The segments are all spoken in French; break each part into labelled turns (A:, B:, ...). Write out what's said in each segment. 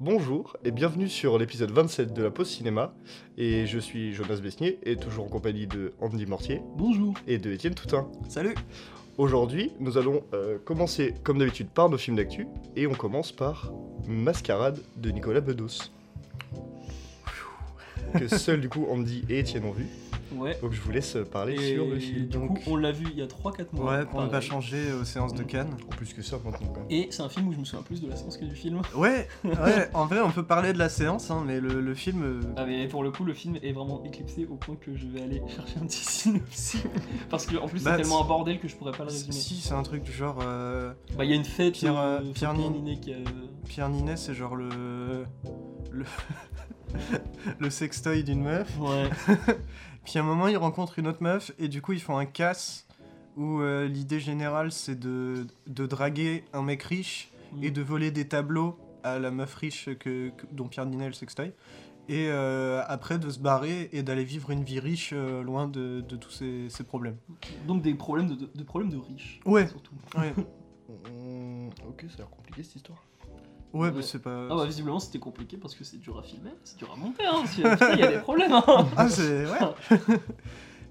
A: Bonjour et bienvenue sur l'épisode 27 de la pause cinéma. Et je suis Jonas Besnier et toujours en compagnie de Andy Mortier
B: Bonjour.
A: et de Étienne Toutin.
B: Salut.
A: Aujourd'hui, nous allons euh, commencer comme d'habitude par nos films d'actu et on commence par Mascarade de Nicolas Bedos. Que seuls du coup Andy et Étienne ont vu.
C: Ouais.
A: Donc je vous laisse parler
C: Et
A: sur le film.
C: Du
B: Donc-
C: coup, on l'a vu il y a 3-4 mois.
B: Ouais, Mm. pour ne
C: pareil.
B: pas changer aux séances de Cannes.
A: En plus que ça maintenant quand même.
C: Et c'est un film où je me souviens plus de la séance que du film.
B: Ouais, ouais, en vrai, on peut parler de la séance, hein, mais le, le film. euh,
C: Ah mais pour le coup, le film est vraiment éclipsé au point que je vais aller chercher un petit synopsis. Parce que en plus,
B: Bah,
C: c'est tellement
B: c'est-
C: un bordel que je pourrais pas le résumer.
B: si, c'est un truc du genre. euh,
C: Bah, il y a une fête.
B: Pierre, euh,
C: euh,
B: Pierre Nin-
C: Ninet qui a-
B: Pierre Ninet, c'est genre le. Le, le sextoy d'une meuf.
C: Ouais.
B: Puis à un moment, il rencontre une autre meuf, et du coup, ils font un casse où euh, l'idée générale, c'est de, de draguer un mec riche et de voler des tableaux à la meuf riche que, que- dont Pierre Ninet est le sextoy. Et euh, après de se barrer et d'aller vivre une vie riche euh, loin de, de tous ces, ces problèmes.
C: Donc des problèmes de, de- de problèmes de riches.
B: Ouais.
C: Surtout.
B: Ouais,
C: Hmm,
A: Hum, ok, ça a l'air compliqué cette histoire.
B: ouais, bah,
C: Ouais.
B: c'est pas.
C: Ah bah visiblement c'était compliqué parce que c'est dur à filmer, c'est dur à monter hein, parce que putain, il y a des problèmes hein.
B: Ah, c'est. Ouais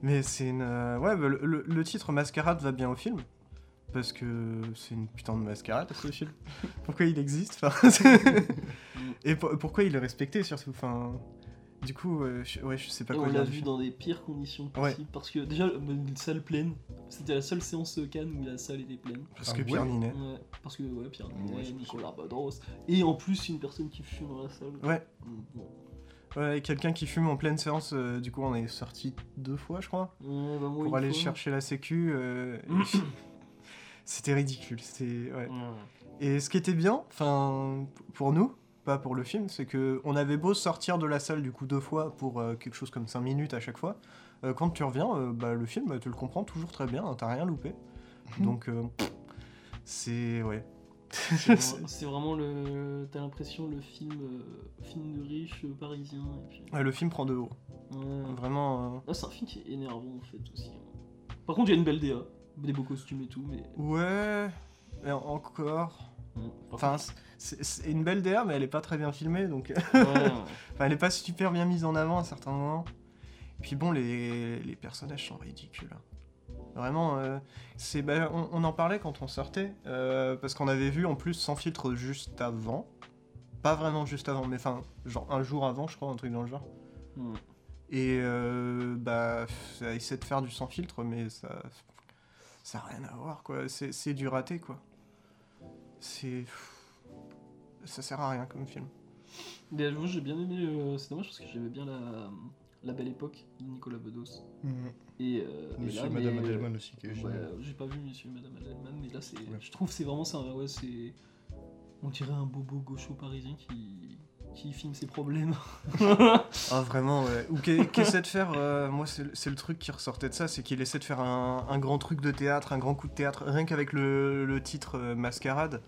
B: Mais c'est une. euh, Ouais, bah, le, le- le titre Mascarade va bien au film. Parce que c'est une putain de mascarade, ce film. Pourquoi il existe enfin, c'est- Et pour- pourquoi il est respecté surtout enfin, Du coup, euh, je, ouais, je sais pas
C: Et
B: quoi
C: on
B: dire
C: l'a
B: du
C: Oh, vu
B: film.
C: dans des pires conditions
B: Ouais.
C: possibles parce que déjà euh, une salle pleine, c'était la seule séance euh, Cannes où la salle était pleine.
B: Parce
A: Ah
B: que
A: ouais
B: Pierre Ninet.
C: Ouais, parce que ouais, Pierre Ninet,
A: Ouais, c'est
C: Nicolas Badros et en plus une personne qui fume dans la salle.
B: Ouais.
C: Mm, bon.
B: Ouais, et quelqu'un qui fume en pleine séance, euh, du coup on est sorti deux fois je crois,
C: Ouais, bah, moi,
B: pour
C: une
B: aller
C: fois.
B: chercher la sécu. euh, et- c'était ridicule, c'était... ouais.
C: Ouais, ouais.
B: Et ce qui était bien, enfin p- pour nous, pas pour le film, c'est que on avait beau sortir de la salle du coup deux fois pour euh, quelque chose comme cinq minutes à chaque fois, euh, quand tu reviens, euh, bah, le film, tu le comprends toujours très bien, hein, t'as rien loupé. Donc euh, c'est... ouais.
C: C'est vraiment- c'est vraiment le. T'as l'impression le film, euh, film de riche euh, parisien. Et puis,
B: Ouais, le film prend de haut.
C: Ouais.
B: Vraiment... euh,
C: Ah, c'est un film qui est énervant en fait aussi. hein. Par contre, il y a une belle DA, des beaux costumes et tout, mais.
B: Ouais... mais en- encore... Enfin, c'est- c'est c'est une belle DR, mais elle est pas très bien filmée, donc euh,
C: Ouais, ouais.
B: enfin, elle est pas super bien mise en avant à certains moments. Et puis bon, les, les personnages sont ridicules. hein. Vraiment, euh, c'est bah, on, on en parlait quand on sortait, euh, parce qu'on avait vu en plus sans filtre juste avant. Pas vraiment juste avant, mais enfin, genre un jour avant, je crois, un truc dans le genre.
C: Mm.
B: Et euh, bah, ça essaie de faire du sans filtre, mais ça. Ça a rien à voir, quoi. C'est c'est du raté, quoi. C'est. Ça sert à rien comme film.
C: Mais j'avoue, j'ai bien aimé. euh, c'est dommage parce que j'aimais bien la, la belle époque de Nicolas Bedos. Et, euh, et
A: Monsieur
C: là,
A: et Madame
C: mais, euh,
A: Adelman aussi qui est
C: ouais,
A: génial.
C: j'ai pas vu Monsieur et Madame Adelman, mais là, c'est,
A: Ouais.
C: je trouve que c'est vraiment ça. Ouais, c'est, on dirait un bobo gaucho parisien qui, qui filme ses problèmes.
B: Ah, vraiment, ouais. Ou qu'e- qu'essaie de faire. euh, moi, c'est le- c'est le truc qui ressortait de ça, c'est qu'il essaie de faire un, un grand truc de théâtre, un grand coup de théâtre, rien qu'avec le, le titre euh, Mascarade.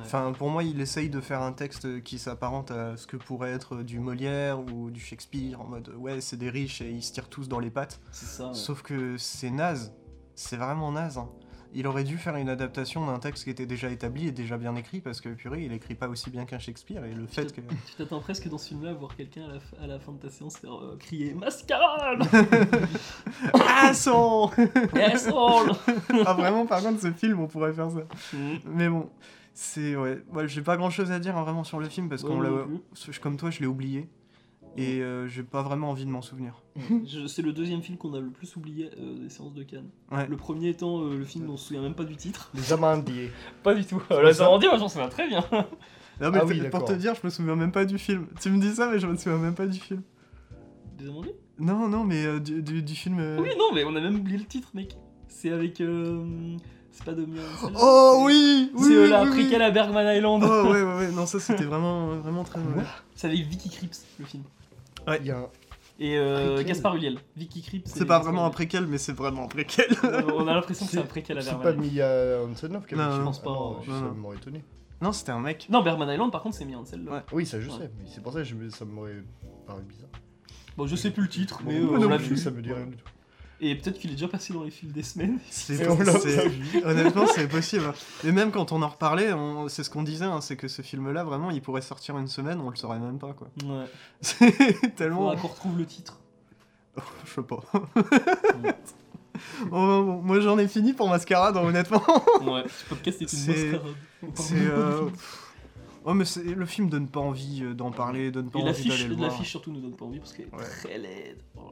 B: Enfin, pour moi, il essaye de faire un texte qui s'apparente à ce que pourrait être du Molière ou du Shakespeare, en mode ouais, c'est des riches et ils se tirent tous dans les pattes.
C: c'est ça. ouais.
B: Sauf que c'est naze. C'est vraiment naze. hein. Il aurait dû faire une adaptation d'un texte qui était déjà établi et déjà bien écrit parce que purée, il écrit pas aussi bien qu'un Shakespeare et le fait que.
C: Tu t'attends presque dans ce film-là à voir quelqu'un à la, f- à la fin de ta séance faire euh, crier mascarade,
B: ah son
C: yes all.
B: Ah vraiment, par contre, ce film, on pourrait faire ça. Mais bon, c'est ouais. Moi, j'ai pas grand chose à dire hein, vraiment sur le film parce
C: Ouais,
B: qu'on
C: moi
B: l'a.
C: non plus.
B: je- Comme toi, je l'ai oublié et euh, j'ai pas vraiment envie de m'en souvenir.
C: Je- C'est le deuxième film qu'on a le plus oublié euh, des séances de Cannes.
B: Ouais.
C: Le premier étant euh, le film dont on se souvient même pas du titre.
A: Les amandiers.
C: Pas du tout.
B: là, ça
C: on dit, moi j'en souviens très bien.
B: Non, mais
A: Ah
B: t-
A: oui,
B: pour
A: d'accord.
B: te dire, je me souviens même pas du film. Tu me dis ça, mais je me souviens même pas du film.
C: Des Amandiers
B: Non, non, mais euh, du, du- du film. euh,
C: Oui, non, mais on a même oublié le titre, mec. C'est avec. euh, c'est pas Domien. Sala,
B: Oh
C: c'est-
B: oui, oui,
C: C'est
B: oui,
C: euh, la
B: oui, oui.
C: préquelle à Bergman Island.
B: Oh ouais, ouais, ouais, non, ça c'était vraiment, euh, vraiment très mauvais.
C: C'est avec Vicky Krieps, le film.
A: Il y a un-
C: Et euh,
A: Préquel.
C: Gaspard Ulliel. Vicky Krieps.
B: C'est pas vraiment un préquel, mais c'est vraiment un préquel.
C: préquel. On a l'impression que c'est un préquel à
A: C'est pas
C: Bergman Island.
A: Mia Hansenov qui a
B: Non,
A: fait
B: non,
A: ça.
B: je
C: pense pas,
A: Ah
C: ouais.
A: non, Ça
B: Non, non.
A: m'aurait étonné.
B: Non, c'était un mec.
C: Non, Bergman Island, par contre, c'est hein, mis en celle
B: Ouais.
A: Oui, ça je
C: Ouais.
A: sais, mais c'est pour ça que je me- ça m'aurait paru bizarre.
C: Bon, je sais plus le titre, mais
A: Bon,
C: euh,
B: non
C: on l'a
B: plus,
C: vu.
A: ça me dit rien du tout.
C: Et peut-être qu'il est déjà passé dans les fils des semaines.
B: C'est
A: Et on l'a
B: c'est-
A: pas
B: Honnêtement, c'est possible. Et même quand on en reparlait, on- c'est ce qu'on disait, hein, c'est que ce film-là, vraiment, il pourrait sortir une semaine, on le saurait même pas, quoi.
C: Ouais.
B: C'est tellement...
C: Faudra qu'on retrouve le titre.
B: Je sais pas. Bon, bon, moi, j'en ai fini pour Mascarade, hein, honnêtement.
C: Ouais, ce podcast est une
B: C'est-
C: mascarade. On parle
B: C'est...
C: même pas du
B: euh,
C: film.
B: pff. Ouais, mais c'est- le film donne pas envie euh, d'en parler, donne pas
C: Et
B: envie
C: l'affiche,
B: d'aller le voir.
C: l'affiche surtout nous donne pas envie parce qu'elle est
B: Ouais.
C: très laide. Oh.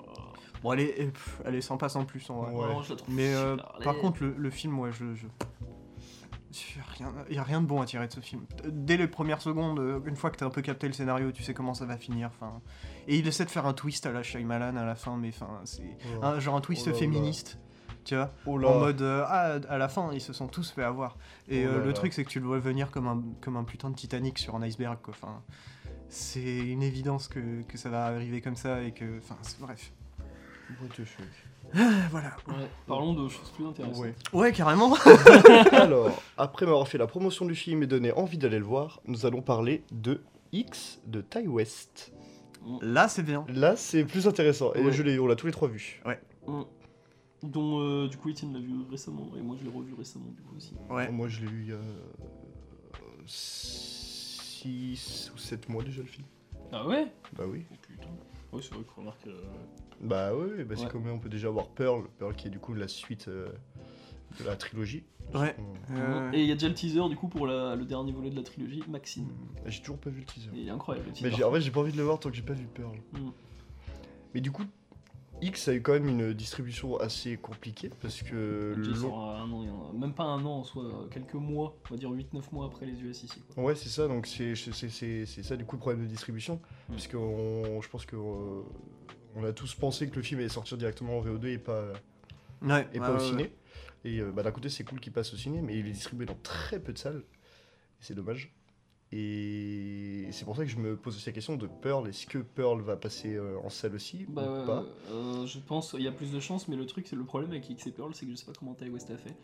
B: Bon, elle est, eh, pff, elle est sympa sans plus, en vrai.
A: Ouais.
C: Oh, je la trouve
B: Mais euh,
C: super
B: par
C: laide.
B: contre, le, le film, ouais, je. je... je- Rien, y a rien de bon à tirer de ce film. Dès les premières secondes, euh, une fois que t'as un peu capté le scénario, tu sais comment ça va finir. Enfin, et il essaie de faire un twist à la Shyamalan à la fin, mais enfin, c'est
C: Ah.
B: un- genre un twist
A: Oh là là.
B: féministe, tu vois,
A: Oh
B: en mode euh, ah, à la fin ils se sont tous fait avoir. Et
A: Oh là
B: euh, le
A: là.
B: truc c'est que tu le vois venir comme un comme un putain de Titanic sur un iceberg, quoi. Enfin, c'est une évidence que, que ça va arriver comme ça et que, enfin, c'est- bref. Euh, Voilà.
C: Ouais, parlons de choses plus intéressantes.
A: Ouais.
B: Ouais, carrément.
A: Alors, après m'avoir fait la promotion du film et donné envie d'aller le voir, nous allons parler de X de Ty West.
B: Là, c'est bien.
A: Là, c'est plus intéressant. Et
B: Ouais.
A: je l'ai, on l'a tous les trois vu.
C: Mm. Dont euh, du coup Etienne l'a vu récemment et moi je l'ai revu récemment du coup aussi.
B: Ouais.
A: Moi, je l'ai eu il y a euh, 6 ou 7 mois déjà le film.
C: Ah ouais
A: Bah oui.
C: Oh putain. Ouais c'est vrai qu'on remarque. euh,
A: Bah oui, bah c'est
C: Ouais.
A: comme on peut déjà avoir Pearl, Pearl qui est du coup la suite euh, de la trilogie.
B: Ouais.
A: On-
C: Hmm.
B: Euh,
C: Et il y a déjà le teaser du coup pour la- le dernier volet de la trilogie, Maxime.
A: J'ai toujours pas vu le teaser.
C: Il est incroyable le
A: Mais
C: teaser.
A: j'ai- en vrai, j'ai pas envie de le voir tant que j'ai pas vu Pearl.
C: Mm.
A: Mais du coup, X a eu quand même une distribution assez compliquée parce que le
C: Déjà, ça
A: long-
C: aura un an, il y en a- même pas un an, soit euh, quelques mois, on va dire 8-9 mois après les US ici. Quoi.
A: Ouais, c'est ça, donc c'est c'est- c'est- c'est- c'est ça du coup le problème de distribution.
C: Mm.
A: Parce que on- je pense que euh, on a tous pensé que le film allait sortir directement en VO2 et pas,
B: ouais,
A: et
B: ouais,
A: pas au
B: ouais,
A: ciné.
B: ouais.
A: Et euh, bah, d'un côté, c'est cool qu'il passe au ciné, mais il est distribué dans très peu de salles. Et C'est dommage. Et c'est pour ça que je me pose aussi la question de Pearl. Est-ce que Pearl va passer euh, en salle aussi
C: Bah,
A: ou
C: ouais,
A: pas
C: euh, je pense il y a plus de chances, mais le truc, c'est le problème avec X et Pearl, c'est que je sais pas comment Ty West a fait.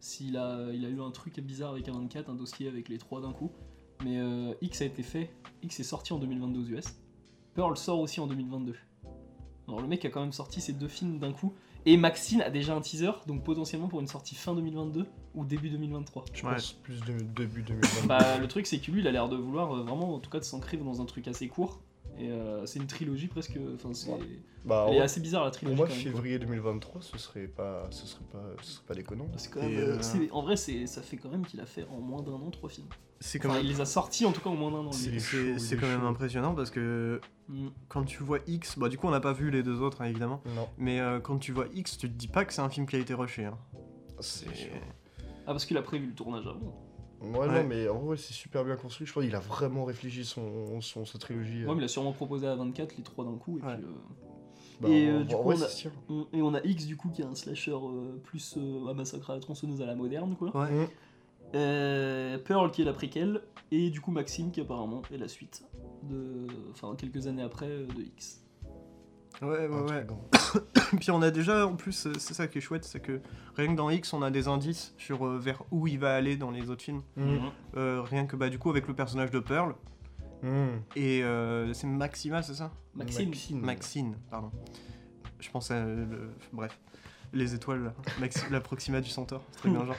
C: S'il a, il a eu un truc bizarre avec un 24, un dossier avec les trois d'un coup. Mais euh, X a été fait, X est sorti en 2022 aux US. Pearl sort aussi en 2022. Alors le mec a quand même sorti ces deux films d'un coup. Et Maxine a déjà un teaser, donc potentiellement pour une sortie fin 2022 ou début 2023.
A: Je
B: Ouais.
A: pense plus de, début 2020.
C: Bah, le truc, c'est que lui, il a l'air de vouloir euh, vraiment, en tout cas, de s'ancrer dans un truc assez court. Et euh, c'est une trilogie presque. Enfin, c'est.
A: Bah,
C: Elle est
A: ouais,
C: assez bizarre la
A: pour
C: trilogie.
A: moi,
C: quand même,
A: février 2023, ce serait pas, ce serait pas, ce serait pas déconnant.
C: quoi. C'est quand même,
B: Et,
C: euh,
B: euh,
C: c'est- En vrai, c'est, ça fait quand même qu'il a fait en moins d'un an trois films.
B: C'est quand
C: Enfin,
B: même,
C: il les a sortis en tout cas en moins d'un an.
A: C'est
C: lui.
A: les-
B: c'est- c'est quand
A: Il est
B: même
A: chaud.
B: impressionnant parce que
C: Mm.
B: quand tu vois X, bah du coup on n'a pas vu les deux autres hein, évidemment,
A: Non,
B: mais euh, quand tu vois X, tu te dis pas que c'est un film qui a été rushé. hein.
A: c'est.
B: C'est-
C: Ah, parce qu'il a prévu le tournage avant.
A: Ouais,
B: Ouais.
A: non, mais en vrai, c'est super bien construit. Je pense qu'il a vraiment réfléchi son, son sa trilogie. euh.
C: Moi, mais il a sûrement proposé à 24 les trois d'un coup. Et,
B: Ouais.
C: puis,
A: Bah,
C: et, euh,
A: en-
C: du
A: en
C: coup,
A: vrai,
C: on a-
A: c'est sûr.
C: euh, on, et on a X du coup qui est un slasher euh, plus euh, un massacre à la tronçonneuse à la moderne quoi.
B: Ouais.
A: Mm.
C: Euh, Pearl qui est la préquelle, et du coup Maxime qui apparemment est la suite, de, enfin quelques années après euh, de X.
B: Ouais, ouais,
A: Mmh. Un
B: ouais.
A: truc dans-
B: Puis on a déjà, en plus, euh, c'est ça qui est chouette, c'est que rien que dans X, on a des indices sur euh, vers où il va aller dans les autres films.
A: Mm.
B: Euh, rien que, bah du coup, avec le personnage de Pearl,
A: Mm.
B: et euh, c'est Maxima, c'est ça
C: Maxime.
A: Hmm.
B: Maxine, pardon. Je pense à le... Bref. Les étoiles, là. Maxi- la Proxima du Centaure. C'est très bien, genre.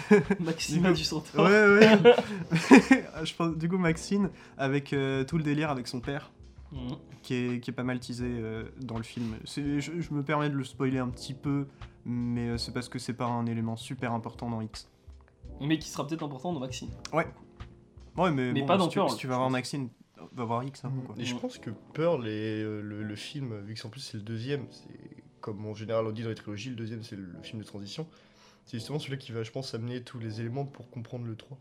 C: Maxime du Centaure.
B: Ouais, ouais. je pense, du coup, Maxine, avec euh, tout le délire avec son père,
C: Mhm.
B: qui est, qui est pas mal teasé euh, dans le film. C'est- Je, je me permets de le spoiler un petit peu, mais euh, c'est parce que c'est pas un élément super important dans X.
C: Mais qui sera peut-être important dans Maxime.
B: Ouais, mais,
C: Mais
B: bon,
C: pas
B: si
C: dans
B: tu,
C: Pearl,
B: si tu
C: je
B: vas voir
C: pense. Mm.
B: Maxine, va voir X, un peu, quoi.
A: Et je
C: Ouais.
A: pense que Pearl et euh, le, le film, vu que c'est en plus c'est le deuxième, c'est comme en général on dit dans les trilogies, le deuxième c'est le, le film de transition. C'est justement celui qui va, je pense, amener tous les éléments pour comprendre le 3.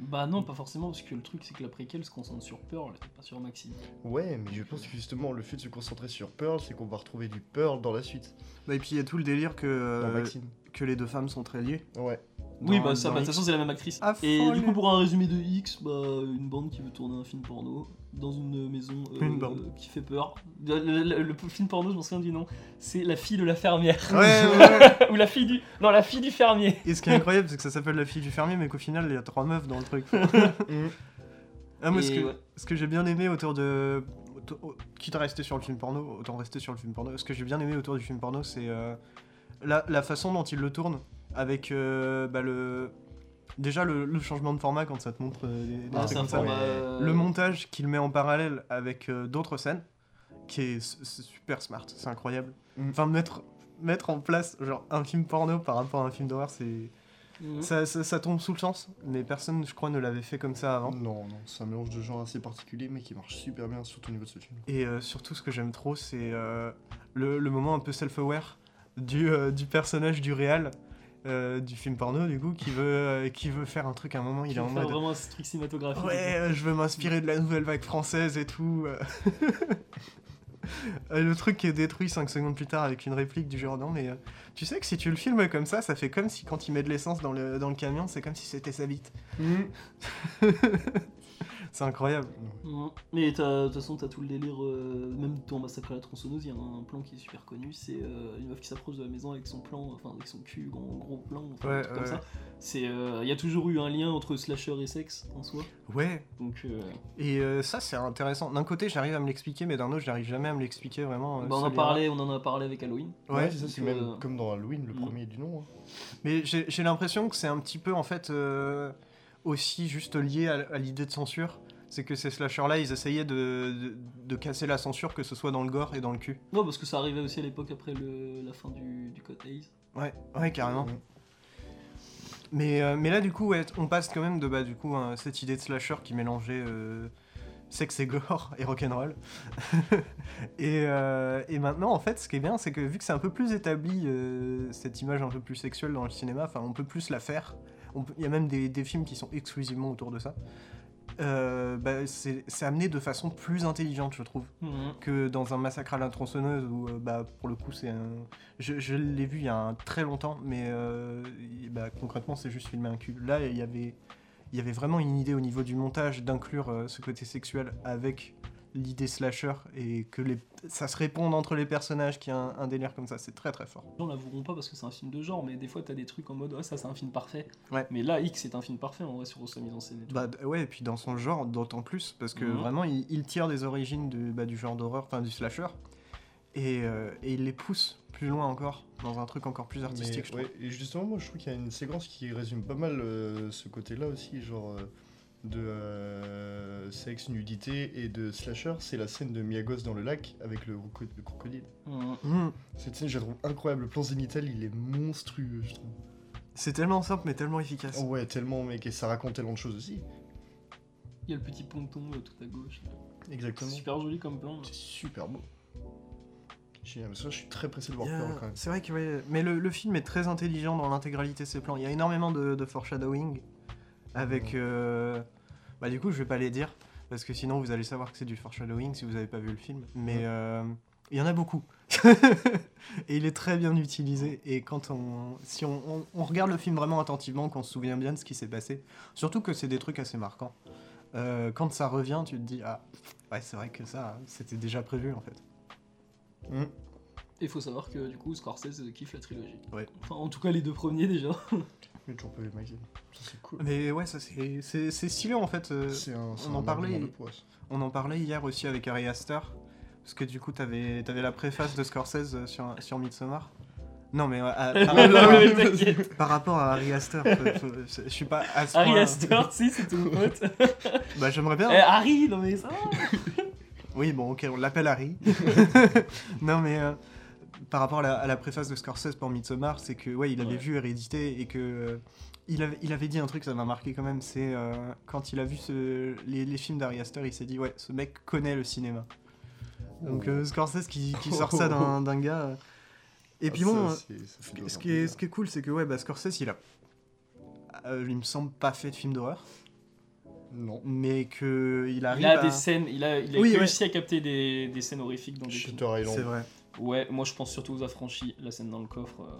C: Bah non, pas forcément, parce que le truc c'est que la préquelle se concentre sur Pearl, et pas sur Maxime.
A: Ouais, mais je pense que justement le fait de se concentrer sur Pearl, c'est qu'on va retrouver du Pearl dans la suite.
B: Bah, et puis, il y a tout le délire que,
A: Dans
B: euh,
A: Maxime.
B: que les deux femmes sont très liées.
A: Ouais.
C: oui,
B: dans-
C: bah ça,
B: dans
C: bah, de toute
B: X.
C: façon c'est la même actrice.
B: Ah,
C: et
B: folle.
C: du coup, pour un résumé de X, bah, une bande qui veut tourner un film porno dans une maison euh,
B: Une bande.
C: qui fait peur. Le, le- le- le film porno, je m'en souviens du nom, c'est La fille de la fermière.
B: Ouais, ouais, ouais.
C: Ou la fille du. Non, la fille du fermier.
B: Et ce qui est incroyable, c'est que ça s'appelle La fille du fermier, mais qu'au final, il y
A: mm.
B: a trois meufs dans le truc. ah, moi, ce
C: Et
B: que,
C: ouais.
B: ce que j'ai bien aimé autour de, autant- au- quitte à rester sur le film porno, autant rester sur le film porno. Ce que j'ai bien aimé autour du film porno, c'est euh, la, la façon dont il le tourne, avec euh, bah, le déjà le, le changement de format quand ça te montre euh, des, des
A: Ah,
B: trucs
A: c'est
B: comme
A: un
B: ça.
A: format-
C: euh,
B: Le montage qu'il met en parallèle avec euh, d'autres scènes, qui est, s- c'est super smart, c'est incroyable.
A: Mm.
B: Enfin mettre mettre en place genre un film porno par rapport à un film d'horreur, c'est
A: Mm.
C: Mhm.
B: ça, ça- ça tombe sous le sens, mais personne, je crois, ne l'avait fait comme ça avant.
A: Non, non, c'est un mélange de genres assez particulier, mais qui marche super bien, surtout au niveau de ce film.
B: Et euh, surtout, ce que j'aime trop, c'est euh, le, le moment un peu self-aware du, euh, du personnage du réal euh, du film porno, du coup, qui veut, euh, qui veut faire un truc à un moment, il est en
C: Faire
B: mode
C: vraiment ce truc cinématographique.
B: Ouais, euh, je veux m'inspirer de la nouvelle vague française et tout. euh. Euh, le truc qui est détruit 5 secondes plus tard avec une réplique du genre non, mais euh, tu sais que si tu le filmes comme ça, ça fait comme si quand il met de l'essence dans le, dans le camion, c'est comme si c'était sa bite.
C: Mm.
B: c'est incroyable.
C: Mhm. Mais t'as- de toute façon, t'as tout le délire, euh, même dans Massacre à la tronçonneuse, il y a un plan qui est super connu, c'est euh, une meuf qui s'approche de la maison avec son plan, enfin avec son cul, gros, gros plan, enfin, un
B: Ouais,
C: truc comme
B: ouais.
C: ça. C'est, euh, Il y a toujours eu un lien entre slasher et sexe en soi,
B: Ouais,
C: donc euh,
B: Et euh, ça, c'est intéressant. D'un côté, j'arrive à me l'expliquer, mais d'un autre, j'arrive jamais à me l'expliquer vraiment. euh,
C: bah, on, en
B: solide.
C: parlait, on en a parlé avec Halloween.
A: Ouais,
B: Ouais,
A: c'est ça, c'est
C: euh,
A: même comme dans Halloween, le
C: mm.
A: premier du nom. hein.
B: Mais j'ai j'ai l'impression que c'est un petit peu, en fait, euh, aussi juste lié à, à l'idée de censure. C'est que ces slashers-là, ils essayaient de, de- de casser la censure, que ce soit dans le gore et dans le cul.
C: Non, parce que ça arrivait aussi à l'époque après le, la fin du, du Code Hayes.
B: Ouais, ouais, carrément.
A: Mm.
B: Mais, euh, mais là, du coup, ouais, on passe quand même de bah, du coup, hein, cette idée de slasher qui mélangeait euh, sexe et gore et rock'n'roll. et, euh, et maintenant, en fait, ce qui est bien, c'est que vu que c'est un peu plus établi, euh, cette image un peu plus sexuelle dans le cinéma, enfin, on peut plus la faire. On peut- Il y a même des, des films qui sont exclusivement autour de ça. Euh, bah, c'est c'est amené de façon plus intelligente, je trouve que dans un massacre à la tronçonneuse où euh, bah, pour le coup c'est un... je, je l'ai vu il y a un très longtemps mais euh, y- bah, concrètement c'est juste filmer un cul là il y avait il y avait vraiment une idée au niveau du montage d'inclure euh, ce côté sexuel avec l'idée slasher et que les... ça se réponde entre les personnages qui a un, un délire comme ça c'est très très fort
C: Les gens l'avoueront pas parce que c'est un film de genre, mais des fois t'as des trucs en mode ah ça c'est un film parfait.
B: Ouais.
C: Mais là X c'est un film parfait en vrai sur sa mise en scène. et tout.
B: bah d- ouais et puis dans son genre d'autant plus parce que
C: Mhm.
B: vraiment il, il tire des origines du, bah, du genre d'horreur enfin du slasher et, euh, et il les pousse plus loin encore dans un truc encore plus artistique je
A: Mais, ouais, et justement, moi, je trouve qu'il y a une séquence qui résume pas mal euh, ce côté-là aussi, genre euh, de euh, sexe, nudité et de slasher. C'est la scène de Miagos dans le lac avec le, croco- le crocodile.
C: Mhm.
B: trouve. Mhm.
A: Cette scène, je la trouve incroyable. Le plan zénital, il est monstrueux, je trouve.
B: C'est tellement simple mais tellement efficace.
A: Oh ouais, tellement, mec, et ça raconte tellement de choses aussi.
C: Il y a le petit ponton euh, tout à gauche. C'est
A: Exactement.
C: super joli comme plan.
A: C'est super beau. Génial, mais ça, je suis très pressé de voir
B: Il y a-
A: Pearl quand même.
B: C'est vrai que ouais, mais le, le film est très intelligent dans l'intégralité de ses plans. Il y a énormément de, de foreshadowing avec.
A: Mm.
B: euh, Bah du coup je vais pas les dire parce que sinon vous allez savoir que c'est du foreshadowing si vous avez pas vu le film. Mais
A: Ouais.
B: euh, il y en a beaucoup. et il est très bien utilisé. Et quand on, si on, on- on regarde le film vraiment attentivement, qu'on se souvient bien de ce qui s'est passé, surtout que c'est des trucs assez marquants. euh, quand ça revient, tu te dis ah ouais c'est vrai que ça c'était déjà prévu en fait.
A: Hum.
C: Et faut savoir que du coup Scorsese euh, kiffe la trilogie.
B: Ouais.
C: Enfin en tout cas les deux premiers déjà.
A: J'ai toujours pas vu le magazine. Ça, c'est cool.
B: Mais ouais, ça c'est c'est- c'est stylé en fait. euh,
A: C'est un, c'est
B: on
A: un
B: en parlait-
A: argument de poids, ça.
B: on en parlait hier aussi avec Ari Aster, parce que du coup t'avais avais la préface de Scorsese euh, sur sur Midsommar. Non mais ouais,
C: Ah,
B: à- par, rapport
C: mais t'inquiète.
B: à, par rapport à Ari Aster, faut- faut- je je suis pas à ce
C: Harry
B: point-
C: Astor si c'est tout pote.
B: Bah j'aimerais
C: Eh,
B: bien.
C: Harry non mais ça. va.
B: Oui bon ok, on l'appelle Harry. non mais euh, par rapport à la, à la préface de Scorsese pour Midsommar, c'est que ouais il avait
C: Ouais.
B: vu Hérédité et que euh, il avait, il avait dit un truc, ça m'a marqué quand même, c'est euh, quand il a vu ce- les, les films d'Ari Aster, il s'est dit ouais, ce mec connaît le cinéma. Donc
A: Oh.
B: euh, Scorsese qui, qui sort ça d'un d'un gars. euh. Et
A: Ah,
B: puis bon,
A: ça,
B: euh,
A: c'est- ça fait
B: ce
A: vraiment
B: qui, est,
A: plaisir.
B: ce qui est cool, c'est que ouais, bah, Scorsese, il a, euh, il me semble, pas fait de film d'horreur,
A: Non.
B: mais que il arrive
C: Il a
B: à...
C: des scènes, il a, il a
B: bah. Oui,
C: réussi à capter des, des scènes horrifiques dans des films.
A: Shutter
B: C'est
A: Island.
B: vrai.
C: Ouais, moi je pense surtout aux affranchis, la scène dans le coffre. euh,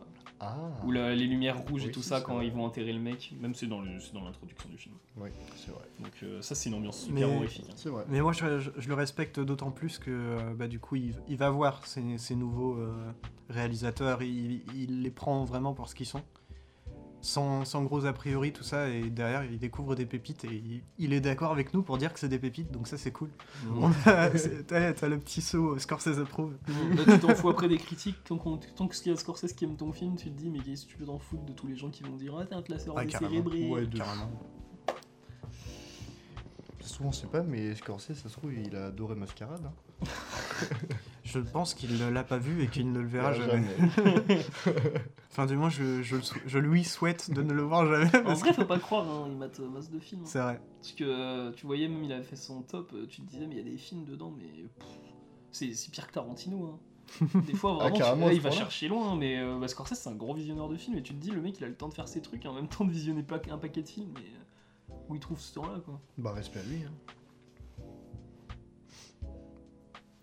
A: Ah.
C: Ou la- les lumières rouges
A: Oui,
C: et tout
A: c'est
C: ça
A: ça.
C: quand ils vont enterrer le mec, même c'est dans le- c'est dans l'introduction du film.
A: Oui, c'est vrai.
C: Donc euh, ça c'est une ambiance super
B: Mais-
C: horrifique. hein.
A: C'est vrai.
B: Mais moi, je, je- je le respecte d'autant plus que, euh, bah, du coup, il, il va voir ces, ces nouveaux euh, réalisateurs, il, il les prend vraiment pour ce qu'ils sont. sans, sans gros a priori, tout ça, et derrière, il découvre des pépites, et il, il est d'accord avec nous pour dire que c'est des pépites, donc ça, c'est cool.
C: hein.
B: On a- c'est- T'as t'as le petit saut, euh, Scorsese approuve.
C: Là, tu Bah, t'en fous après des critiques. Tant, qu'on- tant que ce qu'il y a Scorsese qui aime ton film, tu te dis, mais qu'est-ce que tu peux t'en foutre de tous les gens qui vont dire Ah, t'es un classeur
B: Ouais, carrément.
C: décérébré.
A: Ouais, de Ça se trouve, on sait pas, mais Scorsese, ça se trouve, il a adoré Mascarade. hein.
B: Je pense qu'il ne l'a pas vu et qu'il ne le verra
A: Il a
B: jamais. Enfin, du moins, je, je le sou- je lui souhaite de ne le voir jamais.
C: En
B: parce que-
C: vrai, faut pas croire, hein, il mate euh, masse de films. hein.
B: C'est vrai.
C: Parce que euh, tu voyais, même il avait fait son top, euh, tu te disais, mais il y a des films dedans, mais pff, c'est c'est pire que Tarantino. hein. Des fois, vraiment, tu-
A: carrément,
C: là,
A: à
C: il
A: ce
C: va
A: point-là.
C: chercher loin, mais euh, bah, Scorsese, c'est un gros visionneur de films, et tu te dis, le mec, il a le temps de faire ses trucs, et en même temps de visionner pas un paquet de films, mais euh, où il trouve ce temps-là, quoi.
A: Bah, respect à lui. hein.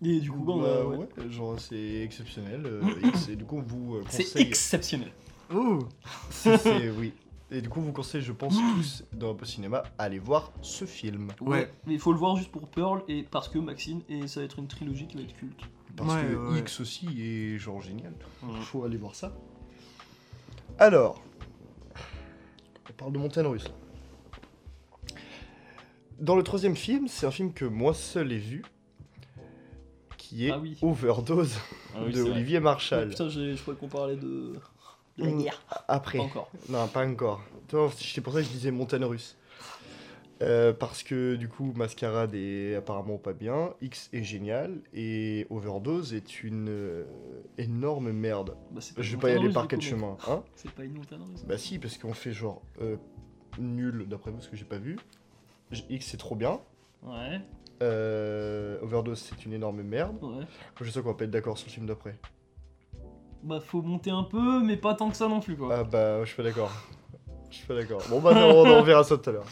C: Et du coup, bah, on a-
A: Bah,
C: ouais.
A: ouais, genre, c'est exceptionnel. euh, et c'est- du coup, on vous euh,
C: c'est
A: conseille.
C: exceptionnel.
B: Oh
A: C'est- c'est- oui. Et du coup, on vous conseille, je pense, tous dans un peu cinéma, allez voir ce film.
B: Ouais.
C: Mais il faut le voir juste pour Pearl, et parce que Maxime, et ça va être une trilogie qui va être culte.
A: Parce
B: Ouais,
A: que
B: ouais.
A: X aussi est genre génial.
B: Ouais.
A: Faut aller voir ça. Alors, on parle de montagne russe. Dans le troisième film, c'est un film que moi seul ai vu, qui est
C: Ah oui. Ah
A: Overdose de Olivier
C: Ouais,
A: Marshall.
C: putain, j'ai- je crois qu'on parlait de... de la
A: Mm.
C: guerre.
A: Après,
C: Pas encore.
A: non, pas encore. Toi, C'est pour ça que je disais montagne russe. Euh, parce que du coup, Mascarade est apparemment pas bien, X est génial, et Overdose est une euh, énorme merde.
C: Bah, c'est
A: Je
C: une
A: vais pas y
C: montagne
A: aller
C: russe,
A: par
C: du
A: quatre
C: coup,
A: chemins, hein
C: mais C'est pas une montagne russe.
A: Bah si, parce qu'on fait genre euh, nul d'après vous, ce que j'ai pas vu. J- X c'est trop bien.
C: Ouais,
A: Euh, Overdose c'est une énorme merde.
C: ouais.
A: Je sais qu'on va pas être d'accord sur le film d'après.
C: Bah faut monter un peu, mais pas tant que ça non plus quoi.
A: Ah bah je suis pas d'accord. Je suis pas d'accord. Bon bah non, on, on verra ça tout à l'heure.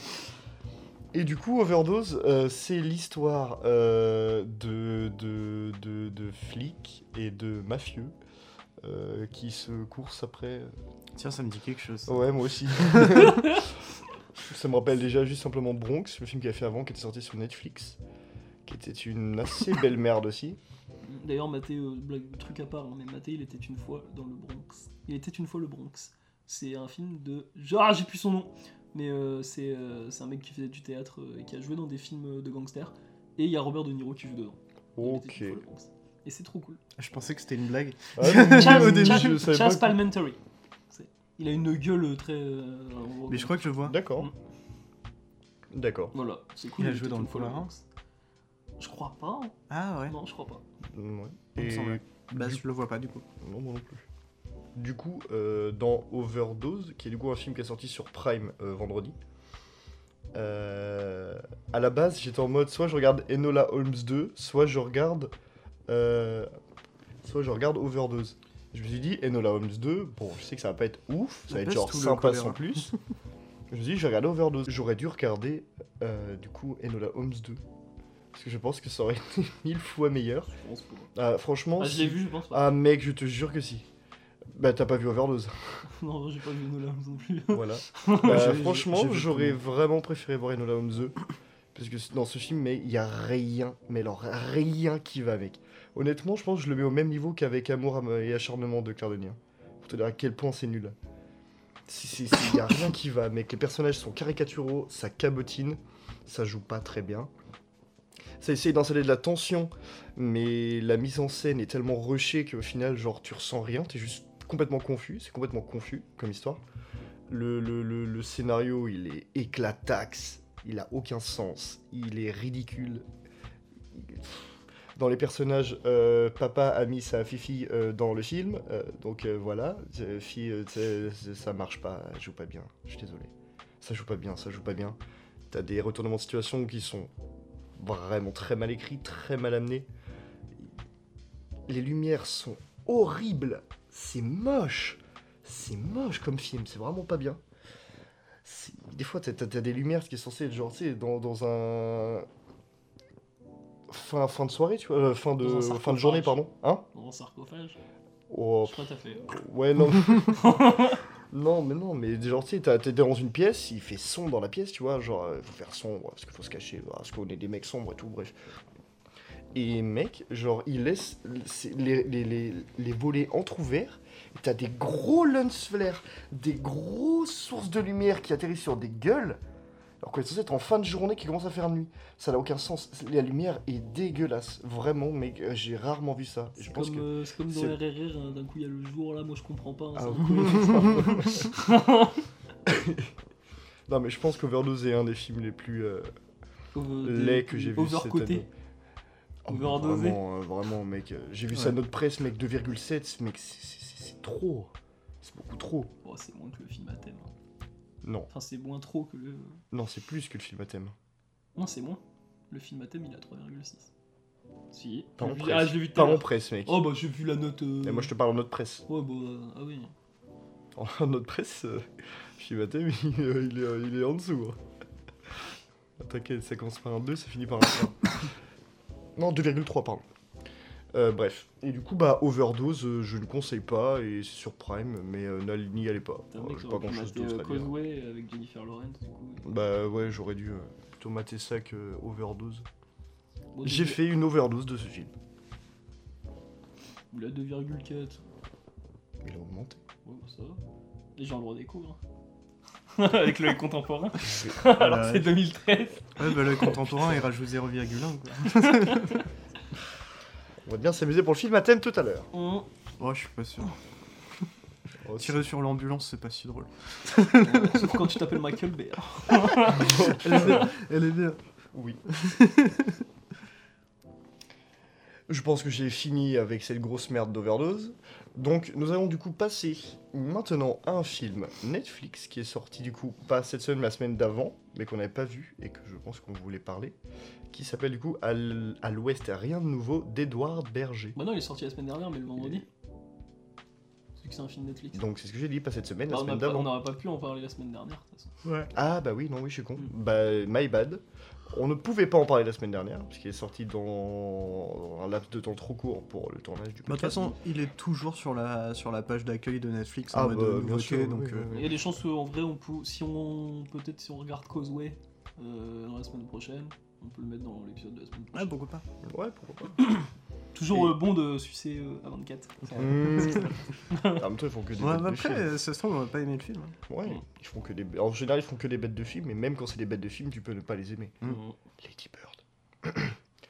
A: Et du coup, Overdose, euh, c'est l'histoire euh, de, de, de, de flics et de mafieux euh, qui se coursent après euh,
B: Tiens, ça me dit quelque chose.
A: Ouais, moi aussi. ça me rappelle déjà juste simplement Bronx, le film qu'il a fait avant, qui était sorti sur Netflix, qui était une assez belle merde aussi.
C: D'ailleurs Maté, euh, blague, truc à part, hein, mais Maté il était une fois dans le Bronx. Il était une fois le Bronx. C'est un film de... Ah j'ai plus son nom Mais euh, c'est euh, c'est un mec qui faisait du théâtre euh, et qui a joué dans des films euh, de gangsters. Et il y a Robert De Niro qui joue dedans. Il était
A: Ok.
C: une fois le Bronx. Et c'est trop cool.
B: Je pensais que c'était une blague.
A: Ah, mais
C: Chas,
A: au début,
C: Chas-
A: je savais
C: Chas
A: pas que-
C: Palminteri. C'est- Il a une gueule euh, très... euh,
B: Mais je crois que je vois.
A: D'accord.
C: Mm.
A: D'accord.
C: Voilà, c'est cool.
B: Il a
C: il
B: joué
C: était
B: dans
C: une
B: le
C: fois
B: Polaroid.
C: Je crois pas. hein.
B: Ah ouais.
C: Non, je crois pas.
A: Mm, ouais.
B: Il me
A: Et-
B: semble. Bah,
A: Du-
B: je le vois pas du coup.
A: Non, moi non plus. Du coup, euh, dans Overdose, qui est du coup un film qui est sorti sur Prime euh, vendredi, euh, à la base, j'étais en mode soit je regarde Enola Holmes 2, soit je regarde, euh, soit je regarde Overdose. Je me suis dit, Enola Holmes 2, bon, je sais que ça va pas être ouf, ça
B: La
A: va être
B: peste
A: genre
B: ou le
A: sympa
B: choléra
A: sans plus. je me suis dit, je vais regarder Overdose. J'aurais dû regarder, euh, du coup, Enola Holmes 2. Parce que je pense que ça aurait été mille fois meilleur.
C: Je pense pas.
A: Ah, franchement,
C: Ah, je l'ai
A: si-
C: vu, je pense pas.
A: ah mec, je te jure que si. Bah t'as pas vu Overdose.
C: Non, j'ai pas vu Nolan non plus.
A: voilà.
B: J'ai- j'ai-
A: Euh,
B: j'ai
A: franchement,
B: vu le
A: j'aurais
B: premier.
A: vraiment préféré voir Enola Holmes 2. Parce que dans ce film, mais il y a rien, mais alors rien qui va avec. Honnêtement, je pense que je le mets au même niveau qu'avec Amour et Acharnement de Claire Denis. hein. Pour te dire à quel point c'est nul. C'est- c'est- c'est- Il y a rien qui va, mec. Les personnages sont caricaturaux, ça cabotine, ça joue pas très bien. Ça essaye d'installer de la tension, mais la mise en scène est tellement rushée qu'au final, genre, tu ressens rien, t'es juste complètement confus, c'est complètement confus comme histoire. Le, le- le- le scénario, il est éclataxe, il a aucun sens, il est ridicule. Dans les personnages, euh, papa a mis sa fifi euh, dans le film, euh, donc euh, voilà, Euh, fille, euh, t'sais, c'est- ça marche pas, elle joue pas bien, je suis désolé. Ça joue pas bien, ça joue pas bien. T'as des retournements de situation qui sont vraiment très mal écrits, très mal amenés. Les lumières sont horribles, c'est moche. C'est moche comme film, c'est vraiment pas bien. C'est- Des fois, t'as t'as- t'as des lumières ce qui est censé être genre, tu sais, dans, dans un. Fin, fin de soirée, tu vois, euh, fin de,
C: Dans un
A: fin de journée,
C: sarcophage.
A: pardon. Hein
C: Dans un sarcophage.
A: Oh,
C: Je crois que t'as fait. hein.
A: Ouais, non. non, mais non, mais genre, tu sais, t'as- t'es dans une pièce, il fait sombre dans la pièce, tu vois, genre, euh, faut faire sombre, parce qu'il faut se cacher,
D: bah,
A: parce qu'on est des mecs sombres et tout, bref. Et mec, genre, il laisse c'est les, les, les, les volets entrouverts,
D: T'as des gros lens flares, des grosses sources de lumière qui atterrissent sur des gueules, alors qu'on est censé être en fin de journée qui commence à faire nuit. Ça n'a aucun sens. La lumière est dégueulasse, vraiment, mais euh, j'ai rarement vu ça. Et
C: C'est
D: Je
C: comme,
D: pense que.
C: euh, c'est comme dans
D: c'est-
C: RRR, hein, d'un coup il y a le jour là, moi je comprends pas. hein,
D: Ah
C: ça-
D: ouais.
A: Non, mais je pense qu'Overdose est un des films les plus euh,
C: Over- euh, des-
A: laids que j'ai vu cette
C: Overcoté.
A: année. Ah, mais
C: Overdosé.
A: Vraiment, euh, vraiment, mec. euh, J'ai vu
B: Ouais.
A: ça note presse, mec, 2,7. Mec, c'est- c'est c'est- c'est trop. C'est beaucoup trop.
C: Oh, c'est moins que le film à thème. hein.
A: Non,
C: Enfin, c'est moins trop que le.
A: non, c'est plus que le film à thème.
C: Non, c'est moins. Le film à thème il a 3,6. Si.
A: Pas
C: Je
A: en
C: l'ai vu-
A: presse.
C: Ah, je l'ai vu tout
A: Pas
C: à
A: en
C: l'heure.
A: presse, mec.
C: Oh bah j'ai vu la note. euh,
A: Et moi, je te parle en note presse.
C: Ouais, bah. euh, Ah oui.
A: En note presse, euh, le film à thème, il, est- il est, il est en dessous. hein. Ah, T'inquiète, ça commence par un 2, ça finit par un 1. non, 2,3, pardon. Euh, bref. Et du coup, bah, Overdose, euh, je ne conseille pas, et c'est sur Prime, mais euh, n'allez- n'y allez pas.
C: T'as un
A: Euh,
C: mec qui
A: J'ai
C: aurait
A: pas
C: pu
A: grand chose
C: mater,
A: d'autre à
C: euh,
A: dire.
C: Causeway avec Jennifer Lawrence, du coup.
A: Bah ouais, j'aurais dû euh, plutôt mater ça que euh, Overdose.
C: Bon,
A: J'ai
C: deux-
A: fait une overdose de ce film.
C: La 2,4.
A: Il a augmenté.
C: Ouais, bah ça va. Les gens le redécouvrent. hein. avec le contemporain. Alors
A: Euh,
B: Ouais.
C: c'est 2013.
B: Ouais, bah, le contemporain, il rajoute 0,1. quoi.
A: On va bien s'amuser pour le film à thème tout à l'heure.
C: On-
B: Oh, je suis pas sûr.
A: Oh,
B: Tirer sur l'ambulance, c'est pas si drôle.
C: Sauf quand tu t'appelles Michael Bay.
B: Elle est bien. Elle est bien.
A: Oui. Je pense que j'ai fini avec cette grosse merde d'overdose. Donc, nous allons du coup passer maintenant à un film Netflix qui est sorti du coup pas cette semaine, mais la semaine d'avant, mais qu'on n'avait pas vu et que je pense qu'on voulait parler, qui s'appelle du coup À l- à l'Ouest, rien de nouveau d'Edouard Berger.
C: Bah non, il est sorti la semaine dernière, mais le vendredi. Vu que c'est un film Netflix.
A: Donc, c'est ce que j'ai dit, pas cette semaine,
C: Bah,
A: la
C: on a
A: semaine
C: pas- on
A: d'avant.
C: n'aurait pas pu en parler la semaine dernière, de toute façon.
A: Ah bah oui, non, oui, je suis con.
B: Hmm.
C: Mm.
A: Bah, my bad. On ne pouvait pas en parler la semaine dernière, puisqu'il est sorti dans un laps de temps trop court pour le tournage du
B: Bah, De toute
A: podcast.
B: façon, il est toujours sur la, sur la page d'accueil de Netflix en
A: Ah,
B: mode
A: bah,
B: euh,
A: bien
B: nouveauté,
A: sûr, oui,
B: donc
A: oui,
B: euh,
A: oui.
C: Il y a des chances, euh, en vrai, on peut, si on peut-être si on regarde Causeway euh, dans la semaine prochaine, on peut le mettre dans l'épisode de la semaine
B: ah,
C: prochaine.
B: pourquoi pas.
A: Ouais, pourquoi
C: Toujours
A: Et-
C: euh, bon de sucer euh, à 24.
A: pas. Mmh. en même temps, ils font que des
B: Ouais,
A: bêtes
B: bah,
A: de
B: après,
A: films.
B: euh, ça se trouve, on va pas aimer le film. hein.
A: Ouais, ils font que des... En général, ils font que des bêtes de films, mais même quand c'est des bêtes de films, tu peux ne pas les aimer.
B: Mm.
A: Lady Bird.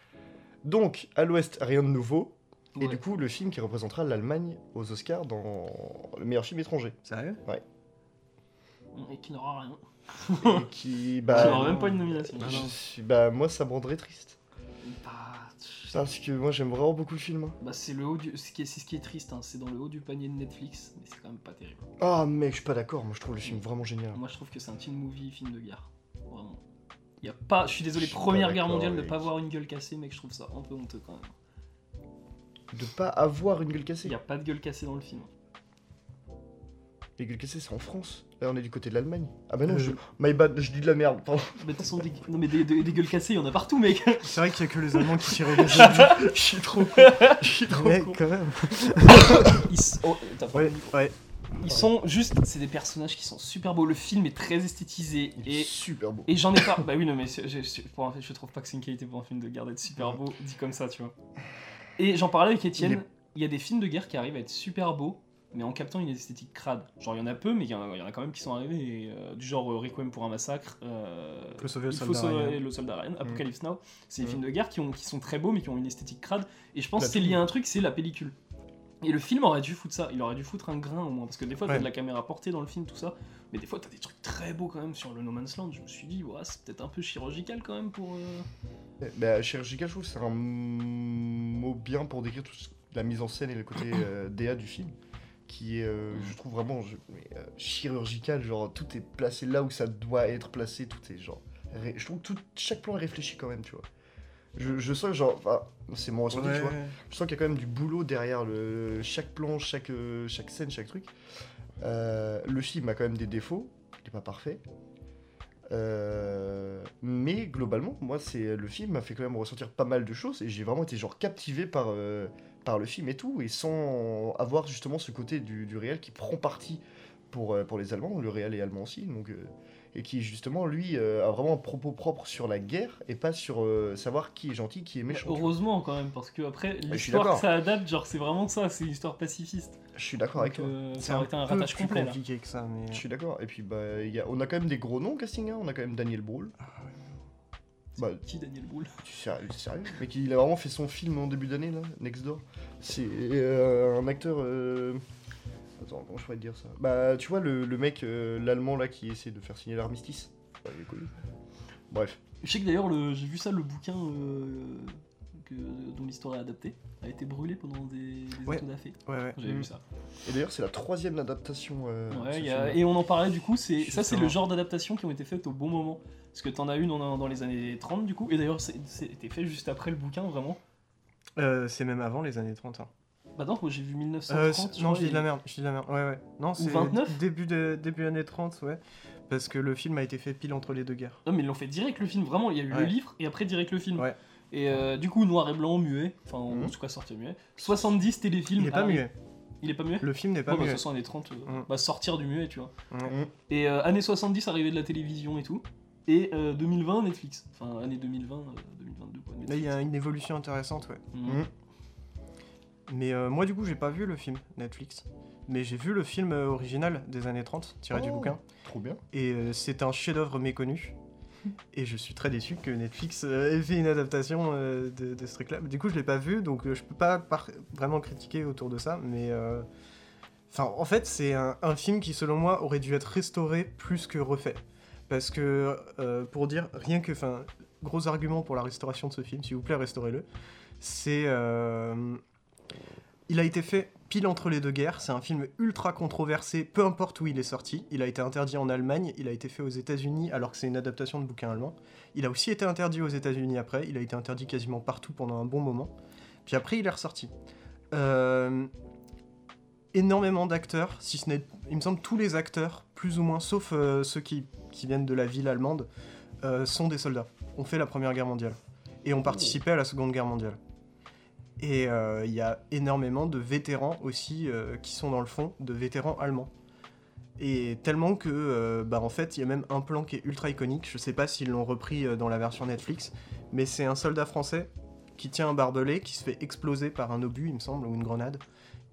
A: Donc, à l'Ouest, rien de nouveau. Et
C: Ouais.
A: du coup, le film qui représentera l'Allemagne aux Oscars dans le meilleur film étranger.
B: Sérieux
C: Et qui n'aura rien.
A: Et qui,
C: qui
A: bah,
C: n'aura même pas une nomination.
A: je suis- bah, moi, ça me rendrait triste.
C: Bah, tch-
A: Parce que moi j'aime vraiment beaucoup le film. hein.
C: bah, c'est le haut du... ce qui est, c'est ce qui est triste, hein, c'est dans le haut du panier de Netflix, mais c'est quand même pas terrible.
A: Ah mec, je suis pas d'accord, moi je trouve le film vraiment génial.
C: Moi je trouve que c'est un teen movie, film de guerre. Vraiment. Y a pas, je suis désolé,
A: Je suis pas
C: première guerre
A: d'accord,
C: mondiale, ne
A: mec.
C: pas avoir une gueule cassée, mec, je trouve ça un peu honteux quand même.
A: De pas avoir une gueule
C: Il
A: cassée.
C: y a pas de gueule cassée dans le film.
A: Les gueules cassées c'est en France. Là on est du côté de l'Allemagne. Ah bah non,
B: Euh,
A: je... my bad, je dis de la merde, pardon.
C: Mais de toute façon, des... non, mais des, des- des gueules cassées, il y en a partout, mec.
B: C'est vrai qu'il y a que les Allemands qui tiraient les ailes.
A: je suis trop con. Je suis trop
B: Ouais,
A: con.
B: quand même.
C: Ils, s- oh, t'as pas-
B: Ouais, ouais.
C: Ils sont juste, c'est des personnages qui sont super beaux. Le film est très esthétisé
A: Il est
C: et
A: super beau.
C: Et j'en ai pas. Bah oui, non, mais c'est- je, je- pour un- je trouve pas que c'est une qualité pour un film de guerre d'être super beau, dit comme ça, tu vois. Et j'en parlais avec Étienne. Il,
B: Il est-
C: y a des films de guerre qui arrivent à être super beaux, mais en captant une esthétique crade. Genre, il y en a peu, mais il y, en a- il y en a quand même qui sont arrivés. et, euh, du genre euh, Requiem pour un massacre. euh,
B: Faut sauver le
C: il faut
B: soldat
C: sauver
B: Ryan.
C: le soldat Ryan, Apocalypse Now. C'est des
A: Mm.
C: films de guerre qui, ont, qui sont très beaux, mais qui ont une esthétique crade. Et je pense
A: Bah,
C: que c'est
A: tout.
C: lié à un truc, c'est la pellicule. Et le film aurait dû foutre ça, il aurait dû foutre un grain au moins, parce que des fois t'as
B: Ouais.
C: de la caméra portée dans le film, tout ça, mais des fois, t'as des trucs très beaux quand même sur le No Man's Land. Je me suis dit, ouais, c'est peut-être un peu chirurgical quand même pour. euh,
A: Bah chirurgical je trouve que c'est un mot bien pour décrire toute la mise en scène et le côté euh, DA du film. Qui est, euh, je trouve vraiment je- mais, euh, chirurgical, genre tout est placé là où ça doit être placé, tout est genre. ré- Je trouve que tout, chaque plan est réfléchi quand même, tu vois. Je, je sens que genre, enfin, c'est mon ressenti, tu vois. Je sens qu'il y a quand même du boulot derrière le, chaque plan, chaque, euh, chaque scène, chaque truc. Euh, le film a quand même des défauts, il n'est pas parfait. Euh, mais globalement, moi, c'est le film m'a fait quand même ressentir pas mal de choses et j'ai vraiment été genre captivé par, euh, par le film et tout, et sans avoir justement ce côté du, du réel qui prend parti pour, euh, pour les Allemands, le réel est allemand aussi, donc, euh, et qui justement, lui, euh, a vraiment un propos propre sur la guerre et pas sur euh, savoir qui est gentil,
C: Bah,
A: qui est méchant. tu vois.
C: Heureusement quand même, parce que après,
A: je suis
C: l'histoire
A: d'accord.
C: que ça adapte, genre, c'est vraiment ça, c'est une histoire pacifiste.
A: Je suis d'accord avec
C: Donc,
A: toi.
C: euh,
B: C'est
C: ça aurait été un
B: peu
C: ratage
B: plus
C: complet là.
B: compliqué que ça, mais.
A: Je suis d'accord. Et puis, bah, il y a- on a quand même des gros noms au casting. hein. On a quand même Daniel Brühl. Bah,
C: Qui Daniel Boule
A: tu- sérieux, sérieux Mais il a vraiment fait son film en début d'année, là, Next Door. C'est euh, un acteur. euh, Attends, comment je pourrais te dire ça Bah, tu vois, le, le mec, euh, l'allemand, là, qui essaie de faire signer l'armistice. Bah, il est connu. Bref.
C: Je sais que d'ailleurs, le- j'ai vu ça, le bouquin euh, que, dont l'histoire est adaptée a été brûlé pendant des, des
B: Ouais.
C: actes d'affaires.
B: Ouais, ouais.
C: J'avais
A: Mm.
C: vu ça.
A: Et d'ailleurs, c'est la troisième adaptation. euh, de
C: Ouais,
A: ce
C: il y a-
A: film.
C: Et on en parlait du coup, c'est ça c'est
B: Justement.
C: le genre d'adaptations qui ont été faites au bon moment. Parce que t'en as une en- dans les années 30 du coup, et d'ailleurs c'est- c'était fait juste après le bouquin vraiment.
B: Euh, c'est même avant les années 30. hein.
C: Bah non, moi j'ai vu
B: Euh,
C: 1930.
B: c'est-
C: je
B: non,
C: crois,
B: je dis
C: et-
B: de la merde, je dis de la merde. Ouais, ouais. Non, c'est
C: 29?
B: début, de, début années 30, ouais. Parce que le film a été fait pile entre les deux guerres.
C: Non mais ils l'ont fait direct le film, vraiment, il y a eu le
B: Ouais.
C: livre et après direct le film.
B: Ouais.
C: Et euh, du coup, noir et blanc, muet, enfin en
A: Mhm.
C: tout cas sorti muet. 70 téléfilms.
B: Il n'est pas
C: ah,
B: muet.
C: Il est pas muet
B: Le film n'est pas
C: Ouais, bah, De
B: muet.
C: toute façon, années 30, euh,
B: Mhm.
C: bah, sortir du muet, tu vois.
B: Ouais.
C: Et euh, années 70, arrivée de la télévision et tout. Et euh, 2020, Netflix. Enfin, année 2020, euh, 2022, quoi.
B: Là,
C: Netflix.
B: il y a une évolution intéressante, ouais.
C: Mhm.
B: Mais euh, moi, du coup, j'ai pas vu le film Netflix. Mais j'ai vu le film euh, original des années 30, tiré du
A: Oh.
B: bouquin.
A: Trop bien.
B: Et euh, c'est un chef-d'œuvre méconnu. Et je suis très déçu que Netflix euh, ait fait une adaptation euh, de, de ce truc-là. Du coup, je l'ai pas vu, donc euh, je peux pas par- vraiment critiquer autour de ça. Mais euh, enfin, en fait, c'est un, un film qui, selon moi, aurait dû être restauré plus que refait. Parce que, euh, pour dire, rien que, enfin, gros argument pour la restauration de ce film, s'il vous plaît, restaurez-le. C'est, euh, il a été fait pile entre les deux guerres. C'est un film ultra controversé, peu importe où il est sorti. Il a été interdit en Allemagne, il a été fait aux États-Unis, alors que c'est une adaptation de bouquin allemand. Il a aussi été interdit aux États-Unis après. Il a été interdit quasiment partout pendant un bon moment. Puis après, il est ressorti. Euh, énormément d'acteurs, si ce n'est, il me semble, tous les acteurs, plus ou moins, sauf euh, ceux qui, qui viennent de la ville allemande, euh, sont des soldats. On fait la Première Guerre mondiale. Et on participait à la Seconde Guerre mondiale. Et euh, il y a énormément de vétérans aussi euh, qui sont dans le fond, de vétérans allemands. Et tellement que, euh, bah, en fait, il y a même un plan qui est ultra iconique. Je sais pas s'ils l'ont repris euh, dans la version Netflix, mais c'est un soldat français qui tient un barbelé, qui se fait exploser par un obus, il me semble, ou une grenade,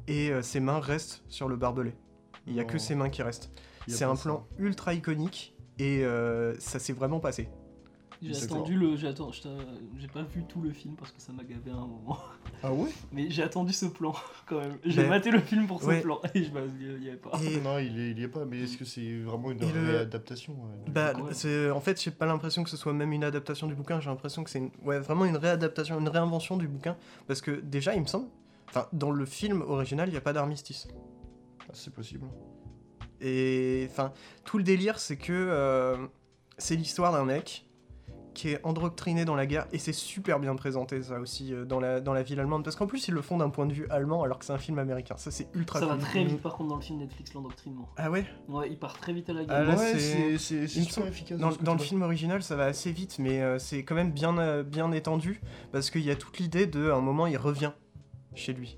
B: et euh, ses mains restent sur le barbelé. Il y a que
A: Non.
B: ses mains qui restent.
A: Il y a
B: C'est
A: pas
B: un
A: ça.
B: plan ultra iconique et euh, ça s'est vraiment passé.
C: J'ai
A: D'accord.
C: attendu le. J'ai attendu- je t'ai- j'ai pas vu tout le film parce que ça m'a gavé à un moment.
A: Ah ouais
C: Mais j'ai attendu ce plan quand même. J'ai
B: Mais-
C: maté le film pour ce
B: Ouais.
C: plan et je il y avait pas.
B: Et
A: Non, il y, il y est pas, mais est-ce que c'est vraiment une
B: Et le-
A: réadaptation euh, de-
B: bah,
C: quand même.
B: c'est- en fait, j'ai pas l'impression que ce soit même une adaptation du bouquin, j'ai l'impression que c'est une- ouais, vraiment une réadaptation, une réinvention du bouquin. Parce que déjà, il me semble, enfin, dans le film original, il n'y a pas d'armistice.
A: Ah, C'est possible.
B: Et enfin, tout le délire, c'est que euh, c'est l'histoire d'un mec qui est endoctriné dans la guerre, et c'est super bien présenté, ça aussi, euh, dans la, dans la ville allemande. Parce qu'en plus, ils le font d'un point de vue allemand, alors que c'est un film américain. Ça, c'est ultra
C: Ça va
B: cool.
C: très vite par contre dans le film Netflix, l'endoctrinement.
B: Ah ouais
C: Ouais, il part très vite à la
B: Ah,
C: gueule.
B: là,
A: ouais,
B: c'est-
A: c'est c'est-
B: il
A: c'est
B: me
A: super efficace.
B: Dans,
A: de ce
B: dans le
A: côté-là.
B: film original, ça va assez vite, mais euh, c'est quand même bien, euh, bien étendu parce qu'il y a toute l'idée de, à un moment, il revient chez lui.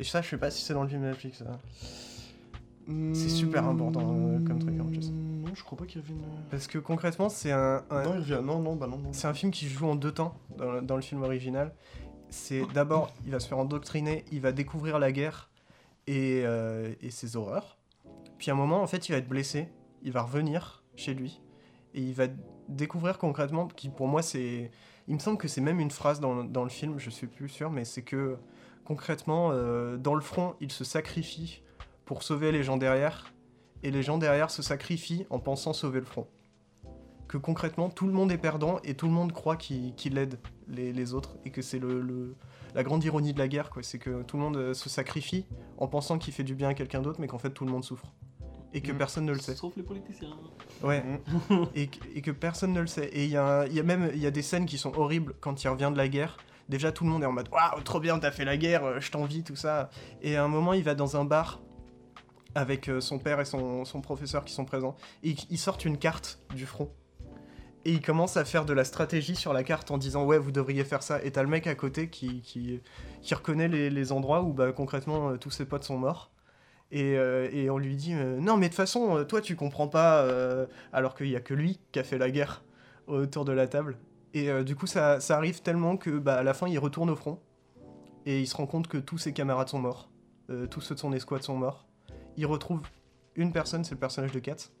B: Et ça, je sais pas si c'est dans le film Netflix. ça. C'est super important, euh, comme truc, en plus.
A: Non, je crois pas qu'il revienne. euh.
B: Parce que concrètement, c'est un, un-
A: Non, il revient. Non, non, bah non, non.
B: c'est un film qui se joue en deux temps dans, le- dans le film original. C'est d'abord, il va se faire endoctriner, il va découvrir la guerre et, euh, et ses horreurs. Puis à un moment, en fait, il va être blessé, il va revenir chez lui et il va découvrir concrètement, qui pour moi c'est... Il me semble que c'est même une phrase dans, le- dans le film, je suis plus sûr, mais c'est que concrètement, euh, dans le front, il se sacrifie pour sauver les gens derrière, et les gens derrière se sacrifient en pensant sauver le front. Que concrètement, tout le monde est perdant et tout le monde croit qu'il qu'il aide les, les autres, et que c'est le, le- la grande ironie de la guerre, quoi. C'est que tout le monde euh, se sacrifie en pensant qu'il fait du bien à quelqu'un d'autre, mais qu'en fait tout le monde souffre. Et que
A: Mm.
B: personne ne le sait.
C: Sauf les politiciens.
B: Ouais.
A: Mm.
B: et, que, et que personne ne le sait. Et il y, a un- il y a même il y a des scènes qui sont horribles quand il revient de la guerre. Déjà, tout le monde est en mode Waouh, trop bien, t'as fait la guerre, euh, je t'envie, tout ça. Et à un moment, il va dans un bar avec euh, son père et son, son professeur qui sont présents. Et ils- ils sortent une carte du front. Et il commence à faire de la stratégie sur la carte en disant Ouais, vous devriez faire ça. Et t'as le mec à côté qui, qui, qui reconnaît les, les endroits où bah, concrètement euh, tous ses potes sont morts. Et, euh, et on lui dit euh, Non, mais de toute façon, euh, toi, tu comprends pas. euh, alors qu'il n'y a que lui qui a fait la guerre autour de la table. Et euh, du coup, ça, ça arrive tellement que bah, à la fin, il retourne au front et il se rend compte que tous ses camarades sont morts euh, tous ceux de son escouade sont morts. Il retrouve une personne, c'est le personnage de Katz.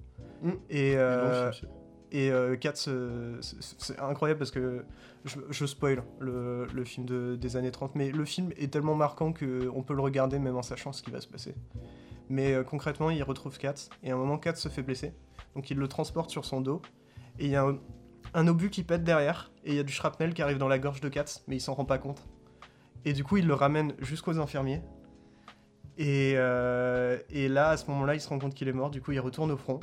D: Mm.
B: Et, euh,
A: film,
B: et euh, Katz, euh, c'est- c'est incroyable parce que je, je spoil le, le film de- des années 30, mais le film est tellement marquant qu'on peut le regarder même en sachant ce qui va se passer. Mais euh, concrètement, il retrouve Katz, et à un moment, Katz se fait blesser, donc il le transporte sur son dos, et il y a un, un obus qui pète derrière, et il y a du shrapnel qui arrive dans la gorge de Katz, mais il s'en rend pas compte. Et du coup, il le ramène jusqu'aux infirmiers, et, euh, et là, à ce moment-là, il se rend compte qu'il est mort, du coup, il retourne au front,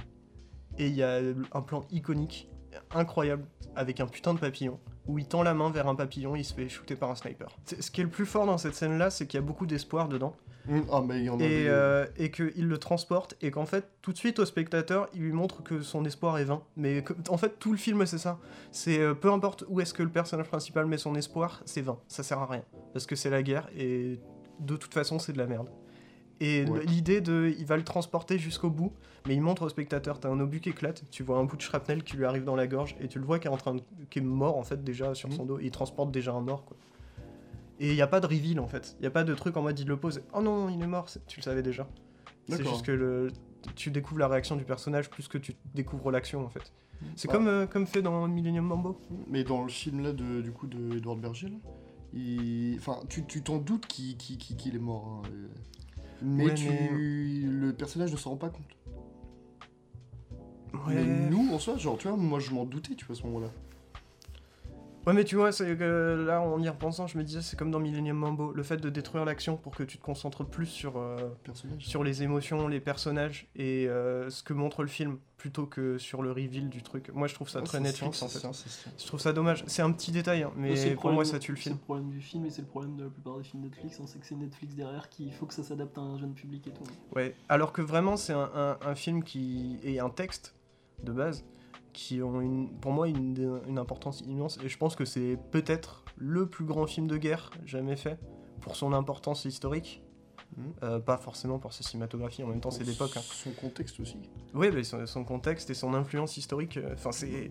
B: et il y a un plan iconique, incroyable, avec un putain de papillon, où il tend la main vers un papillon et il se fait shooter par un sniper. C'est- Ce qui est le plus fort dans cette scène-là, c'est qu'il y a beaucoup d'espoir dedans,
A: Mm, Ah, mais il y en a.
B: et, euh, et qu'il le transporte, et qu'en fait, tout de suite au spectateur, il lui montre que son espoir est vain. Mais que- en fait, tout le film, c'est ça. C'est euh, peu importe où est-ce que le personnage principal met son espoir, c'est vain, ça sert à rien. Parce que c'est la guerre, et de toute façon, c'est de la merde. Et
A: Ouais.
B: l- l'idée de. Il va le transporter jusqu'au bout, mais il montre au spectateur, t'as un obus qui éclate, tu vois un bout de shrapnel qui lui arrive dans la gorge, et tu le vois qui est, en train de- qui est mort, en fait, déjà sur
A: Mm.
B: son dos. Il transporte déjà un mort, quoi. Et il n'y a pas de reveal en fait. Il n'y a pas de truc en mode il le pose. Oh non, non, il est mort, c'est- tu le savais déjà. C'est
A: D'accord.
B: juste que le- tu découvres la réaction du personnage plus que tu découvres l'action en fait. C'est
A: Bah.
B: comme, euh, comme fait dans Millennium Mambo.
A: Mais dans le film là, de, du coup, de Edouard Berger, là, il... enfin, tu tu t'en doutes qu'il qu'il- qu'il- qu'il est mort. hein, euh. Mais,
B: Ouais,
A: tu... le personnage ne s'en rend pas compte. Mais nous, en soi, genre, tu vois, moi je m'en doutais, tu vois, à ce moment-là.
B: Ouais, mais tu vois, c'est que là en y repensant, je me disais c'est comme dans Millennium Mambo. Le fait de détruire l'action pour que tu te concentres plus sur, euh,
A: Le personnage.
B: sur les émotions, les personnages et euh, ce que montre le film plutôt que sur le reveal du truc. Moi je trouve ça
A: Ah,
B: très
A: c'est
B: Netflix
A: ça,
B: en fait.
A: c'est ça, c'est ça.
B: Je trouve ça dommage. C'est un petit détail, hein, mais
C: C'est le
B: pour
C: problème-
B: moi ça tue le film.
C: C'est le problème du film et c'est le problème de la plupart des films Netflix, hein, c'est que c'est Netflix derrière qui il faut que ça s'adapte à un jeune public et tout.
B: Ouais, alors que vraiment, c'est un, un- un film qui est un texte de base qui ont une, pour moi une, une importance immense et je pense que c'est peut-être le plus grand film de guerre jamais fait pour son importance historique.
A: Mhm.
B: Euh, pas forcément pour sa cinématographie, en même temps c'est d'époque. hein.
A: Son contexte aussi.
B: Oui, mais son, son contexte et son influence historique, euh, enfin c'est...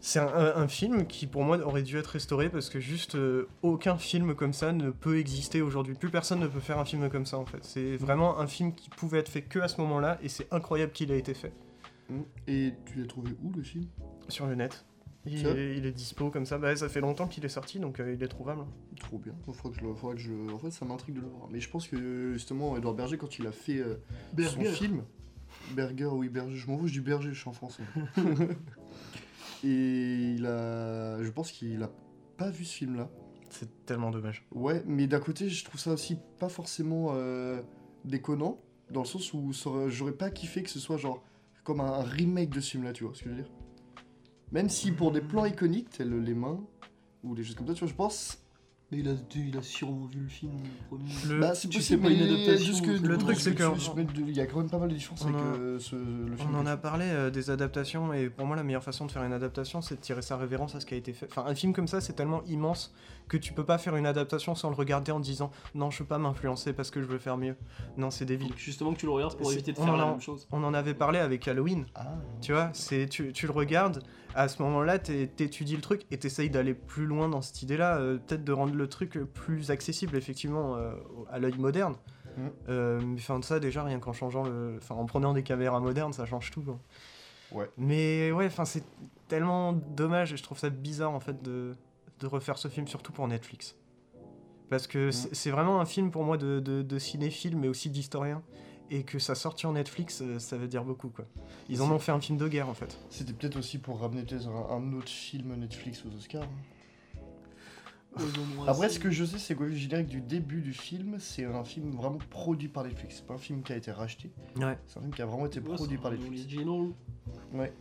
B: C'est un, un- un film qui pour moi aurait dû être restauré parce que juste euh, aucun film comme ça ne peut exister aujourd'hui. Plus personne ne peut faire un film comme ça en fait. C'est vraiment un film qui pouvait être fait que à ce moment-là et c'est incroyable qu'il a été fait
A: Mm. Et tu l'as trouvé où le film
B: sur le net. Il,
A: Tiens.
B: est, il est dispo comme ça. Bah, ça fait longtemps qu'il est sorti donc euh, il est trouvable.
A: Trop bien. Il faudra que je le- faudra que je. En fait, ça m'intrigue de le voir. Mais je pense que justement, Edouard Berger, quand il a fait euh, son
C: Berger.
A: film. Berger, oui, Berger. Je m'en fous, je dis Berger, je suis en français. Et il a. Je pense qu'il a pas vu ce film-là.
B: C'est tellement dommage.
A: Ouais, mais d'un côté, je trouve ça aussi pas forcément euh, déconnant, dans le sens où ça aurait- j'aurais pas kiffé que ce soit genre comme un remake de ce film-là, tu vois ce que je veux dire Même si pour des plans iconiques, tels les mains, ou des choses comme ça, tu vois, je pense.
C: Mais il a, il a sûrement vu le film, promis.
B: Le-
A: Bah, c'est
C: tu
A: possible,
C: fais pas
A: mais
C: une adaptation,
A: juste que
C: le
A: du coup,
B: truc,
A: je-
B: c'est
A: je-
B: que-
A: je mets de- Il y a quand même pas mal de différences
B: On
A: avec
B: a-
A: euh, ce- le film.
B: On en
A: que-
B: a parlé euh, des adaptations et pour moi la meilleure façon de faire une adaptation c'est de tirer sa révérence à ce qui a été fait. Enfin un film comme ça c'est tellement immense que tu peux pas faire une adaptation sans le regarder en disant non je veux pas m'influencer parce que je veux faire mieux. Non c'est débile.
C: Donc, justement que tu le regardes pour
B: C'est-
C: éviter de
B: on
C: faire la
B: en-
C: même chose.
B: On en avait parlé avec Halloween,
A: Ah,
B: tu vois, c'est tu, tu le regardes, à ce moment-là t'é- t'étudies le truc et t'essayes d'aller plus loin dans cette idée-là, euh, peut-être de rendre le truc plus accessible effectivement euh, au- à l'œil moderne.
A: Mm.
B: Euh, mais enfin ça déjà rien qu'en changeant le, enfin en prenant des caméras modernes ça change tout. quoi.
A: ouais.
B: Mais ouais, enfin c'est tellement dommage et je trouve ça bizarre en fait de, de refaire ce film, surtout pour Netflix. Parce
A: Mmh.
B: que c'est c'est vraiment un film pour moi de, de, de cinéphile mais aussi d'historien. Et que ça sorte sur Netflix, euh, ça veut dire beaucoup quoi. Ils en
A: C'est-
B: ont fait un film de guerre en fait.
A: C'était peut-être aussi pour ramener peut-être un, un autre film Netflix aux Oscars.
C: Au moins,
A: Après,
C: c'est-
A: ce que je sais, c'est que le générique du début du film, c'est un film vraiment produit par Netflix. C'est pas un film qui a été racheté.
B: Ouais.
A: C'est un film qui a vraiment été
C: Ouais,
A: produit
C: c'est
A: par
C: un
A: Netflix.
C: original.
A: Ouais.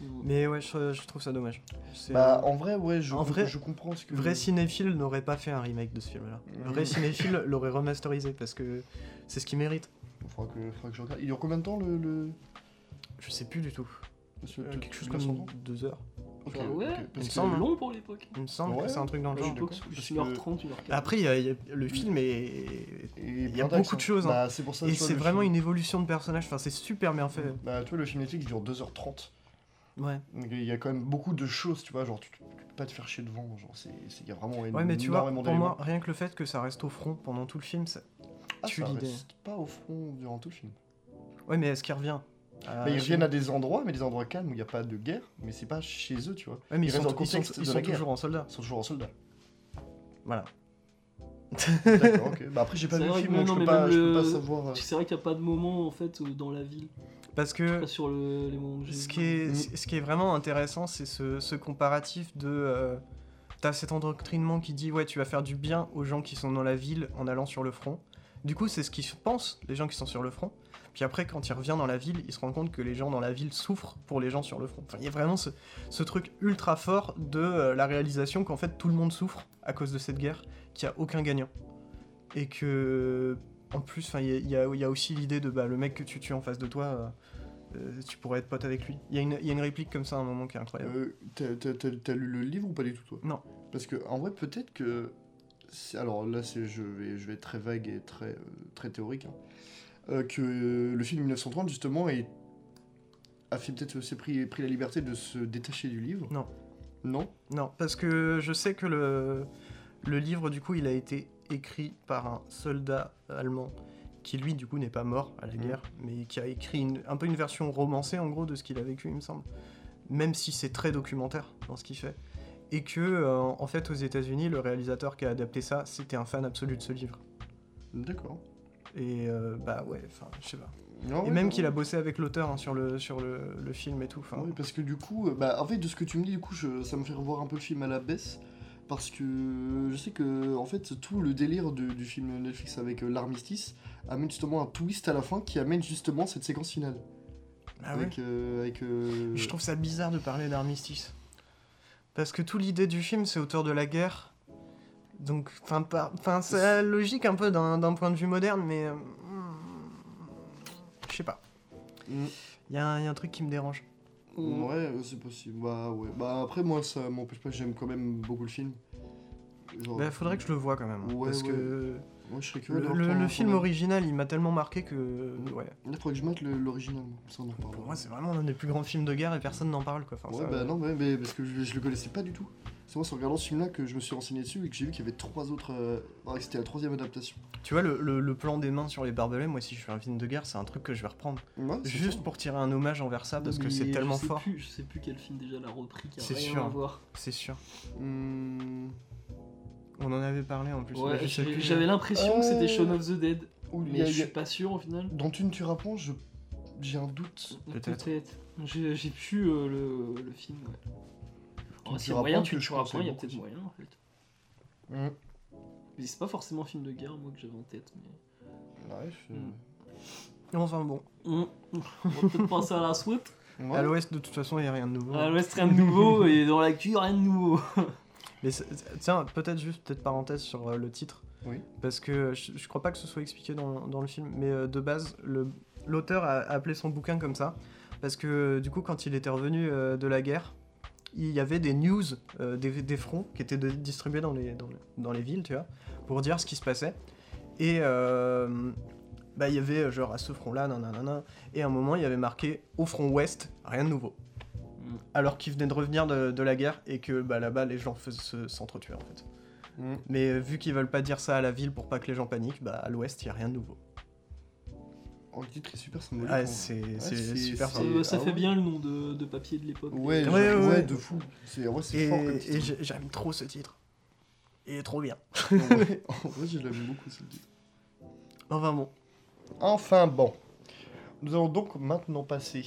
C: Mm.
B: Mais ouais, je, je trouve ça dommage. C'est,
A: Bah,
B: euh,
A: en vrai, ouais, je,
B: en vrai-
A: je comprends ce que.
B: Vrai cinéphile n'aurait pas fait un remake de ce film là. Le Vrai
A: Mm.
B: cinéphile l'aurait remasterisé parce que c'est ce qu'il mérite.
A: Faudra que, faudra que je regarde. Il dure combien de temps le. le...
B: Je sais plus du tout.
A: ce-
B: Euh,
A: te-
B: quelque chose
A: te- te-
B: comme deux heures.
A: Ok,
C: Ah
A: ok,
C: ouais,
A: parce
B: il me
A: que-
B: semble.
C: C'est long pour l'époque.
B: Il me semble
A: Ouais.
B: que c'est un truc dans le
A: Ouais,
B: genre.
A: je-
C: L'époque,
A: d'accord,
C: c'est
A: parce
C: 1h30, 1h40.
B: Après, il y, a- il y a- le film est.
A: Et il
B: y a beaucoup de choses, hein.
A: Bah, c'est pour Mm. ça
B: Et
A: tu vois,
B: c'est
A: le
B: vraiment
A: film-
B: une évolution de personnage, enfin c'est super bien fait.
A: Bah, tu vois, le film Netflix dure 2h30.
B: Ouais.
A: Donc, Il y a quand même beaucoup de choses, tu vois. Genre, tu, tu peux pas te faire chier devant. Genre, c'est- c'est- il y a vraiment
B: Ouais, mais tu vois,
A: énormément
B: pour moi,
A: d'éléments.
B: rien que le fait que ça reste au front pendant tout le film, ça-
A: Ah,
B: Tu
A: ça
B: l'idée.
A: reste pas au front durant tout le film.
B: Ouais, mais est-ce qu'il revient Ah,
A: Bah, ils
B: je-
A: reviennent à des endroits, mais des endroits calmes où il n'y a pas de guerre, mais c'est pas chez eux, tu vois.
B: Ouais, mais
A: ils
B: ils,
A: restent
B: sont,
A: dans le
B: ils sont-
A: contexte
B: ils
A: de
B: sont
A: la guerre.
B: toujours en soldat.
A: Ils sont toujours en soldat.
B: Voilà.
A: D'accord, ok. Bah après, j'ai pas
C: C'est
A: vu le
C: vrai
A: film,
C: que
A: donc je
C: non,
A: peux
C: mais
A: pas,
C: même
A: je peux
C: le-
A: pas savoir. euh,
C: C'est vrai qu'il n'y a pas de moment en fait euh, dans la ville,
B: Parce que
C: pas sur le- les moments que j'ai
B: ce
C: vus.
B: qui est,
A: Mm.
B: ce- ce qui est vraiment intéressant, c'est ce, ce comparatif de. euh, T'as cet endoctrinement qui dit ouais, tu vas faire du bien aux gens qui sont dans la ville en allant sur le front. Du coup, c'est ce qu'ils pensent, les gens qui sont sur le front. Puis après, quand il revient dans la ville, il se rend compte que les gens dans la ville souffrent pour les gens sur le front. Enfin, il y a vraiment ce, ce truc ultra fort de euh, la réalisation qu'en fait tout le monde souffre à cause de cette guerre, qu'il n'y a aucun gagnant. Et que, en plus, enfin, il y, a- il y a- il y a aussi l'idée de bah, le mec que tu tues en face de toi, euh, euh, tu pourrais être pote avec lui. Il y, a une- il y a une réplique comme ça à un moment qui est incroyable.
A: Euh, t'as- t'as- T'as t'as lu le livre ou pas du tout, toi
B: Non.
A: Parce que, en vrai, peut-être que. c'est- Alors là, c'est- je vais, je vais être très vague et très, euh, très théorique. hein. Euh, que euh, le film 1930, justement, est- a fait peut-être euh, s'est pris, pris la liberté de se détacher du livre.
B: Non.
A: Non
B: Non, parce que je sais que le, le livre, du coup, il a été écrit par un soldat allemand qui, lui, du coup, n'est pas mort à la
A: Mhm.
B: guerre, mais qui a écrit une- un peu une version romancée, en gros, de ce qu'il a vécu, il me semble. Même si c'est très documentaire dans ce qu'il fait. Et que, euh, en fait, aux États-Unis, le réalisateur qui a adapté ça, c'était un fan absolu de ce livre.
A: D'accord.
B: Et euh, bah ouais, enfin, je sais pas.
A: Non,
B: Et
A: ouais,
B: même
A: non.
B: qu'il a bossé avec l'auteur hein, sur, le, sur le, le film et tout. enfin,
A: Oui, parce que du coup, euh, bah, en fait, de ce que tu me dis, du coup, je- ça me fait revoir un peu le film à la baisse. Parce que je sais que, en fait, tout le délire de- du film Netflix avec euh, l'armistice amène justement un twist à la fin qui amène justement cette séquence finale.
B: Ah ouais.
A: avec. euh, avec euh,
B: Je trouve ça bizarre de parler d'armistice. Parce que toute l'idée du film, c'est autour de la guerre. Donc, enfin, par- enfin, c'est la logique un peu d'un d'un point de vue moderne, mais. euh, Je sais pas.
A: Mm.
B: Il y, a un y a un truc qui me dérange.
C: Mm.
A: Ouais, euh, c'est possible. Bah, ouais. Bah, après, moi, ça m'empêche pas, j'aime quand même beaucoup le film. Genre,
B: Bah, faudrait que je le vois quand même.
A: Ouais,
B: parce
A: ouais.
B: que
A: Moi, je serais curieux
B: le,
A: d'avoir
B: le-
A: ton-
B: le
A: ton
B: film
A: avis.
B: original, il m'a tellement marqué que.
A: Mm.
B: Ouais.
A: Là, faudrait que je mate le- l'original, moi. ça on en reparlera.
B: Pour moi, c'est vraiment l'un des plus grands films de guerre et personne n'en parle, quoi. Enfin,
A: Ouais,
B: ça-
A: bah non, mais, mais parce que je, je le connaissais pas du tout. C'est moi, c'est en regardant ce film-là que je me suis renseigné dessus et que j'ai vu qu'il y avait trois autres. euh, ouais, que c'était la troisième adaptation.
B: Tu vois, le, le- le plan des mains sur les barbelés, moi, si je fais un film de guerre, c'est un truc que je vais reprendre.
A: Ouais, c'est
B: Juste
A: ça.
B: pour tirer un hommage envers ça, parce que
C: Mais
B: c'est tellement
C: je sais
B: fort.
C: Plus, je sais plus quel film déjà l'a repris, qui a
B: C'est
C: rien
B: sûr.
C: à voir.
B: C'est sûr.
A: Hmm,
B: On en avait parlé en plus. mais
C: Ouais,
B: je sais
C: j'ai-
B: plus.
C: J'avais l'impression que c'était Shaun of the Dead,
A: ou il y
C: mais
A: a-
C: je
A: il y a-
C: suis pas sûr au final.
A: Dans Une tu réponds, je j'ai un doute.
B: Peut-être.
C: J'ai j'ai plus euh, le, le film, ouais.
A: Tu
C: Oh,
A: me
C: c'est
A: diras
C: moyen,
A: pas
C: tu
A: que
C: me
A: je
C: diras
A: conseille
C: pas, il y a
A: beaucoup
C: peut-être
A: ça.
C: moyen en fait.
A: Hmm.
C: Mais c'est pas forcément un film de guerre, moi, que j'avais en tête. Mais...
A: Ouais, je-
C: Hmm.
B: Enfin bon,
A: Mm.
C: Hum, On va peut-être penser à la SWAT.
A: Ouais.
B: à l'ouest de toute façon il n'y a rien de nouveau.
C: À l'ouest, rien de nouveau, et dans l'actu, rien de nouveau.
B: Mais c'est- c'est- tiens, peut-être juste peut-être parenthèse sur euh, le titre.
A: Oui.
B: Parce que je, je crois pas que ce soit expliqué dans, dans le film, mais euh, de base, le- l'auteur a, a appelé son bouquin comme ça. Parce que euh, du coup, quand il était revenu euh, de la guerre, il y avait des news euh, des, des fronts qui étaient de- distribués dans les, dans, les- dans les villes, tu vois, pour dire ce qui se passait. Et euh, bah, il y avait euh, genre à ce front-là, nanana, et à un moment, il y avait marqué au front ouest, rien de nouveau alors qu'il venait de revenir de, de la guerre et que bah, là-bas les gens fais- se- s'entretuaient en fait.
A: Hmm.
B: Mais euh, vu qu'ils veulent pas dire ça à la ville pour pas que les gens paniquent, bah à l'ouest il y a rien de nouveau.
A: Oh, le titre est super symbolique.
B: Ah,
A: hein.
B: c'est c'est
A: c'est-
B: super
A: c'est-
C: Ça,
B: sympa.
A: ah
C: ça fait
A: ouais.
C: bien le nom de, de papier de l'époque.
A: Ouais,
B: Ouais,
A: genre,
B: ouais,
A: ouais,
B: ouais.
A: de fou. C'est ouais, c'est
B: Et,
A: fort comme
B: et
A: titre.
B: j'ai- j'aime trop ce titre. Il est trop bien.
A: Non, ouais. En vrai, je l'aime beaucoup ce titre.
B: Enfin bon.
A: Enfin bon, nous allons donc maintenant passer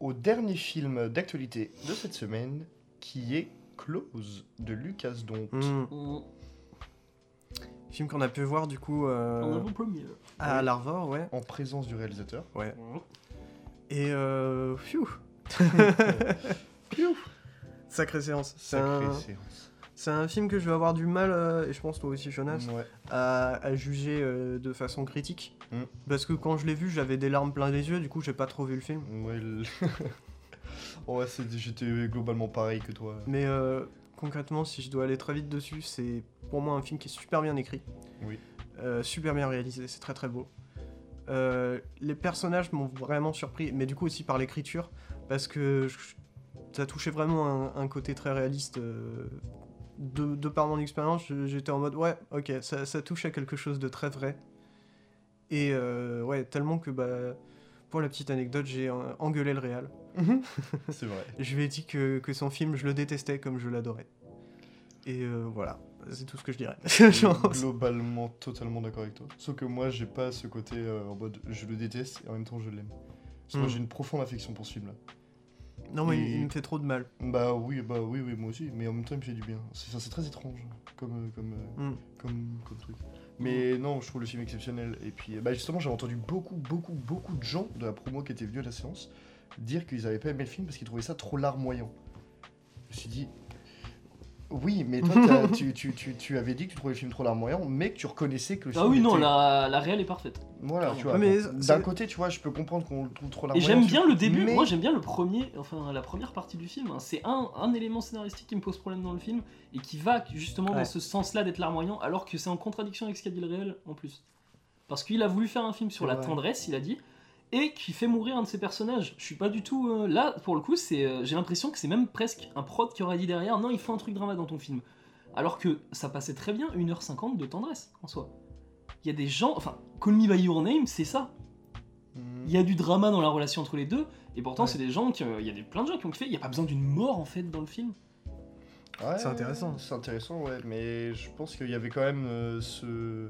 A: au dernier film d'actualité de cette semaine, qui est Close de Lucas Dont.
B: Hmm.
C: En
B: Film qu'on a pu voir du coup euh,
C: en avant-première.
B: à
A: oui.
B: Larvor, ouais.
A: En présence du réalisateur.
B: Et euh, pfiou,
A: Pfiou.
B: sacrée séance. C'est
A: Sacrée
B: un,
A: séance.
B: c'est un film que je vais avoir du mal, euh, et je pense toi aussi Jonas,
A: Ouais.
B: à, à juger euh, de façon critique.
A: Mm.
B: Parce que quand je l'ai vu, j'avais des larmes plein les yeux, du coup, j'ai pas trop vu le film.
A: Ouais, le- ouais, c'est- j'étais globalement pareil que toi.
B: Mais euh, concrètement, si je dois aller très vite dessus, c'est pour moi un film qui est super bien écrit.
A: Oui.
B: Euh, super bien réalisé, c'est très très beau. Euh, les personnages m'ont vraiment surpris, mais du coup aussi par l'écriture, parce que je- ça touchait vraiment un, un côté très réaliste. euh, de, de par mon expérience, je- j'étais en mode ouais, ok, ça, ça touche à quelque chose de très vrai. Et euh, ouais, tellement que bah, pour la petite anecdote, j'ai euh, engueulé le réal.
A: C'est vrai.
B: Je lui ai dit que, que son film, je le détestais comme je l'adorais. Et euh, voilà, c'est tout ce que je dirais. Genre,
A: globalement totalement d'accord avec toi. Sauf que moi, j'ai pas ce côté euh, en mode je le déteste et en même temps je l'aime. Parce que moi,
B: Mm.
A: j'ai une profonde affection pour ce film-là.
B: non, mais il- il
A: Et-
B: me fait trop de mal.
A: Bah oui, bah oui, oui, moi aussi, mais en même temps, il me fait du bien. C'est ça, c'est très étrange comme, euh, comme, euh,
C: Hmm.
B: Mm.
A: comme, comme truc. Mais non, je trouve le film exceptionnel. Et puis, euh, bah justement, j'ai entendu beaucoup, beaucoup, beaucoup de gens de la promo qui étaient venus à la séance dire qu'ils avaient pas aimé le film parce qu'ils trouvaient ça trop larmoyant. Je me suis dit, oui, mais toi, t'as- tu, tu, tu, tu avais dit que tu trouvais le film trop larmoyant, mais que tu reconnaissais que le film.
C: Ah oui, non,
A: était-
C: la, la réelle est parfaite.
A: Voilà, tu vois.
B: Ouais, mais
A: donc,
B: c'est-
A: D'un côté, tu vois, je peux comprendre qu'on le trouve trop
C: Et
A: larmoyant.
C: j'aime bien le début,
A: mais-
C: moi j'aime bien le premier, enfin la première partie du film. hein. C'est un, un élément scénaristique qui me pose problème dans le film et qui va justement
B: Ouais.
C: dans ce sens-là d'être larmoyant, alors que c'est en contradiction avec ce qu'a dit le réel en plus. Parce qu'il a voulu faire un film sur
B: C'est
C: la
B: vrai.
C: tendresse, il a dit, et qui fait mourir un de ses personnages. Je suis pas du tout. euh, là, pour le coup, c'est, euh, j'ai l'impression que c'est même presque un prod qui aurait dit derrière non, il faut un truc drama dans ton film. Alors que ça passait très bien 1h50 de tendresse en soi. Il y a des gens. Enfin, Call Me By Your Name, c'est ça.
A: Mm.
C: Il y a du drama dans la relation entre les deux, et pourtant
B: Ouais.
C: c'est des gens qui, euh, il y a des, plein de gens qui ont kiffé. Il n'y a pas besoin d'une mort en fait dans le film.
A: Ouais,
B: C'est intéressant.
A: C'est intéressant, ouais, mais je pense qu'il y avait quand même euh, ce...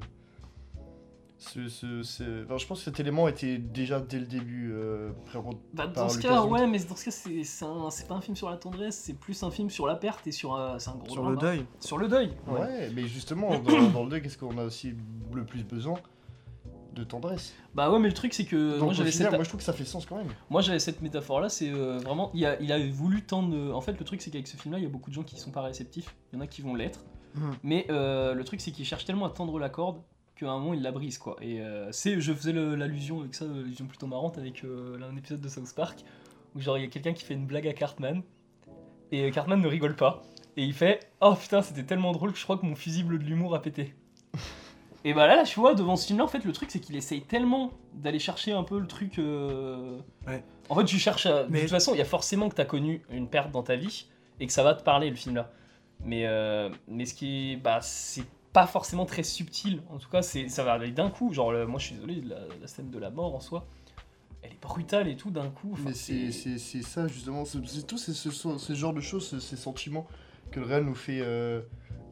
A: ce, ce- ce- enfin, je pense que cet élément était déjà dès le début euh, pris en compte
C: Bah,
A: par
C: dans ce
A: le
C: cas,
A: casting.
C: ouais, mais dans ce cas, c'est c'est un- c'est pas un film sur la tendresse, c'est plus un film sur la perte et sur euh, c'est un gros
B: Sur le
C: drama.
B: deuil.
C: Sur le deuil.
A: Ouais, mais justement, dans, dans le 2, qu'est-ce qu'on a aussi le plus besoin de tendresse.
C: Bah ouais, mais le truc c'est que
A: Donc
C: moi
A: au
C: j'avais
A: final,
C: cette,
A: moi je trouve que ça fait sens quand même.
C: moi, j'avais cette métaphore là, c'est euh, vraiment il a, il a voulu tendre. En fait, le truc c'est qu'avec ce film là, il y a beaucoup de gens qui sont pas réceptifs. Il y en a qui vont l'être,
B: Mm.
C: mais euh, le truc c'est qu'il cherche tellement à tendre la corde qu'à un moment il la brise quoi. Et euh, c'est, je faisais le- l'allusion avec ça, euh, l'allusion plutôt marrante avec euh, un épisode de South Park où genre il y a quelqu'un qui fait une blague à Cartman et euh, Cartman ne rigole pas et il fait oh putain c'était tellement drôle que je crois que mon fusible de l'humour a pété. et bah là, là tu vois devant ce film là en fait le truc c'est qu'il essaye tellement d'aller chercher un peu le truc. euh,
B: Ouais.
C: En fait tu cherches à...
B: Mais-
C: de toute façon il y a forcément que t'as connu une perte dans ta vie et que ça va te parler le film là. Mais, euh, mais ce qui est. Bah, c'est pas forcément très subtil. En tout cas, c'est, ça va aller d'un coup. Genre, le- moi je suis désolé, la, la scène de la mort en soi, elle est brutale et tout d'un coup. Enfin,
A: Mais c'est c'est- c'est ça justement, c'est c'est tout ce, ce, ce- ce genre de choses, ce- ces sentiments que le réel nous fait euh,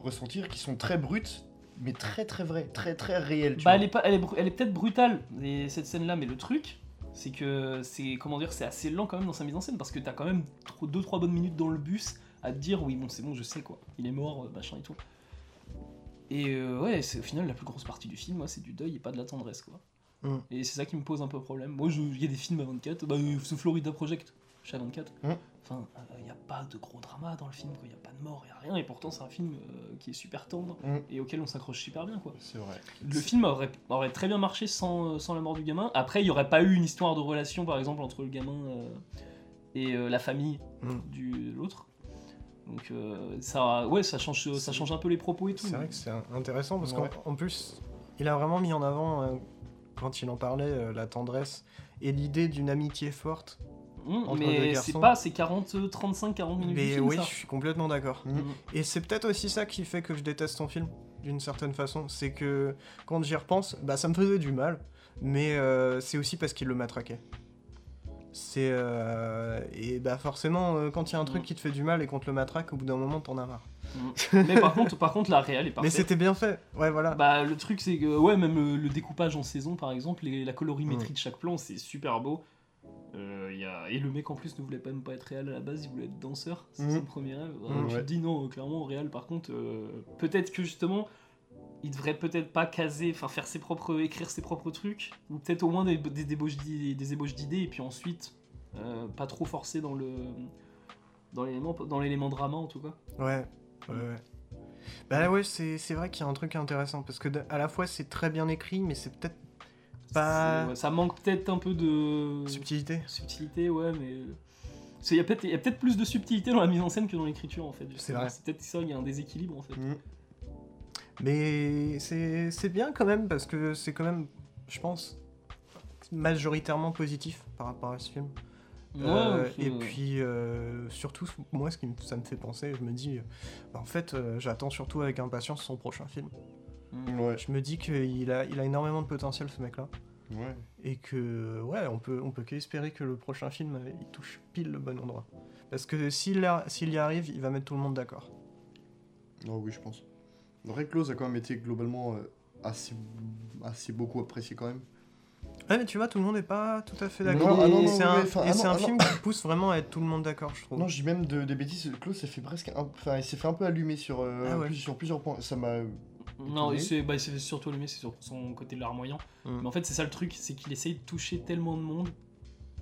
A: ressentir, qui sont très bruts, mais très très vrais, très très réels. tu
C: Bah,
A: vois.
C: elle est, pas, elle est, bru- elle est peut-être brutale, et cette scène-là, mais le truc, c'est que c'est comment dire, c'est assez lent quand même dans sa mise en scène parce que t'as quand même 2-3 bonnes minutes dans le bus à te dire oui, bon, c'est bon, je sais quoi, il est mort, euh, machin et tout. Et euh, ouais, c'est au final la plus grosse partie du film, ouais, c'est du deuil et pas de la tendresse quoi.
B: Mm.
C: Et c'est ça qui me pose un peu problème. Moi, je- il y a des films à 24, bah, euh, ce Florida Project, je suis à 24.
A: Mm.
C: Enfin, euh, il n'y a pas de gros drama dans le film, il n'y a pas de mort, il n'y a rien, et pourtant c'est un film euh, qui est super tendre
A: Mm.
C: et auquel on s'accroche super bien quoi.
A: C'est vrai.
C: Le film aurait, aurait très bien marché sans, euh, sans la mort du gamin. Après, il n'y aurait pas eu une histoire de relation, par exemple, entre le gamin euh, et euh, la famille
B: Mm.
C: du, de l'autre. Donc, euh, ça, ouais, ça, change, ça change un peu les propos et tout.
B: C'est
C: mais-
B: vrai que c'est un- intéressant parce
A: Ouais.
B: qu'en en plus, il a vraiment mis en avant, euh, quand il en parlait, euh, la tendresse et l'idée d'une amitié forte.
C: Mm,
B: entre deux
C: mais c'est
B: garçons.
C: pas, c'est 40, euh, 35, 40 minutes du
B: Mais
C: film,
B: oui,
C: ça.
B: je suis complètement d'accord.
A: Mm.
B: Et c'est peut-être aussi ça qui fait que je déteste ton film, d'une certaine façon. C'est que quand j'y repense, bah, ça me faisait du mal, mais euh, c'est aussi parce qu'il le matraquait. C'est. euh, et bah forcément, euh, quand il y a un truc
C: Mm.
B: qui te fait du mal et qu'on te le matraque, au bout d'un moment, t'en as marre.
C: Mm. mais par contre, par contre, la réelle est
B: Mais
C: parfaite.
B: c'était bien fait, ouais, voilà.
C: Bah, le truc, c'est que, ouais, même euh, le, le découpage en saison, par exemple, et la colorimétrie de chaque plan, c'est super beau. Euh, y a... Et le mec en plus ne voulait pas même pas être réel à la base, il voulait être danseur, c'est
A: Mhm.
C: son premier rêve. Alors,
B: Mhm,
C: je
A: ouais.
C: dis non, euh, clairement, réel par contre, euh, peut-être que justement, il devrait peut-être pas caser, enfin faire ses propres, écrire ses propres trucs, ou peut-être au moins des, des débauches d'idées, des ébauches d'idées, et puis ensuite, euh, pas trop forcer dans le. Dans l'élément, dans l'élément drama en tout cas.
B: Ouais, ouais, ouais. Bah ouais, c'est c'est vrai qu'il y a un truc intéressant parce que d- à la fois c'est très bien écrit, mais c'est peut-être pas
C: C'est- ouais, ça manque peut-être un peu de.
B: subtilité.
C: Subtilité, ouais, mais. Parce qu'il y a peut-être il y a peut-être plus de subtilité dans la mise en scène que dans l'écriture, en fait. justement.
B: vrai.
C: C'est peut-être ça, il y a un déséquilibre, en fait.
A: Mm.
B: Mais c'est c'est bien quand même parce que c'est quand même, je pense, majoritairement positif par rapport à ce film. Euh,
C: Ouais, ok.
B: et puis euh, surtout, moi, ce qui me- ça me fait penser, je me dis, euh, bah, en fait, euh, j'attends surtout avec impatience son prochain film.
C: Mm.
A: Ouais.
B: Je me dis qu'il a, il a énormément de potentiel ce mec-là.
A: Ouais.
B: Et que, ouais, on peut, on peut qu'espérer que le prochain film, euh, il touche pile le bon endroit. Parce que s'il a- s'il y arrive, il va mettre tout le monde d'accord.
A: Oh oui, je pense. Red Close a quand même été globalement euh, assez, assez beaucoup apprécié quand même.
B: Ouais, mais tu vois, tout le monde n'est pas tout à fait
A: Non,
B: d'accord.
A: ah non,
B: Et
A: non,
B: c'est
A: oui,
B: un,
A: oui, enfin,
B: et
A: ah
B: c'est
A: non,
B: un
A: ah non.
B: film qui pousse vraiment à être tout le monde d'accord, je trouve.
A: Non, j'ai même de, des bêtises. Close, ça fait presque. un- Enfin, il s'est fait un peu allumer sur, euh,
B: Ah ouais.
A: plus- sur plusieurs points. Ça m'a.
C: Non,
A: Étonné.
C: il s'est bah, il s'est surtout allumé, c'est sur son côté larmoyant.
B: Mm.
C: Mais en fait, c'est ça le truc, c'est qu'il essaye de toucher tellement de monde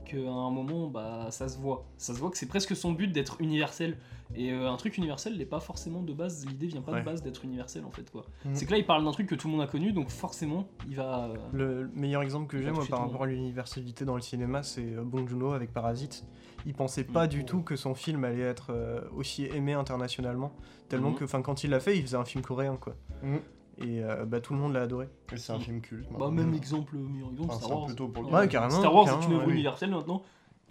C: qu'à un moment, bah, ça se voit. Ça se voit que c'est presque son but d'être universel. Et euh, un truc universel n'est pas forcément de base, l'idée vient pas
B: Ouais.
C: de base d'être universel en fait. quoi.
A: Mm.
C: C'est que là, il parle d'un truc que tout le monde a connu, donc forcément, il va. euh,
B: Le le meilleur exemple que
C: Il
B: j'ai
C: va
B: moi
C: toucher
B: par
C: tout le
B: rapport à l'universalité dans le cinéma, c'est euh, Bong Joon-ho avec Parasite. Il pensait
A: Mm.
B: pas
C: Mhm.
B: du tout que son film allait être euh, aussi aimé internationalement, tellement
A: Mm.
C: Mhm.
B: que, enfin, quand il l'a fait, il faisait un film coréen, quoi.
A: Mhm.
B: Et euh, bah tout le monde l'a adoré.
A: Et c'est un
C: Mm.
A: film culte.
C: Bah,
A: maintenant.
C: même exemple, meilleur exemple,
A: Enfin, c'est
C: Star
A: un
C: Wars.
A: peu tôt pour le
B: Ouais,
A: dire.
B: carrément,
C: Star Wars, c'est une
B: carrément,
C: œuvre
A: oui.
C: universelle maintenant.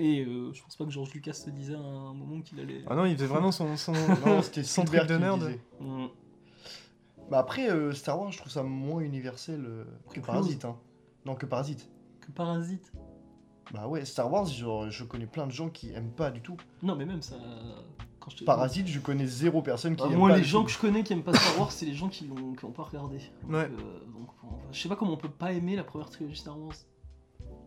C: Et euh, je pense pas que George Lucas se disait à un moment qu'il allait.
B: Ah non, il faisait vraiment son son.
A: Non, c'était
B: Son
A: Spielberg
B: truc
A: qui
B: de
A: le
B: nerd.
A: disait.
C: Mm.
A: Bah après, euh, Star Wars, je trouve ça moins universel euh, que
C: Close.
A: Parasite. Hein. Non, que Parasite.
C: Que Parasite.
A: Bah ouais, Star Wars, genre, je connais plein de gens qui aiment pas du tout.
C: Non, mais même ça. Quand je te...
A: Parasite, je connais zéro personne qui
C: Ah,
A: aime
C: moi,
A: pas
C: les
A: le
C: gens
A: film.
C: que je connais qui aiment pas Star Wars, c'est les gens qui l'ont qui l'ont pas regardé. Donc,
B: Ouais.
C: euh, donc, bon, je sais pas comment on peut pas aimer la première trilogie Star Wars.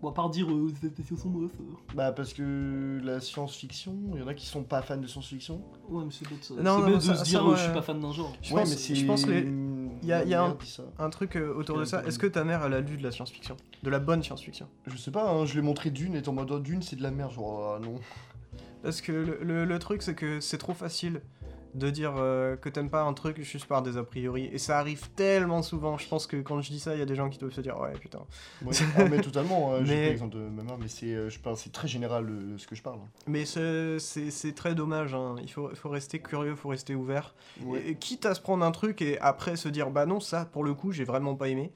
C: Bon, à part dire euh, les effets spéciaux sont mauvais. euh.
A: Bah parce que la science-fiction, il y en a qui sont pas fans de science-fiction.
C: Ouais, mais c'est bête ça.
B: Non,
C: c'est
B: non,
C: bête
B: non,
C: de
B: ça-
C: se
B: ça,
C: dire euh, je suis
B: ouais.
C: pas fan d'un genre.
B: Je pense, je pense les-
A: Il
B: y a- y a un-
A: Ça.
B: un truc euh, autour de
A: Quel
B: ça.
A: bon-
B: Est-ce que ta mère elle a lu de la science-fiction, de la bonne science-fiction
A: Je sais pas, hein, je l'ai montré d'une, et en mode oh, d'une, c'est de la merde. Genre, ah non.
B: Parce que le, le- le truc, c'est que c'est trop facile de dire euh, que t'aimes pas un truc juste par des a priori. Et ça arrive tellement souvent. Je pense que quand je dis ça, il y a des gens qui doivent se dire Ouais, putain.
A: Ouais. Ah, mais totalement, euh, j'ai
B: Mais-
A: pris l'exemple de ma mère, mais c'est euh, je parle- c'est très général euh, ce que je parle.
B: Mais ce- c'est c'est très dommage. hein. Il faut, faut rester curieux, faut rester ouvert.
A: Ouais.
B: Et- et quitte à se prendre un truc et après se dire Bah non, ça, pour le coup, j'ai vraiment pas aimé.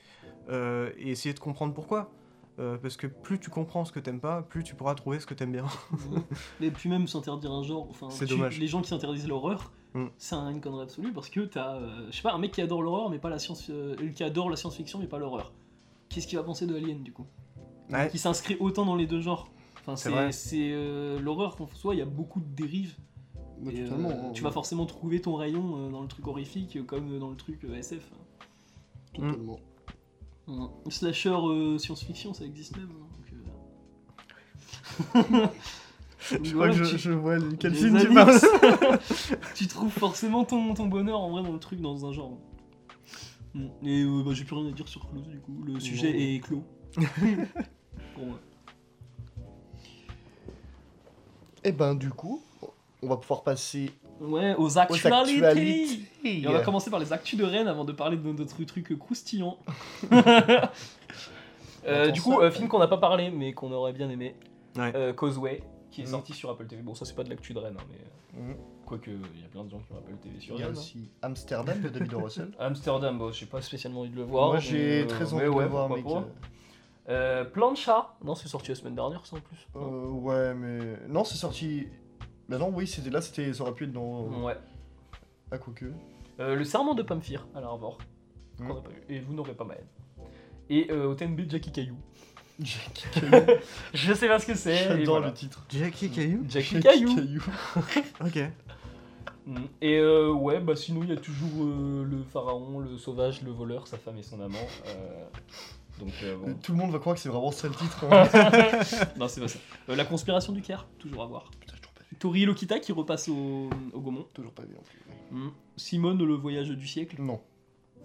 B: Euh, et essayer de comprendre pourquoi. Euh, parce que plus tu comprends ce que t'aimes pas, plus tu pourras trouver ce que t'aimes bien.
C: Et puis même s'interdire un genre, enfin,
B: C'est
C: tu-
B: dommage.
C: les gens qui s'interdisent l'horreur,
B: Mm.
C: c'est un- une connerie absolue parce que t'as, euh, je sais pas, un mec qui adore l'horreur mais pas la science, euh, qui adore la science-fiction mais pas l'horreur. Qu'est-ce qu'il va penser de Alien du coup
B: Ouais.
C: Qui s'inscrit autant dans les deux genres. Enfin,
B: C'est
C: c'est
B: vrai.
C: c'est, euh, l'horreur en soi, il y a beaucoup de dérives.
A: Bah,
C: et, euh,
A: totalement. hein,
C: tu
A: ouais.
C: vas forcément trouver ton rayon euh, dans le truc horrifique euh, comme euh, dans le truc euh, SF.
A: Totalement.
C: Un
A: Mm.
C: Slasher euh, science-fiction, ça existe même. hein, donc, euh. Donc voilà, tu-
B: vois quel
C: les
B: film tu
C: annexes.
B: parles.
C: tu trouves forcément ton, ton bonheur en vrai dans le truc, dans un genre. Mm. Et euh, bah, j'ai plus rien à dire sur Close du coup, le sujet
A: Non.
C: est clos. Bon, ouais.
A: Et ben du coup, on va pouvoir passer
C: Ouais, aux
A: aux
C: actualités.
A: actualités.
C: Et on va commencer par les actus de Rennes avant de parler de notre truc croustillant. Euh,
A: Attends,
C: du
A: ça,
C: coup, euh,
A: ouais.
C: film qu'on n'a pas parlé mais qu'on aurait bien aimé,
B: Ouais.
C: Euh, Causeway, qui est
A: Mhm.
C: sorti sur Apple TV. Bon, ça c'est pas de l'actu de Rennes, hein, mais
A: Mhm.
C: quoique il y a plein de gens qui ont Apple TV sur
A: Il y a
C: Rennes.
A: aussi Amsterdam de David O. Russell.
C: Amsterdam, bon, j'ai pas spécialement envie de le voir.
A: Moi
C: mais,
A: j'ai
C: euh,
A: très
C: mais
A: envie de
C: ouais,
A: le voir,
C: pourquoi
A: mec.
C: pas. Euh, Plancha, non, c'est sorti la semaine dernière, ça en plus.
A: Euh, ouais, mais. Non, c'est sorti. Bah non, oui, c'était là, c'était ça aurait pu être dans.
C: Ouais.
A: À quoi que.
C: Euh, le serment de Pamphir à l'Arvor, qu'on
A: Mhm.
C: n'a pas vu, et vous n'aurez pas ma haine. Et euh, au TNB Jackie Caillou.
A: Jackie Caillou.
C: Je sais pas ce que c'est. et
A: J'adore
C: voilà.
A: le titre.
B: Jackie Caillou
C: Jackie Caillou.
B: Ok.
C: Mm. Et euh, ouais, bah sinon il y a toujours euh, le pharaon, le sauvage, le voleur, sa femme et son amant. euh, donc euh, bon.
A: Tout le monde va croire que c'est vraiment ça le titre. hein.
C: non, c'est pas ça. Euh, la conspiration du Caire, toujours à voir.
A: Putain, j'ai toujours pas vu.
C: Tori Lokita qui repasse au, au Gaumont.
A: Toujours pas vu non plus. ouais.
C: Mm. Simone, le voyage du siècle.
A: Non.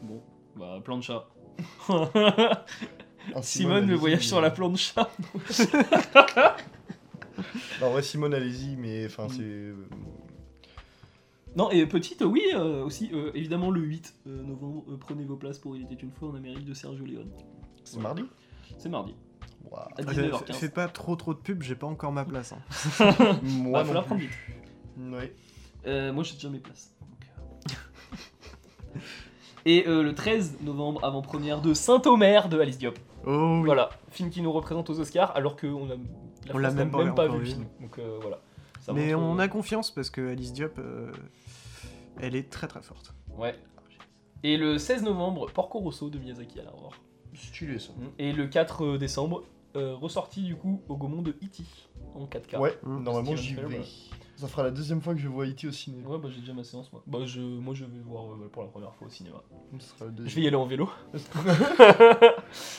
C: Bon, bah plancha.
A: Un
C: Simone, le
A: Ah, allez-y,
C: voyage
A: mais-
C: sur la
B: euh.
C: plancha.
A: Bah, en vrai, Simone, allez-y, mais enfin,
C: Mm.
A: c'est. euh,
C: Non, et petite, oui, euh, aussi, euh, évidemment, le 8 euh, novembre, euh, prenez vos places pour Il était une fois en Amérique de Sergio Leone.
A: C'est mardi
C: C'est mardi,
A: Waouh.
C: à
B: Fais
C: 19h15.
B: fais pas trop trop de pub, j'ai pas encore ma place. hein.
A: Moi,
C: Bah, faut la prendre
A: non.
C: vite.
A: plus. Ouais.
C: Euh, moi, j'ai déjà mes places. donc, euh. Et euh, le 13 novembre, avant-première de Saint-Omer de Alice Diop.
B: Oh oui.
C: Voilà, film qui nous représente aux Oscars, alors qu'on a, la
B: On
C: France
B: l'a
C: n'a
B: même pas
C: vu
B: encore
C: le
B: vu.
C: film. Donc euh, voilà. Ça
B: Mais
C: montre,
B: on
C: euh,
B: a confiance parce que Alice Diop, euh, elle est très très forte.
C: Ouais. Et le 16 novembre, Porco Rosso de Miyazaki à la Aurore.
A: Stylé ça.
C: Et le 4 décembre, euh, ressorti du coup au Gaumont de E.T. en 4K.
A: Ouais,
B: Mmh.
A: normalement
C: Steven
A: j'y vais.
C: Spielberg.
A: Ça fera la deuxième fois que je vois E.T. au ciné.
C: Ouais, bah j'ai déjà ma séance moi. Bah je, moi je vais le voir euh, pour la première fois au cinéma.
A: Ce sera la
C: Je vais y aller en vélo.
A: deuxième.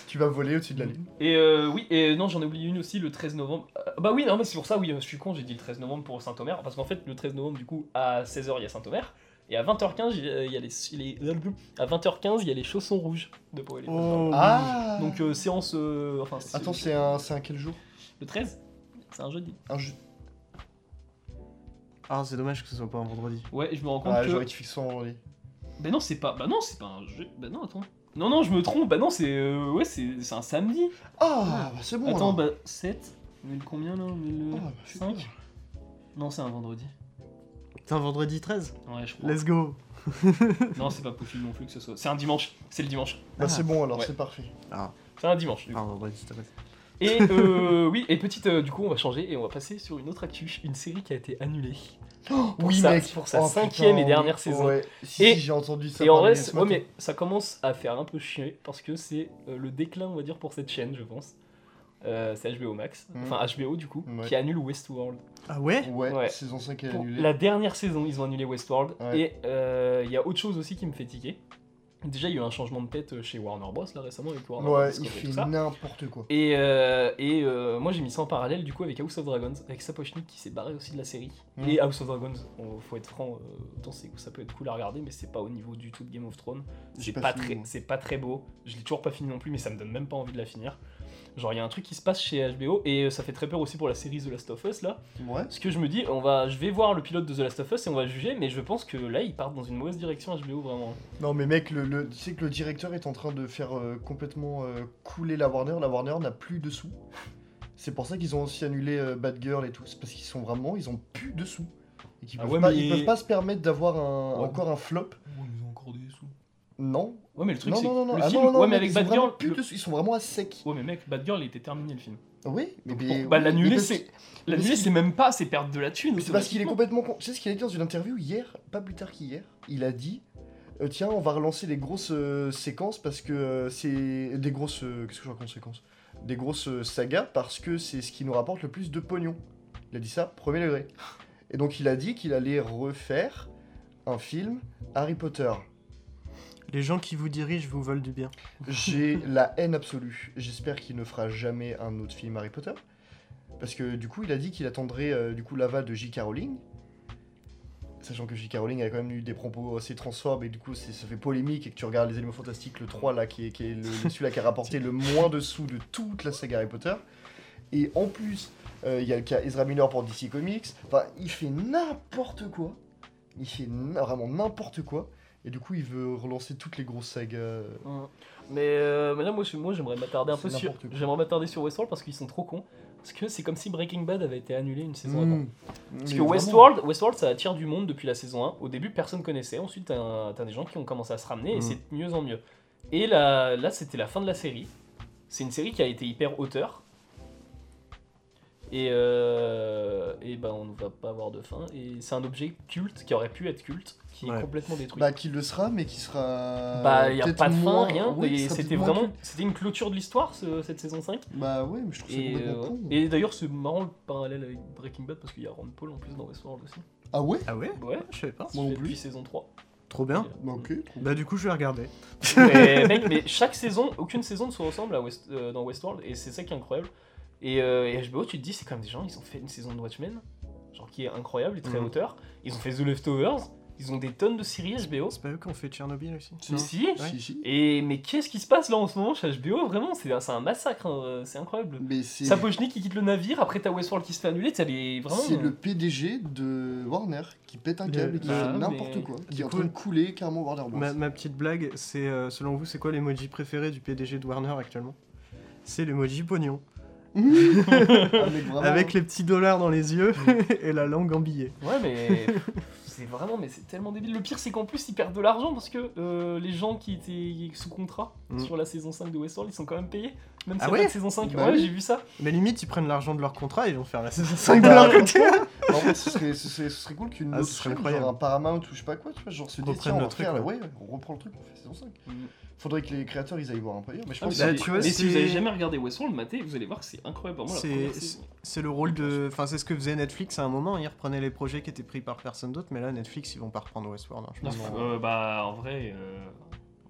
A: tu vas voler au-dessus de la lune.
C: Et euh, oui, et non, j'en ai oublié une aussi le 13 novembre. Euh, bah oui, non, mais c'est pour ça, oui, euh, je suis con, j'ai dit le 13 novembre pour Saint-Omer. Parce qu'en fait, le 13 novembre, du coup, à 16h, il y a Saint-Omer. Et à 20h15, il y a- euh, il y a les, les- à 20h15, il y a les chaussons rouges de Poël.
B: Oh.
A: Ah
C: Donc euh, séance. euh, enfin, c'est-
A: Attends, c'est un, c'est un quel jour
C: le 13 C'est un jeudi.
A: Un jeu.
B: Ah, c'est dommage que ce soit pas un vendredi.
C: Ouais, et je me rends compte
A: Ah,
C: que.
A: j'aurais kiffé que ce soit en relais.
C: Bah non, c'est pas. Bah non, c'est pas un jeu. Bah non, attends. Non, non, je me trompe. Bah non, c'est. euh, ouais, c'est c'est un samedi.
A: Ah, bah c'est bon. alors.
C: attends, bah 7. Mais le combien là Mais le
A: Ah, bah, c'est
C: 5
A: bien.
C: Non, c'est un vendredi.
B: C'est un vendredi 13
C: Ouais, je crois.
B: Let's go
C: Non, c'est pas possible non plus que ce soit. C'est un dimanche. C'est le dimanche.
A: Bah c'est bon alors,
C: Ouais.
A: c'est parfait.
C: C'est un dimanche. du coup.
B: Ah, un vendredi 13.
A: Ah.
C: Et euh, oui, et petite. euh, du coup, on va changer et on va passer sur une autre actu. Une série qui a été annulée. Pour
A: oui,
C: sa-
A: mec,
C: pour sa
A: Oh,
C: cinquième
A: putain,
C: et dernière
A: ouais.
C: saison.
A: Ouais, si,
C: Et-
A: si, j'ai entendu ça.
C: et en
A: parler
C: vrai,
A: ce
C: c'est- oh, ouais,
A: matin.
C: mais ça commence à faire un peu chier parce que c'est euh, le déclin, on va dire, pour cette chaîne, je pense. Euh, c'est HBO Max,
A: Mhm.
C: enfin HBO du coup,
A: Ouais.
C: qui annule Westworld.
B: Ah ouais
A: Ouais,
C: Ouais.
A: saison 5 est
C: Pour
A: annulée.
C: la dernière saison, ils ont annulé Westworld.
A: Ouais.
C: Et euh, il y a autre chose aussi qui me fait tiquer. Déjà, il y a eu un changement de tête euh, chez Warner Bros. là récemment avec Warner Bros.
A: Ouais, il
C: Discovery et
A: fait
C: tout ça.
A: n'importe quoi.
C: Et, euh, et euh, moi j'ai mis ça en parallèle du coup avec House of Dragons, avec Sapochnik qui s'est barré aussi de la série.
A: Mhm.
C: Et House of Dragons, on- faut être franc, euh, autant c'est- ça peut être cool à regarder, mais c'est pas au niveau du tout de Game of Thrones.
A: J'ai
C: C'est
A: pas
C: pas,
A: fini,
C: très,
A: moi.
C: c'est pas très beau. Je l'ai toujours pas fini non plus, mais ça me donne même pas envie de la finir. Genre il y a un truc qui se passe chez HBO et euh, ça fait très peur aussi pour la série The Last of Us là.
A: Ouais.
C: Parce que je me dis, on va, je vais voir le pilote de The Last of Us et on va juger, mais je pense que là ils partent dans une mauvaise direction HBO vraiment.
A: Non mais mec, le, le- tu sais que le directeur est en train de faire euh, complètement euh, couler la Warner. La Warner n'a plus de sous. C'est pour ça qu'ils ont aussi annulé euh, Bad Girl et tout. C'est parce qu'ils sont vraiment, ils ont plus de sous. Et qu'ils
C: Ah
A: peuvent,
C: ouais,
A: pas,
C: mais-
A: ils peuvent pas se permettre d'avoir un-
C: Ouais.
A: encore un flop.
C: Ouais, mais Oh, encore des sous.
A: Non.
C: Ouais, mais le truc
A: non,
C: c'est
A: non, non,
C: que
A: non.
C: le
A: Ah
C: film,
A: non, non,
C: ouais, mais
A: mec,
C: avec
A: ils, sont
C: Bad
A: vraiment
C: Girl,
A: plus
C: le-
A: de sous. ils sont vraiment à sec.
C: ouais, mais mec, Bad Girl il était terminé le film.
A: Oui.
C: Donc,
A: mais-
C: pour- bah,
A: oui,
C: l'annuler,
A: mais parce-
C: c'est-
A: Mais
C: L'annuler,
A: c'est-
C: c'est même pas, c'est perdre de la thune.
A: C'est parce qu'il est
C: automatiquement.
A: complètement con. Tu sais ce qu'il a dit dans une interview hier, pas plus tard qu'hier Il a dit euh, Tiens, on va relancer les grosses euh, séquences parce que euh, c'est. Des grosses. euh, Qu'est-ce que je raconte séquences Des grosses euh, sagas parce que c'est ce qui nous rapporte le plus de pognon. Il a dit ça, premier degré. Et donc il a dit qu'il allait refaire un film Harry Potter.
B: Les gens qui vous dirigent vous veulent du bien.
A: J'ai la haine absolue. J'espère qu'il ne fera jamais un autre film Harry Potter. Parce que du coup, il a dit qu'il attendrait euh, du coup l'aval de J.K. Rowling. Sachant que J.K. Rowling a quand même eu des propos assez transphobes et du coup, c'est- ça fait polémique. Et que tu regardes Les Animaux Fantastiques, le 3 là, qui est, qui est le- celui-là qui a rapporté le moins de sous de toute la saga Harry Potter. Et en plus, euh, il y a le cas Ezra Miller pour DC Comics. Enfin, il fait n'importe quoi. Il fait n- vraiment n'importe quoi. Et du coup, il veut relancer toutes les grosses sagas. euh,
C: Ouais. Mais, euh, mais là, moi, je- moi, j'aimerais m'attarder un
A: C'est
C: peu sur,
A: n'importe quoi.
C: j'aimerais m'attarder sur Westworld parce qu'ils sont trop cons. Parce que c'est comme si Breaking Bad avait été annulé une saison avant.
A: Mmh.
C: Parce
A: Mais
C: que
A: vraiment.
C: Westworld, Westworld, ça attire du monde depuis la saison 1. Au début, personne connaissait. Ensuite, t'as t'as des gens qui ont commencé à se ramener et
B: Mm.
C: c'est de mieux en mieux. Et là, là c'était la fin de la série. C'est une série qui a été hyper hauteur. Et, euh, et ben, on ne va pas avoir de fin. Et c'est un objet culte qui aurait pu être culte, qui est
B: Ouais.
C: complètement détruit.
A: Bah, qui le sera, mais qui sera.
C: Bah, il n'y a
A: peut-être
C: pas de fin,
A: moins-
C: rien.
A: oui, qui
C: et
A: sera
C: c'était
A: peut-être moins
C: vraiment.
A: culte.
C: C'était une clôture de l'histoire, ce- cette saison 5.
A: Bah, ouais, mais je trouve ça
C: Et,
A: complètement
C: euh,
A: con.
C: et d'ailleurs, c'est marrant le parallèle avec Breaking Bad parce qu'il y a Ron Paul en plus dans Westworld aussi.
A: Ah, ouais
B: Ah ouais
C: Ouais,
B: Je savais pas.
A: Hein, Moi non
C: fait
A: plus.
C: depuis saison 3.
B: Trop bien.
A: Bah, ok.
B: Bah du coup, je vais regarder.
C: mais, mec, mais chaque saison, aucune saison ne se ressemble à West- euh, dans Westworld et c'est ça qui est incroyable. Et, euh, et HBO, tu te dis, c'est quand même des gens, ils ont fait une saison de Watchmen, genre qui est incroyable et très
B: Mhm.
C: hauteur. Ils ont fait The Leftovers, ils ont des tonnes de séries HBO.
B: C'est pas eux qui ont fait Tchernobyl aussi
C: Mais si,
B: Ouais.
A: Si, si.
C: Et mais qu'est-ce qui se passe là en ce moment chez HBO Vraiment, c'est un, c'est un massacre, hein, c'est incroyable.
A: Mais c'est.
C: Sapochnik qui quitte le navire, après t'as Westworld qui se fait annuler, t'as les vraiment.
A: C'est le PDG de Warner qui pète un
B: Le-
A: câble et qui fait
C: Bah,
A: n'importe
C: mais-
A: quoi. Qui
B: Du
A: est en
B: coup-
A: train de couler carrément Warner Bros.
B: Ma, ma petite blague, c'est euh, selon vous, c'est quoi l'emoji préféré du PDG de Warner actuellement C'est l'emoji pognon.
A: Avec, vraiment...
B: Ah. Mm. Avec les petits dollars dans les yeux et la langue en billet.
C: Ouais, mais C'est vraiment, mais c'est tellement débile. Le pire, c'est qu'en plus, ils perdent de l'argent parce que euh, les gens qui étaient sous contrat
B: Mm.
C: sur la saison 5 de Westworld, ils sont quand même payés. Même si
B: Ah
C: après
B: ouais
C: la saison 5,
A: Bah
C: ouais,
A: oui.
C: j'ai vu ça. Ah,
B: Mais limite, ils prennent l'argent de leur contrat et ils vont faire la saison 5 de
A: Bah,
B: leur côté.
A: En vrai, ce serait, ce serait- ce serait cool qu'une
B: Ah, ce
A: autre
B: serait
A: chaîne,
B: incroyable.
A: genre un Paramount ou je sais pas quoi, tu vois, genre se dise,
B: Reprenne
A: tiens, on
B: le
A: va
B: truc,
A: faire,
B: quoi.
A: ouais, on reprend le truc, on fait saison 5. Faudrait que les créateurs, ils aillent voir un peu ailleurs, mais je
C: Mm. Ah, mais
A: pense
B: bah,
C: si-
A: que
B: tu vois,
C: mais si vous
B: c'est-
C: avez jamais regardé Westworld, matez, vous allez voir que c'est incroyable. Vraiment, la
B: C'est-
C: première
B: c'est-
C: saison.
B: C'est le rôle de. Enfin, c'est ce que faisait Netflix à un moment. Ils reprenaient les projets qui étaient pris par personne d'autre, mais là, Netflix, ils vont pas reprendre Westworld. hein, je pense.
C: Euh, bah, en vrai, euh,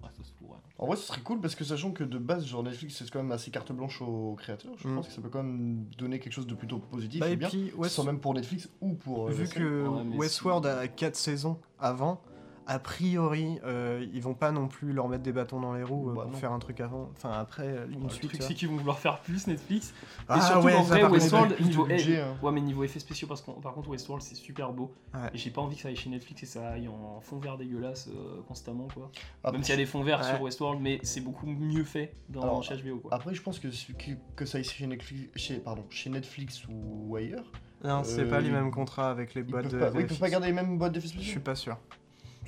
C: ouais, ça se pourrait.
A: En vrai, ce serait cool parce que sachant que de base, genre Netflix, c'est quand même assez carte blanche aux créateurs, je
B: Mm.
A: pense que ça peut quand même donner quelque chose de plutôt positif
B: Bah,
A: et
B: et
A: bien.
B: puis,
A: Ouais,
B: West-
A: sans même pour Netflix ou pour. euh,
B: vu
A: la série.
B: que
C: Ouais, mais
B: Westworld
C: c'est-
B: a 4 saisons avant, a priori, euh, ils vont pas non plus leur mettre des bâtons dans les roues euh,
A: Bah,
B: pour
A: non.
B: faire un truc avant. Enfin, après, euh, une
C: Le
B: suite.
C: truc,
B: tu vois.
C: c'est qu'ils vont vouloir faire plus Netflix.
B: Ah,
C: et surtout,
B: ouais,
C: en
B: ça,
C: vrai,
B: par contre,
C: Westworld,
A: plus de
C: niveau, eh,
A: budget, hein.
C: ouais, mais niveau effets spéciaux, parce qu'on- par contre, Westworld, c'est super beau.
B: Ouais.
C: Et j'ai pas envie que ça aille chez Netflix et ça aille en fond vert dégueulasse euh, constamment, quoi.
A: Après,
C: Même s'il y a des fonds verts
B: Ouais. ah,
C: sur Westworld, mais c'est beaucoup mieux fait dans
A: Alors,
C: chez HBO, quoi.
A: Après, je pense que, ce- que, que ça aille chez Netflix, chez, pardon, chez Netflix ou ailleurs,
B: Non, c'est
A: Euh,
B: pas les
A: ils-
B: mêmes contrats avec les
A: ils
B: boîtes
A: peuvent,
B: de.
A: pas, oui, ils
B: VFX.
A: peuvent pas garder les mêmes boîtes d'effets
B: Je suis
A: spéciaux.
B: pas sûr.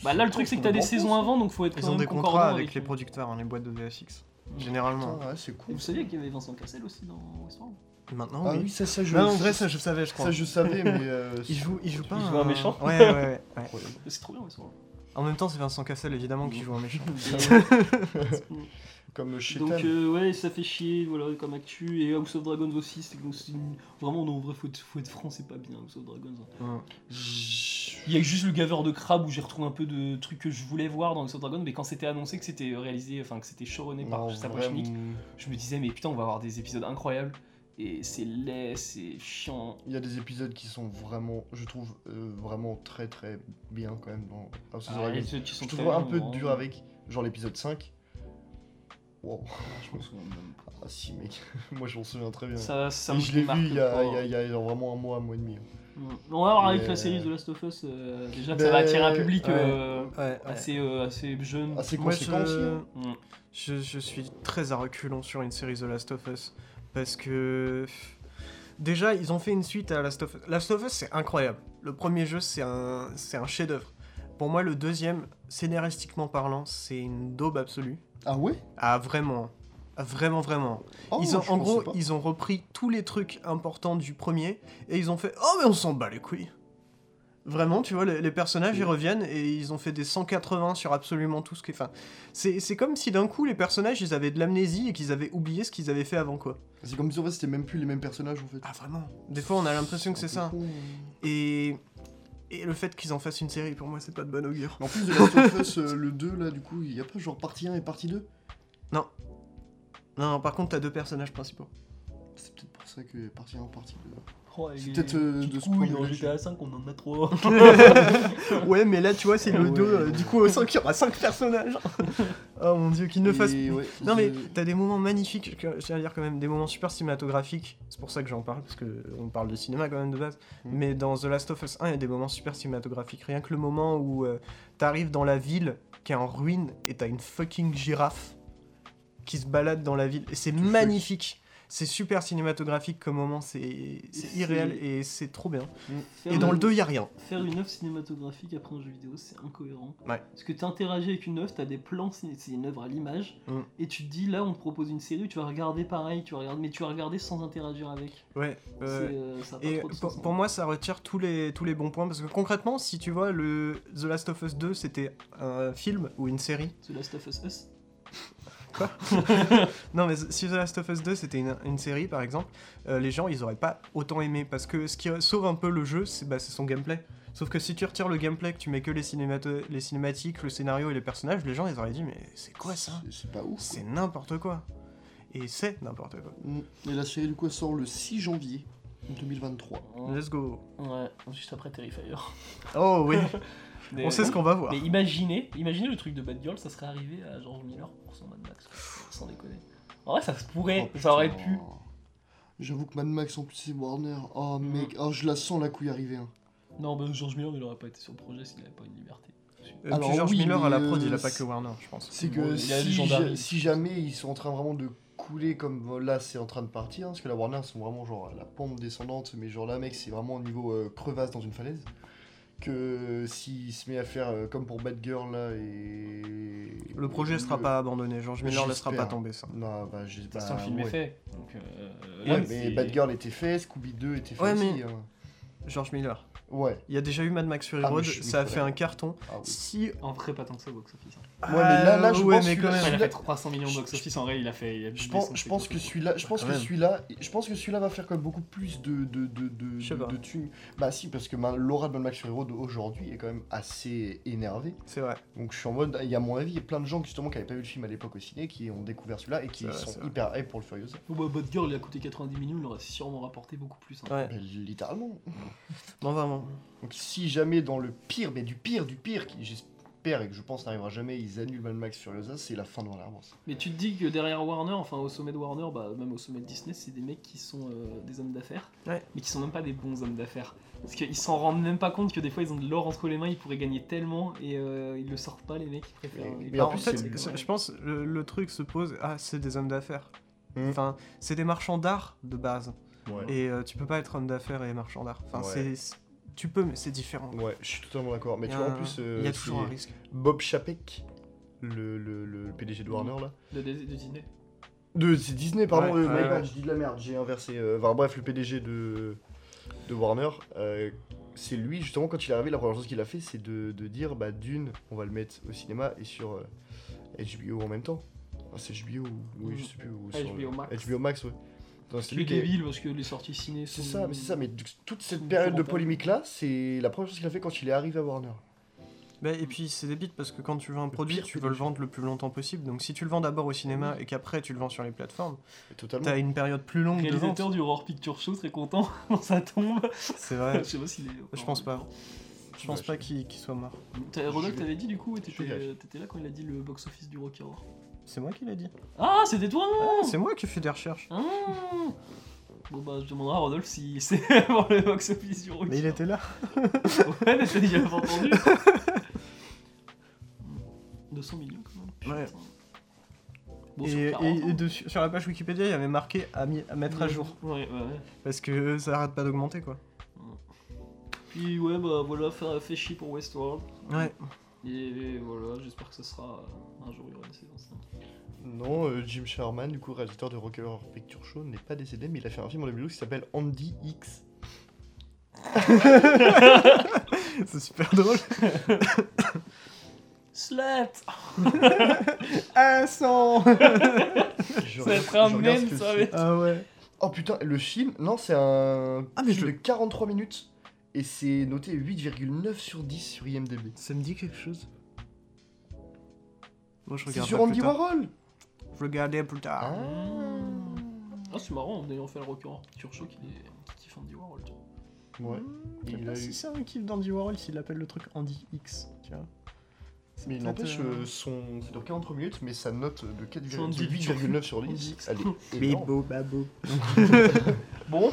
C: Bah, là, le truc, c'est que t'as des saisons avant, donc faut être
B: Ils
C: quand
B: ont
C: même
B: des
C: concordant
B: contrats avec les
C: le-
B: producteurs, hein, les boîtes de VFX.
C: Mm.
B: Généralement.
A: Putain, ouais, c'est
C: Et
A: cool.
C: vous saviez qu'il y avait Vincent Cassel aussi dans Westworld
B: Maintenant,
A: Ah
B: oui.
A: oui, ça, ça, je.
B: Non, en vrai, ça, je savais, je crois.
A: ça, je savais, mais. euh,
B: Il joue, il joue pas
C: Il joue un méchant
B: Ouais, ouais, ouais, ouais.
A: incroyable.
C: C'est trop bien, Westworld.
B: En même temps, c'est Vincent Cassel, évidemment, qui joue un méchant.
A: Comme chez
C: euh, Donc euh, ouais, ça fait chier, voilà, comme actu. Et House of Dragons aussi, c'est que c'est une- vraiment, non, en vrai, faut être, faut être franc, c'est pas bien House of Dragons. hein.
B: Mm.
C: Il y a juste le gaveur de crabe où j'ai retrouvé un peu de trucs que je voulais voir dans House of Dragons, mais quand c'était annoncé que c'était euh, réalisé, enfin que c'était showrunné par Sabrachnik, je me disais mais putain, on va avoir des épisodes incroyables. Et c'est laid, c'est chiant.
A: Il y a des épisodes qui sont vraiment, je trouve, euh, vraiment très très bien quand même dans House of
C: Ah,
A: Dragons.
C: et ceux qui
A: Je
C: sont
A: trouve
C: très
A: un
C: longs,
A: peu
C: hein.
A: dur avec, genre l'épisode 5. Wow.
C: Ah, je m'en souviens même pas.
A: Ah si mec, moi je m'en souviens très bien.
C: Ça, ça
A: Et
C: me
A: je l'ai
C: marque
A: vu il y, a,
C: pas.
A: il y a- il y a genre vraiment un mois, un mois et demi.
C: Mm. On va voir avec
A: Mais,
C: la série
A: euh,
C: The Last of Us, euh, déjà que
A: mais-
C: ça va attirer un public
B: ouais.
C: euh,
B: Ouais, ouais.
C: assez, euh, assez jeune.
A: Assez
B: Moi,
A: conséquent aussi.
B: je...
A: hein.
C: Mm.
B: Je, je suis très à reculons sur une série The Last of Us parce que déjà ils ont fait une suite à Last of Us. Last of Us c'est incroyable. Le premier jeu c'est un c'est un chef-d'œuvre. Pour moi le deuxième scénaristiquement parlant c'est une daube absolue.
A: Ah ouais
B: Ah vraiment, Ah, vraiment vraiment.
A: Oh,
B: ils ont,
A: je
B: en
A: pensais
B: gros
A: pas.
B: ils ont repris tous les trucs importants du premier et ils ont fait oh mais on s'en bat les couilles. Vraiment, tu vois, les, les personnages, ils reviennent et ils ont fait des 180 sur absolument tout ce qui... Enfin, c'est c'est comme si d'un coup, les personnages, ils avaient de l'amnésie et qu'ils avaient oublié ce qu'ils avaient fait avant, quoi.
A: C'est comme si en fait c'était même plus les mêmes personnages en fait. euh,
B: Ah, vraiment Des fois, on a l'impression que c'est
A: Un
B: ça.
A: peu con.
B: Et... Et le fait qu'ils en fassent une série, pour moi, c'est pas de bon augure.
A: Mais en plus de Last of Us, euh, le 2 là, du coup, il y a pas genre partie 1 et partie 2
B: Non, non, par contre, t'as deux personnages principaux.
A: C'est peut-être pour ça que partie 1, partie 2.
C: Oh, et
A: C'est
C: les
A: peut-être, euh,
C: petites
A: de ce
C: couilles
A: point
C: dans
A: de vue.
C: GTA 5, on en a trop.
B: Ouais, mais là, tu vois, c'est le
A: Ouais.
B: 2. du coup, au 5, il y aura 5 personnages. oh mon dieu, qu'ils ne fassent...
A: Et ouais,
B: Non mais
A: je-
B: t'as des moments magnifiques, je je tiens à dire quand même, des moments super cinématographiques, c'est pour ça que j'en parle, parce que euh, on parle de cinéma quand même de base,
A: Mm.
B: mais dans The Last of Us 1, il y a des moments super cinématographiques, rien que le moment où euh, t'arrives dans la ville qui est en ruine et t'as une fucking girafe qui se balade dans la ville, et c'est magnifique, c'est super cinématographique comme moment, c'est c'est
C: c'est-
B: irréel et c'est trop bien.
C: Faire
B: Et dans le
C: une-
B: 2, il y a rien.
C: Faire une œuvre cinématographique après un jeu vidéo, c'est incohérent.
B: Ouais.
C: Parce que t'interagis avec une œuvre, t'as des plans, ciné- c'est une œuvre à l'image,
B: Mm.
C: et tu te dis là, on te propose une série où tu vas regarder pareil, tu vas regarder, mais tu vas regarder sans interagir avec.
B: Ouais.
C: C'est, euh, ça a pas
B: Et
C: trop de
B: pour,
C: sens,
B: pour
C: hein.
B: moi, ça retire tous les, tous les bons points parce que concrètement, si tu vois, le The Last of Us 2, c'était un film ou une série.
C: The Last of Us Us.
B: Non, mais si The Last of Us 2, c'était une, une série, par exemple, euh, les gens, ils auraient pas autant aimé parce que ce qui sauve un peu le jeu, c'est bah, c'est son gameplay. Sauf que si tu retires le gameplay, que tu mets que les, cinémato- les cinématiques, le scénario et les personnages, les gens, ils auraient dit, mais c'est quoi ça
A: c'est- C'est pas ouf.
B: C'est n'importe quoi. Et c'est n'importe quoi.
A: Mm. Et la série du coup elle sort le 6 janvier 2023.
B: Let's go.
C: Ouais, juste après Terrifier.
B: Oh oui,
C: Mais- euh,
B: on sait ce qu'on va voir.
C: Mais imaginez, imaginez le truc de Bad Girl, ça serait arrivé à George Miller pour son Mad Max, quoi. sans déconner. En vrai, ça se pourrait,
A: Oh,
C: ça aurait
A: putain.
C: pu.
A: J'avoue que Mad Max en plus c'est Warner. Oh
C: Mm.
A: mec, oh, je la sens la couille arriver. hein.
C: Non, bah, George Miller, il aurait pas été sur le projet s'il avait pas une liberté.
B: Euh, puis
A: Alors
B: George
A: oui,
B: Miller à la
A: mais,
B: prod,
A: euh,
B: il a pas
A: c'est-
B: que Warner, je pense.
A: C'est
C: Bon,
A: que
C: il y a les
A: si,
C: gendarmes.
A: ja- si jamais ils sont en train vraiment de couler comme euh, là c'est en train de partir, hein, parce que la Warner ils sont vraiment genre à la pente descendante, mais genre là mec c'est vraiment au niveau euh, crevasse dans une falaise. que s'il se met à faire euh, comme pour Batgirl là et.
B: Le projet sera
A: Le-
B: pas abandonné, George Miller laissera
A: J'espère.
B: pas tomber ça.
A: Non, bah, j'ai
C: toute
A: bah,
C: façon, le film
A: ouais.
C: est fait. Donc, euh,
A: Ouais,
C: là,
A: mais
C: c'est-
A: Batgirl était fait, Scooby 2 était fait
B: Ouais,
A: aussi.
B: mais-
A: hein.
B: George Miller.
A: Ouais.
B: Il y a déjà eu Mad Max Fury
A: Ah, mais
B: Road,
A: je suis
B: ça a
A: fou,
B: fait
A: ouais.
B: un carton.
A: Ah oui.
B: Si. ah,
C: En vrai, pas tant que ça, au box-office. hein.
A: Ouais, mais là- là, je
B: ouais,
A: pense
B: mais
A: que
B: quand
A: là,
C: Enfin,
B: même.
C: il a
A: celui-là-
C: fait 300 millions de box-office, en vrai, il a fait. il a
A: Je
C: doublé
A: pense,
C: son
A: je pense que
C: spectacle.
A: celui-là, je pense
B: Ah, quand
A: que
B: même.
A: celui-là, je pense que celui-là va faire quand même beaucoup plus de de de de,
B: Je sais
A: de-
B: pas.
A: de thunes. Bah si, parce que ma- Laura de Mad Max Fury Road aujourd'hui est quand même assez énervée.
B: C'est vrai.
A: Donc je suis en mode, il y a mon avis, il y a plein de gens justement qui n'avaient pas vu le film à l'époque au ciné, qui ont découvert celui-là et qui
B: C'est vrai,
A: sont
B: c'est vrai.
A: hyper hype pour le Furiosa.
C: Oh, bah, Batgirl, il a coûté 90 millions, il aurait sûrement rapporté beaucoup plus. hein.
B: Ouais.
A: Bah, littéralement.
B: Non, vraiment.
A: Donc si jamais dans le pire, mais du pire du pire, qui j'espère et que je pense n'arrivera jamais, ils annulent Mad Max Furiosa, c'est la fin de mon arbre.
C: Mais tu te dis que derrière Warner, enfin au sommet de Warner, bah, même au sommet de Disney, c'est des mecs qui sont euh, des hommes d'affaires,
B: Ouais.
C: mais qui sont même pas des bons hommes d'affaires. Parce qu'ils s'en rendent même pas compte que des fois ils ont de l'or entre les mains, ils pourraient gagner tellement et euh, ils le sortent pas, les mecs, ils préfèrent.
A: Mais-
C: ils-
A: mais en
B: Alors, en
A: plus,
B: fait,
A: c'est-
B: c'est- je pense le, le truc se pose. Ah, c'est des hommes d'affaires.
A: Mm.
B: Enfin, c'est des marchands d'art de base.
A: Ouais.
B: Et euh, tu peux pas être homme d'affaires et marchand d'art. Enfin,
A: Ouais.
B: c'est- c'est- tu peux, mais c'est différent.
A: Ouais, je suis totalement d'accord. Mais
B: Il y
A: tu
B: a
A: vois, en
B: un-
A: plus, euh,
B: il y a
A: c'est
B: toujours un risque.
A: Bob Chapek, le, le, le PDG de Warner, là.
C: de, de- de Disney.
A: De c'est Disney, pardon.
B: Ouais,
A: euh,
B: ouais,
A: my bad,
B: ouais.
A: Je dis de la merde, j'ai inversé. euh, enfin, bref, le PDG de, de Warner, euh, c'est lui, justement, quand il est arrivé, la première chose qu'il a fait, c'est de, de dire, bah, d'une, on va le mettre au cinéma et sur euh, HBO en même temps. Enfin, c'est HBO ou... Oui, je sais plus. ou sur-
C: HBO Max.
A: HBO Max, ouais. Attends,
C: C'est lui
A: qui a-
C: débile parce que les sorties ciné
A: C'est
C: sont-
A: ça, mais c'est ça, mais du- toute cette
C: Son
A: période de
C: commentaire.
A: polémique-là, c'est la première chose qu'il a fait quand il est arrivé à Warner.
B: Bah, et puis c'est débile parce que quand tu vends un produit,
A: pire
B: tu veux le
A: PDG.
B: vendre le plus longtemps possible. Donc si tu le vends d'abord au cinéma et qu'après tu le vends sur les plateformes,
A: Totalement.
B: t'as une période plus longue de vente.
C: Réalisateur du Horror Picture Show, très content quand ça tombe.
B: C'est vrai.
C: je sais pas s'il est.
B: Je pense pas. Je pense
A: Ouais,
B: pas qu'il qu'il soit mort.
C: T'as- Rodolphe,
A: Je-
C: t'avais dit du coup, ouais,
A: je gâche.
C: t'étais t'étais là quand il a dit le box-office du Rocky Horror.
B: C'est moi qui l'ai dit.
C: Ah, c'était toi
B: Ah, c'est moi qui fais des recherches.
C: Ah. Bon bah je demanderai à Rodolphe si c'est pour le box office du Rocky.
B: Mais il était là.
C: Ouais mais t'as déjà pas entendu. 200 millions quand même. putain.
B: Ouais.
C: Bon, sur
B: et
C: 40
B: et-
C: ans.
B: et dessus- sur la page Wikipédia, il y avait marqué à, mi- à mettre à jour.
C: Ouais ouais. ouais.
B: Parce que ça arrête pas d'augmenter quoi.
C: Puis ouais bah voilà faire fait chier pour Westworld.
B: Ouais.
C: Et voilà j'espère que ce sera euh, un jour il y aura une saison cinq.
A: Non, euh, Jim Sherman, du coup réalisateur de Rocky Horror Picture Show, n'est pas décédé, mais il a fait un film en 2012 qui s'appelle Andy X.
B: C'est super drôle.
C: Slut
B: Ah, sans
A: Je regarde-
C: Ça va être un
A: je regarde ce
C: mème,
A: que
C: ça va
A: c'est.
C: être-
B: Ah ouais.
A: Oh putain, le film, non, c'est un
B: Ah, mais
A: film
B: je-
A: de 43 minutes et c'est noté 8,9 sur 10 sur IMDb.
B: Ça me dit quelque chose. Moi je
A: C'est
B: regarde
A: sur
B: pas
A: Andy
B: plus tard.
A: Warhol
B: Regardez plus tard.
A: Ah.
C: Ah c'est marrant en ayant fait le Rocky Horror Picture Show qui est qui fait Andy Warhol. tu vois.
A: Ouais.
B: Hmm,
A: Il
B: je sais pas
A: a
B: si
A: eu-
B: c'est un kiff d'Andy Warhol s'il appelle le truc Andy X, tu vois. C'est
A: Mais il
B: peut-être,
A: n'empêche,
B: euh,
A: euh, son... c'est dans 43 minutes, mais sa note de 4,9
C: Son Andy-
A: 8,9 sur
C: Andy
A: 10,
C: X.
A: elle est
B: Mais
A: énorme.
B: beau, babo.
C: Bon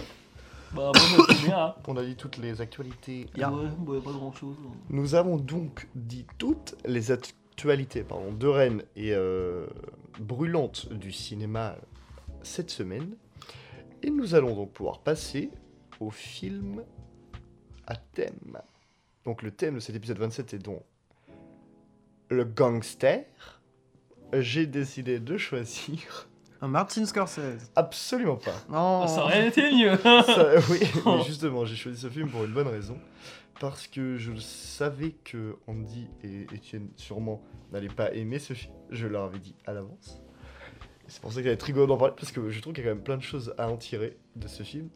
C: bah moi ça me fait bien. hein.
A: On a dit toutes les actualités.
B: Y a-
C: Ouais, bah, y a pas grand chose.
A: Nous avons donc dit toutes les actualités pardon, de Rennes et euh, brûlantes du cinéma cette semaine. Et nous allons donc pouvoir passer au film à thème. Donc le thème de cet épisode 27 est donc le gangster. J'ai décidé de choisir
B: Un Martin Scorsese.
A: absolument pas.
B: Non.
C: Ah, ça aurait été mieux.
A: Ça, oui, mais justement, j'ai choisi ce film pour une bonne raison. Parce que je savais que Andy et Étienne sûrement n'allaient pas aimer ce film. Je leur avais dit à l'avance. C'est pour ça que j'avais être rigolo d'en parler, parce que je trouve qu'il y a quand même plein de choses à en tirer de ce film,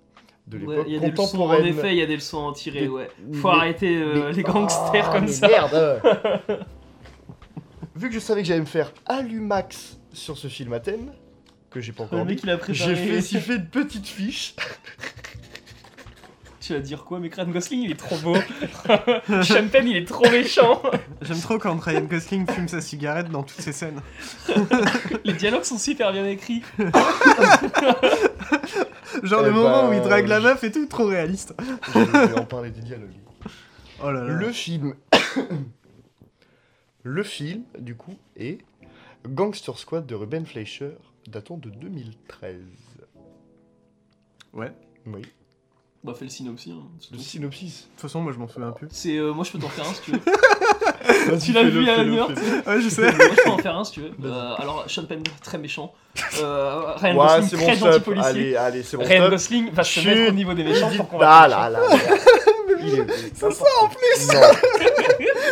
A: de
C: Ouais,
A: l'époque
C: y a des leçons, en
A: contemporaine.
C: effet, il y a des leçons à en tirer,
A: Des-
C: ouais.
A: Mais-
C: Faut arrêter euh,
A: mais-
C: les gangsters
A: Ah,
C: comme
A: mais
C: ça.
A: merde, euh. Vu que je savais que j'allais me faire allumax sur ce film à thème, que j'ai pas
C: Le
A: encore
C: mec,
A: vu,
C: il a
A: j'ai fait,
C: préparé.
A: j'ai fait une petite fiche
C: Tu vas dire quoi Mais Ryan Gosling, il est trop beau. Champagne, il est trop méchant.
B: J'aime trop quand Ryan Gosling fume sa cigarette dans toutes ses scènes.
C: Les dialogues sont super bien écrits.
B: Genre
A: Eh
B: le moment
A: ben,
C: bah,
B: où il drague la
A: je-
B: meuf et tout, trop réaliste.
A: Je vais en parler des dialogues.
B: Oh là là.
A: Le film. Le film, du coup, est Gangster Squad de Ruben Fleischer, datant de 2013.
B: Ouais.
A: Oui.
C: Bah fais le synopsis. hein, c'est
A: Le
C: tout.
A: synopsis.
B: toute façon, moi je m'en souviens plus.
C: C'est euh, moi je peux t'en faire un si tu veux.
A: Vas-y,
C: Tu l'as
A: fais-le,
C: vu à la
A: fais-le,
C: lueur,
A: fais-le.
B: Ouais, je
C: Moi
B: sais.
C: je peux en faire un si tu veux. Euh, alors Sean Penn très méchant. Euh, Ryan
D: Ouais,
C: Gosling
D: c'est bon,
C: très gentil
D: stop.
C: policier.
D: Allez, allez, c'est bon,
C: Ryan
D: stop.
C: Gosling va se
D: Chut.
C: mettre au niveau des méchants pour qu'on
D: Ah
C: va
D: là là. là. Il est-
B: C'est ça,
D: en plus. Non,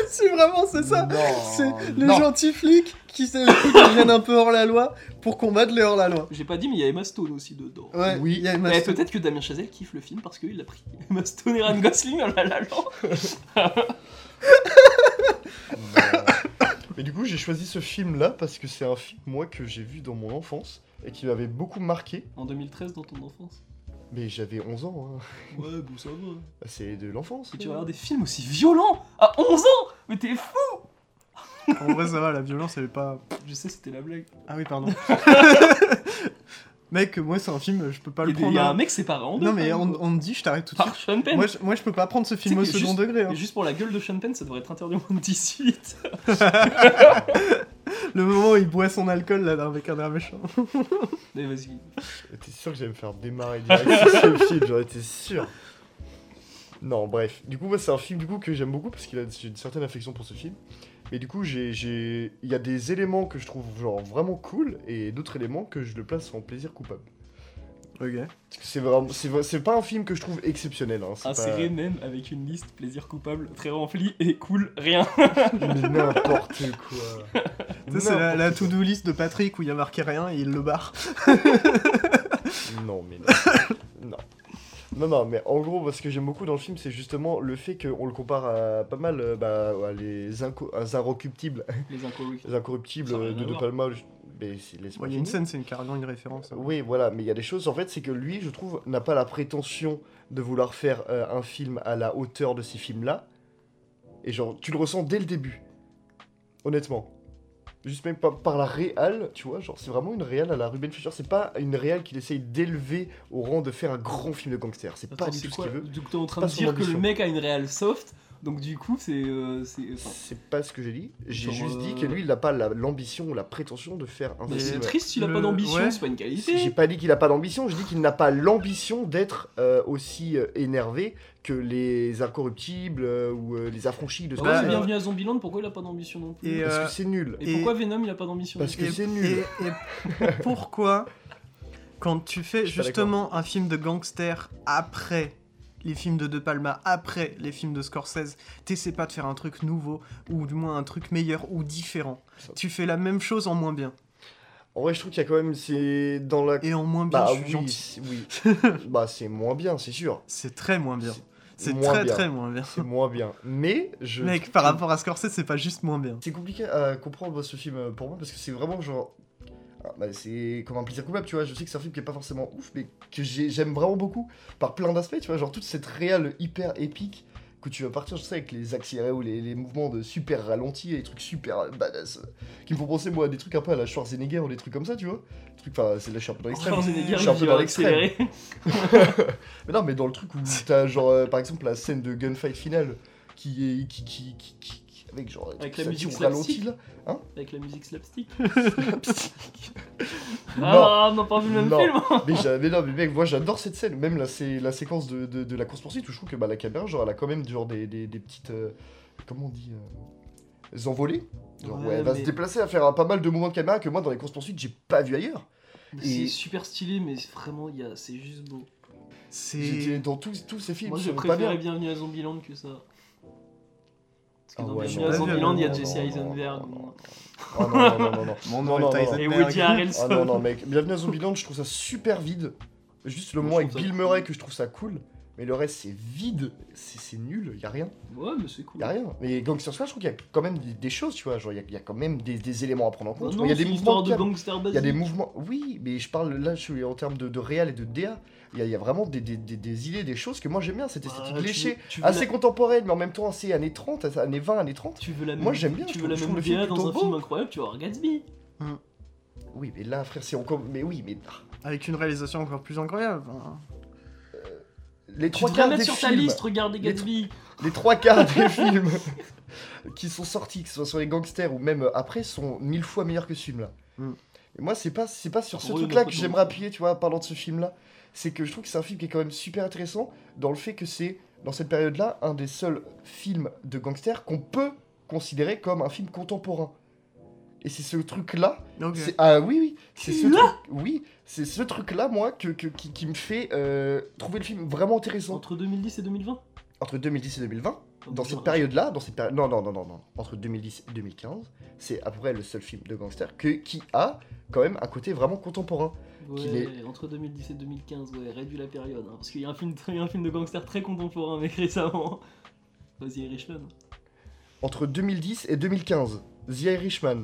B: C'est vraiment, c'est ça.
D: non,
B: C'est les
D: non.
B: gentils flics qui, se- qui deviennent un peu hors la loi pour combattre les hors la loi.
C: J'ai pas dit mais il y a Emma Stone aussi dedans.
B: Ouais,
A: Oui.
B: il y a Emma
C: Mais
B: Stone.
C: peut-être que Damien Chazelle kiffe le film parce qu'il a pris Emma Stone et Ryan Gosling oh dans la la Land.
A: Mais du coup, j'ai choisi ce film-là parce que c'est un film, moi, que j'ai vu dans mon enfance et qui m'avait beaucoup marqué.
C: En 2013 dans ton enfance.
A: Mais j'avais 11 ans, hein.
C: Ouais, bon ça va. hein.
A: Bah, c'est de l'enfance.
C: Si tu regardes des films aussi violents à 11 ans Mais t'es fou
B: En vrai, ça va, la violence, elle est pas.
C: Je sais, c'était la blague.
B: Ah oui, pardon. Mec, moi, c'est un film, je peux pas
C: Il y a
B: le
C: des- il y
B: prendre.
C: a un
B: hein.
C: mec séparé en deux.
B: Non, mais
C: quand
B: on,
C: même, quoi.
B: on me dit, je t'arrête tout de
C: Par
B: suite.
C: Sean Penn
B: Moi je, moi, je peux pas prendre ce film au
C: Tu sais que
B: second
C: juste-
B: degré. hein.
C: Et juste pour la gueule de Sean Penn, ça devrait être interdit au moins de 18.
B: Le moment où il boit son alcool là avec un air méchant.
C: Mais vas-y.
A: T'es sûr que j'allais me faire démarrer direct sur
D: C'est
A: ce film, j'en étais sûr. Non, bref. Du coup, moi, c'est un film du coup, que j'aime beaucoup parce qu'il a j'ai une certaine affection pour ce film. Mais du coup, j'ai, j'ai- il y a des éléments que je trouve genre vraiment cool et d'autres éléments que je le place en plaisir coupable.
B: Ok.
A: Parce que c'est vraiment, c'est, vrai- c'est pas un film que je trouve exceptionnel. Hein. C'est
C: Inséré même avec une liste plaisir coupable très remplie et cool, rien.
A: pas... Mais n'importe quoi.
B: Ça, c'est la,
A: N'importe
B: la
A: quoi.
B: to-do list de Patrick où il y a marqué rien et il le barre.
A: Non, mais non. non. Non, non, mais en gros, moi, ce que j'aime beaucoup dans le film, c'est justement le fait qu'on le compare à pas mal euh, bah, à les inco- à incorruptibles,
C: Les incorrects.
A: les incorruptibles
C: Ça a rien
A: euh,
C: à
A: de De
C: voir.
A: Palma. je- Mais c'est laisse-moi
B: Bon, il y a une
A: finir.
B: scène, c'est une carrément une référence. hein.
A: Oui, voilà, mais il y a des choses, en fait, c'est que lui, je trouve, n'a pas la prétention de vouloir faire euh, un film à la hauteur de ces films-là. Et genre, tu le ressens dès le début. Honnêtement. Juste même par, par la réal, tu vois, genre, c'est vraiment une réal à la Ruben Fischer. C'est pas une réal qu'il essaye d'élever au rang de faire un grand film de gangster. C'est pas
C: Attends,
A: du
C: c'est
A: tout ce
C: quoi
A: qu'il veut.
C: Donc t'es en train
A: Pas
C: de
A: son
C: dire que le
A: ambition.
C: mec a une réal soft, donc du coup c'est... euh, c'est- enfin,
A: C'est pas ce que j'ai dit. J'ai
C: Genre,
A: juste dit
C: euh,
A: que lui, il n'a pas la- l'ambition ou la prétention de faire un
C: mais c'est
A: film.
C: triste s'il a
B: le-
C: pas d'ambition,
B: ouais.
C: c'est pas une
A: J'ai
C: qualité.
A: pas dit qu'il a pas d'ambition, je dis qu'il n'a pas l'ambition d'être euh, aussi euh, énervé que les incorruptibles euh, ou euh, les affranchis de ce
C: Bah, ouais, c'est
B: Bah,
A: film.
B: bien
C: bienvenu à Zombieland, pourquoi il a pas d'ambition non plus
B: Et,
A: Parce
B: euh,
A: que c'est nul.
C: Et, pourquoi Venom il a pas d'ambition Oh,
A: Parce que
B: Et-
A: c'est nul.
B: Et, et pourquoi, quand tu fais
A: Je suis pas
B: justement un film de gangster après les films de De Palma, après les films de Scorsese, t'essaies pas de faire un truc nouveau, ou du moins un truc meilleur ou différent.
A: Ça-
B: Tu fais la même chose en moins bien.
A: En vrai, je trouve qu'il y a quand même. C'est dans la.
B: Et en moins bien,
A: bah
B: je suis
A: oui,
B: gentil.
A: c'est- oui. bah c'est moins bien, c'est sûr.
B: C'est très moins bien.
A: C'est
B: C'est
A: moins
B: très
A: bien.
B: très moins bien.
A: C'est moins bien. Mais je.
B: Mec, par rapport à Scorsese, c'est pas juste moins bien.
A: C'est compliqué à comprendre ce film euh, pour moi parce que c'est vraiment genre. ah, bah, c'est comme un plaisir coupable, tu vois. Je sais que c'est un film qui est pas forcément ouf, mais que j'ai- j'aime vraiment beaucoup par plein d'aspects, tu vois. Genre toute cette réelle hyper épique que tu vas partir, je sais, avec les accélérés ou les, les mouvements de super ralenti et les trucs super euh, badass euh, qui me font penser, moi, à des trucs un peu à la Schwarzenegger ou des trucs comme ça, tu vois. Des trucs, enfin, c'est de la suis un peu dans l'extrême.
C: Schwarzenegger,
A: Je suis
C: il
A: un peu
C: vit
A: dans
C: en
A: l'extrême.
C: accéléré.
A: Mais non, mais dans le truc où t'as, genre, euh, par exemple, la scène de gunfight finale qui est. qui. qui. qui. qui- qui- avec genre. des
C: Avec
A: trucs
C: la
A: ça
C: musique
A: tire au ralenti,
C: slapstick.
A: là.
C: Avec la musique slapstick.
A: Non.
C: Ah, on n'a pas vu le même
A: Non.
C: film
A: mais, j'a- mais non, mais mec, moi j'adore cette scène, même la, sé- la séquence de, de- de la course poursuite où je trouve que bah, la caméra, genre, elle a quand même genre, des, des- des petites. euh, comment on dit euh, des envolées. Genre, ouais,
B: Ouais,
A: elle va
B: mais-
A: se déplacer à faire euh, pas mal de mouvements de caméra que moi dans les courses poursuites j'ai pas vu ailleurs. Et-
C: C'est super stylé, mais vraiment, il y a- c'est juste beau.
A: J'étais
B: C'est.
A: dans tous, tous ces films,
C: Moi,
A: ça
C: je
A: va pas
C: préférais
A: bien.
C: Bienvenue à Zombieland que ça. Parce
A: Ah
C: que dans
A: ouais,
C: Bienvenue
B: non.
C: à Zombieland, il y a
A: Non,
C: Jesse
A: non, non,
C: Eisenberg.
A: non, non. Oh non, non, non, non, non.
B: Mon
A: nom est Tyson
C: Et
B: Berg.
C: Woody
A: Ah
C: Harrelson.
A: non, non, mec. Bienvenue à Zombieland, je trouve ça super vide. Juste le
C: Moi,
A: moment
C: je
A: avec
C: trouve ça
A: Bill
C: cool.
A: Murray que je trouve ça cool. Mais le reste, c'est vide. C'est c'est nul, y a rien.
C: Ouais, mais c'est cool.
A: Y a rien. Mais Gangster Squad, je trouve qu'il y a quand même des, des choses, tu vois. Genre, il y a, il y a quand même des, des éléments à prendre en
C: Non,
A: compte.
C: non,
A: il y a
C: c'est
A: des
C: une
A: mouvements
C: histoire
A: de
C: de
A: cam-
C: gangster
A: Il y a des
C: basique.
A: mouvements. Oui, mais je parle là, je suis en termes de, de réel et de DA. Il y a, il y a vraiment des, des- des- des idées, des choses que moi j'aime bien. Cette
C: Ah,
A: esthétique
C: tu-
A: léchée,
C: tu veux
A: assez
C: la-
A: contemporaine, mais en même temps assez années 30, assez années 20, années 30.
C: Tu veux la
A: Moi,
C: même-
A: j'aime bien, je
C: Tu veux la
A: trouve- je
C: même
A: trouve le film
C: DA dans
A: plutôt
C: un
A: beau.
C: film incroyable, tu vas voir Gatsby.
A: Oui, mais là, frère, c'est encore. Mais oui, mais. ah,
B: Avec une réalisation encore plus incroyable. hein.
A: Les
C: Tu
A: trois
C: devrais
A: quarts
C: mettre
A: des
C: sur ta
A: films.
C: liste, regardez
A: Les
C: Gatsby.
A: Les trois quarts des films qui sont sortis, que ce soit sur les gangsters ou même euh, après, sont mille fois meilleurs que ce film-là.
B: Mm.
A: Et moi, c'est pas, c'est pas sur ce
C: Oui,
A: truc-là
C: mais
A: que
C: pas
A: j'aimerais
C: tant.
A: appuyer, tu vois, en parlant de ce film-là. c'est que je trouve que c'est un film qui est quand même super intéressant dans le fait que c'est, dans cette période-là, un des seuls films de gangsters qu'on peut considérer comme un film contemporain. Et c'est ce truc-là
B: Ok.
A: c'est- Ah oui, oui. C'est ce
C: Là
A: truc, oui, c'est ce truc-là, moi, que, que- qui, qui me fait euh, trouver le film vraiment intéressant.
C: Entre 2010 et 2020
A: Entre 2010 et 2020,
C: Donc,
A: dans
C: je-
A: cette période-là, dans cette période, non, non, non, non, non, entre 2010 et 2015, c'est à peu près le seul film de gangster que, qui a quand même un côté vraiment contemporain. qu'il
C: Ouais, entre 2010 et 2015, ouais, réduis la période. hein, parce qu'il y, a un film- il y a un film de gangster très contemporain, mec, récemment. Vas-y, Irishman.
A: Entre 2010 et 2015, The Irishman.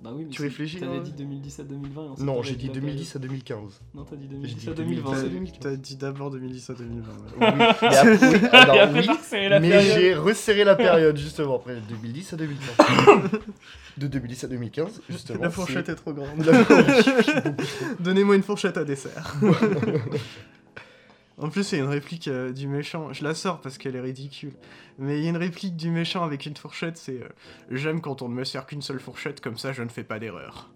C: Bah oui, mais
A: Tu
C: c'est-
A: réfléchis,
C: T'avais
A: là,
C: dit
A: ouais.
C: 2010 à 2020. et ensuite
A: Non,
C: t'as
A: j'ai
C: réduit
A: dit
C: la période.
A: 2010 à 2015.
C: Non, t'as
A: J'ai
C: dit 2010
A: dit
C: à 2020.
B: T'as-
C: c'est-
A: 2010.
B: euh, T'as dit d'abord 2010 à 2020. ouais.
A: Oui, mais après- oui, alors
C: Et après,
A: oui,
C: t'as resserré la
A: mais
C: période.
A: j'ai resserré la période justement après 2010 à 2015. de 2010 à 2015, justement.
B: La fourchette
A: c'est-
B: est trop grande.
A: La fourchette.
B: Donnez-moi une fourchette à dessert. En plus, il y a une réplique euh, du méchant. Je la sors parce qu'elle est ridicule. Mais il y a une réplique du méchant avec une fourchette. C'est euh, J'aime quand on ne me sert qu'une seule fourchette, comme ça je ne fais pas d'erreur.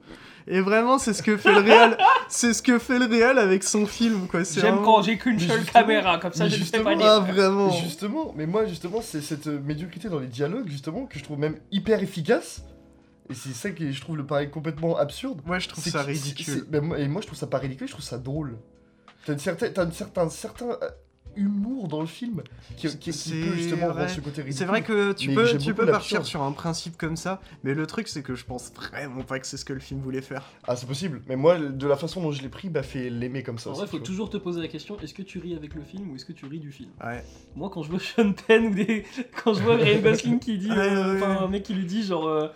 B: Et vraiment, c'est ce que fait le réel. c'est ce que fait le réel avec son film, quoi. C'est
C: J'aime
B: un-
C: quand j'ai qu'une
A: Mais
C: seule
A: justement-
C: caméra, comme ça
A: mais
C: je ne fais
A: justement,
C: pas
B: Ah,
C: dire.
B: vraiment.
A: Justement, mais moi justement c'est cette euh, médiocrité dans les dialogues justement que je trouve même hyper efficace. Et c'est ça que je trouve le pareil complètement absurde.
B: Moi, je trouve
A: C'est
B: ça
A: que- c'est-
B: ridicule.
A: c'est- mais moi- et moi je trouve ça pas ridicule, je trouve ça drôle. T'as une certaine, t'as une certain, certain euh, humour dans le film qui, qui- qui
B: C'est
A: peut justement
B: vrai.
A: rendre ce côté ridicule.
B: C'est vrai que tu
A: Mais
B: peux,
A: j'aime
B: tu
A: beaucoup
B: peux partir
A: l'absurde.
B: sur un principe comme ça, mais le truc c'est que je pense vraiment pas que c'est ce que le film voulait faire.
A: Ah c'est possible, mais moi de la façon dont je l'ai pris, bah fait l'aimer comme ça.
C: En
A: aussi,
C: vrai, faut
A: tu vois.
C: toujours te poser la question est-ce que tu ris avec le film ou est-ce que tu ris du film
B: Ouais.
C: Moi, quand je vois Sean Penn ou des. Quand je vois Ryan Gosling qui dit.
A: Ah,
B: Ouais,
C: euh,
B: ouais,
C: Enfin,
B: ouais.
C: un mec qui lui dit genre. euh,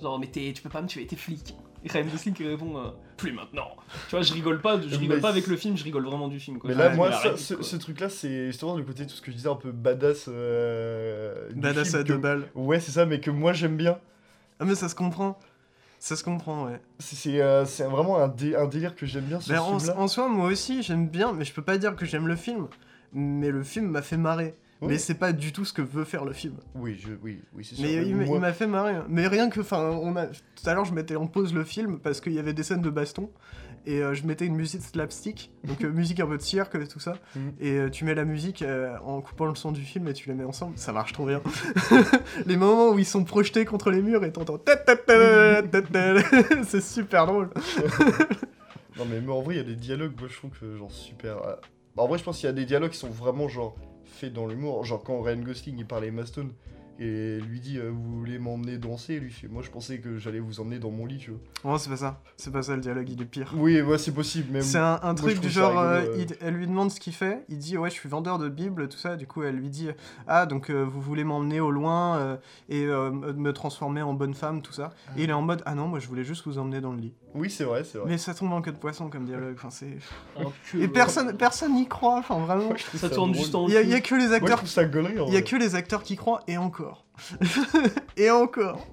C: genre, mais t'es- tu peux pas me tuer, t'es flic. Et Ryan Gosling qui répond euh, plus maintenant. Tu vois, je rigole pas, je
A: Mais-
C: rigole pas avec le film, je rigole vraiment du film. Quoi.
A: Mais là,
C: Ouais,
A: moi,
C: Ah, mais
A: ça-
C: arrête,
A: ce,
C: quoi.
A: ce truc-là, c'est justement du côté de tout ce que je disais un peu badass. euh, du
B: Badass
A: film
B: à
A: que-
B: deux balles.
A: Ouais, c'est ça, mais que moi j'aime bien.
B: Ah mais ça se comprend. Ça se comprend, ouais.
A: C'est- C'est euh, c'est vraiment un, dé- un délire que j'aime bien sur
B: Ben,
A: ce
B: en,
A: film-là.
B: en soi, moi aussi, j'aime bien, mais je peux pas dire que j'aime le film. Mais le film m'a fait marrer.
A: Ouais.
B: Mais c'est pas du tout ce que veut faire le film.
A: Oui, je, oui, oui, c'est sûr.
B: Mais il m'a-
A: moi-
B: il m'a fait marrer. hein. Mais rien que, enfin, on a. Tout à l'heure, je mettais en pause le film parce qu'il y avait des scènes de baston et euh, je mettais une musique slapstick, donc euh, musique un peu de cirque et tout ça.
A: Mhm.
B: Et euh, tu mets la musique euh, en coupant le son du film et tu les mets ensemble, ça marche trop bien. les moments où ils sont projetés contre les murs et t'entends ta ta ta ta ta, c'est super drôle.
A: Non, mais, mais en vrai, il y a des dialogues, moi je trouve que genre super. euh, En vrai, je pense qu'il y a des dialogues qui sont vraiment genre faits dans l'humour. Genre quand Ryan Gosling il parle à Emma Stone et lui dit euh, Vous voulez m'emmener danser Lui il fait Moi je pensais que j'allais vous emmener dans mon lit, tu vois.
B: Non, c'est pas ça. C'est pas ça le dialogue, il est pire.
A: Oui, ouais, c'est possible, mais.
B: C'est un,
A: Euh,
B: un
A: moi, je
B: truc
A: trouve
B: du
A: ça
B: genre,
A: rigolo,
B: euh,
A: euh.
B: il- elle lui demande ce qu'il fait, il dit ouais je suis vendeur de bibles, tout ça, du coup elle lui dit ah donc euh, vous voulez m'emmener au loin euh, et euh, me me transformer en bonne femme, tout ça. Et il est en mode ah non moi je voulais juste vous emmener dans le lit.
A: Oui, c'est vrai, c'est vrai.
B: Mais ça tombe en queue de poisson comme dialogue, enfin c'est...
C: Alors que,
B: Et
C: euh,
B: personne personne n'y croit, enfin vraiment.
A: Moi, je trouve
C: Ça tourne
A: drôle.
C: juste en.
B: Il y, a-
C: cul.
B: il y a que les
A: Moi je
B: acteurs...
A: trouve ça gaulerie en
B: Il y a
A: vrai.
B: que les acteurs qui croient, et encore. et encore.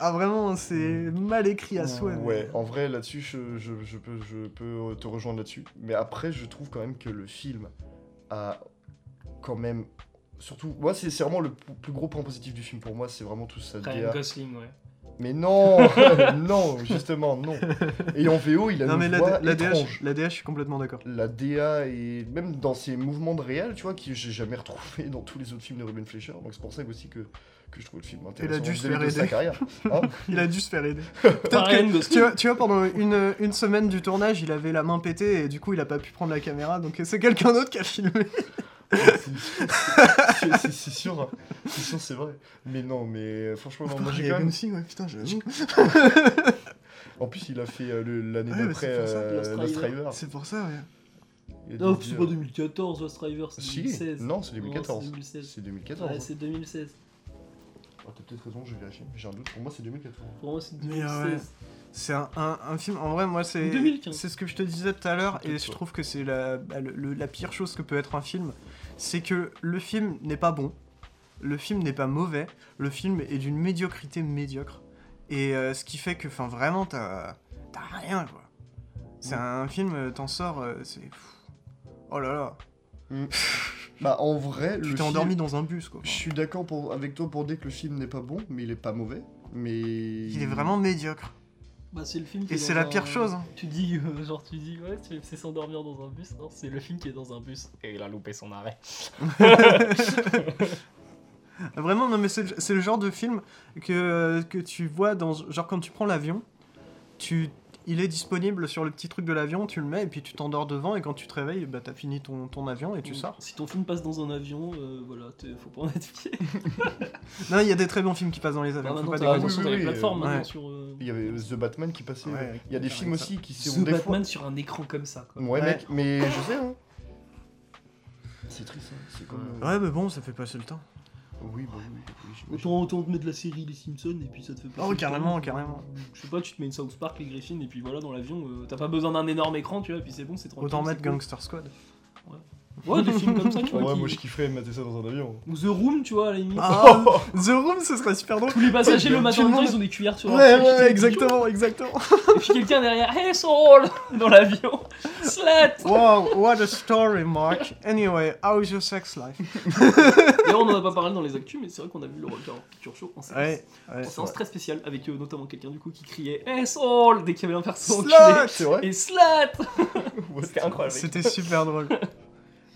B: Ah vraiment, c'est mal écrit à souhait. mais-
A: Ouais, en vrai, là-dessus, je, je- je peux, je peux euh, te rejoindre là-dessus. Mais après, je trouve quand même que le film a quand même. Surtout, moi, c'est c'est vraiment le p- plus gros point positif du film pour moi, c'est vraiment tout ça.
C: Ryan Gosling, ouais.
A: Mais non Non, justement, non. Et en VO, il a
B: Non mais
A: une
B: la,
A: voix
B: la DH,
A: étrange.
B: la DH, je suis complètement d'accord.
A: La DA et même dans ses mouvements de réel, tu vois, que j'ai jamais retrouvé dans tous les autres films de Ruben Fleischer. Donc c'est pour ça aussi que, que je trouve le film intéressant.
B: dû se
A: vis-à-vis
B: faire
A: de sa
B: aider.
A: carrière. Hein
B: Il a dû se faire aider.
C: Par
B: Peut-être que-
C: Ryan Gosling.
B: Tu vois, tu vois, pendant une, une semaine du tournage, il avait la main pétée et du coup, il a pas pu prendre la caméra, donc c'est quelqu'un d'autre qui a filmé.
A: C'est- c'est- c'est c'est sûr, hein. c'est sûr, c'est vrai. Mais non, mais euh, franchement, non, moi, j'ai quand même-
B: ouais, putain, j'avoue.
A: En plus, il a fait euh, le- l'année
B: Ah Ouais, mais
A: d'après
B: c'est pour ça, hein.
A: euh,
C: Lost
A: Lost
C: Driver.
A: Driver.
B: C'est pour ça, ouais.
A: Il a
C: Non,
A: dit,
C: c'est
A: euh,
C: pas 2014, Lost Driver, c'est
A: si,
C: 2016.
A: non, c'est
C: Non,
A: 2014.
C: 2016.
A: C'est 2014.
C: Ouais, c'est 2016.
A: Ah, T'as peut-être raison, je vais vérifier. J'ai un doute. Pour moi, c'est 2014.
C: Pour moi, c'est
B: Mais ouais.
C: 2016.
B: C'est un, un- un film, en vrai, moi, c'est
C: 2015.
B: c'est ce que je te disais tout à l'heure, et
A: Peut-être
B: je
A: pas.
B: trouve que c'est la, bah, le- le- la pire chose que peut être un film, c'est que le film n'est pas bon, le film n'est pas mauvais, le film est d'une médiocrité médiocre, et euh, ce qui fait que, enfin, vraiment, t'as t'as rien, quoi. C'est un film, euh, t'en sors, euh, c'est... pff, Oh là là,
A: Bah, en vrai,
B: tu
A: le
B: t'es
A: film-
B: endormi dans un bus, quoi.
A: Je suis d'accord pour- avec toi pour dire que le film n'est pas bon, mais il est pas mauvais. Mais
B: Il est vraiment médiocre.
C: Bah, c'est le film qui
B: Et
C: est
B: c'est
C: dans
B: la
C: un-
B: pire chose. hein.
C: Tu dis, euh, genre, tu dis, ouais, tu- c'est s'endormir dans un bus. Non, c'est le film qui est dans un bus. Et il a loupé son arrêt.
B: Vraiment, non, mais c'est le- c'est le genre de film que, que tu vois dans. Genre, quand tu prends l'avion, tu. Il est disponible sur le petit truc de l'avion, tu le mets et puis tu t'endors devant et quand tu te réveilles, bah t'as fini ton, ton avion et tu
C: Donc,
B: sors.
C: Si ton film passe dans un avion, euh, voilà, t'es- faut pas en être fier.
B: Non, il y a des très bons films qui passent dans les avions.
C: Bah,
B: faut
C: maintenant,
B: pas
C: t'as
A: raison,
B: déconner.
C: attention,
A: oui,
C: t'as les
A: oui,
C: plateformes
B: euh,
C: maintenant
B: ouais.
C: sur. euh,
A: Il y avait The Batman qui passait.
B: Ouais, Ah,
A: il y a des
B: ça
A: films
B: arrive,
A: aussi qui sont
C: The
A: des fois.
C: Batman sur un écran comme ça, quoi.
A: Ouais,
B: Ouais.
A: mec, mais je sais, hein. C'est triste, hein. C'est comme. euh,
B: Ouais, mais bon, ça fait passer le temps.
A: Oui, bah oui, oui, j'imagine.
C: Autant, autant te mettre la série Les Simpsons et puis ça te fait
B: Oh,
C: le
B: carrément,
C: temps.
B: carrément.
C: Je sais pas, tu te mets une South Park, les Griffins, et puis voilà, dans l'avion, euh, t'as pas besoin d'un énorme écran, tu vois, et puis c'est bon, c'est tranquille.
B: Autant
C: c'est
B: mettre
C: cool.
B: Gangster Squad.
C: Ouais, des films comme ça, tu vois.
A: Ouais,
C: qui-
A: moi je kifferais mater ça dans un avion.
C: Ou The Room, tu vois, à la limite.
B: Ah, The Room, ce serait super drôle.
C: Tous les passagers le matin, en
B: Tout le
C: même temps,
B: monde-
C: ils ont des cuillères sur
B: Ouais,
C: leur
B: ouais,
C: siège,
B: ouais,
C: tu sais.
B: exactement, exactement.
C: Et puis quelqu'un derrière, hey, son rôle dans l'avion. Slat
B: Wow, what a story, Mark. Anyway, how is your sex life?
C: D'ailleurs, on en a pas parlé dans les actus, mais c'est vrai qu'on a vu le Rocker Picture Show en séance.
B: Ouais, ouais.
C: En séance très spéciale, avec euh, notamment quelqu'un du coup qui criait Hey, Saul dès qu'il y avait un perso enculé.
B: Slut
A: C'est vrai
C: Et Slat
A: C'était
B: C'était super drôle.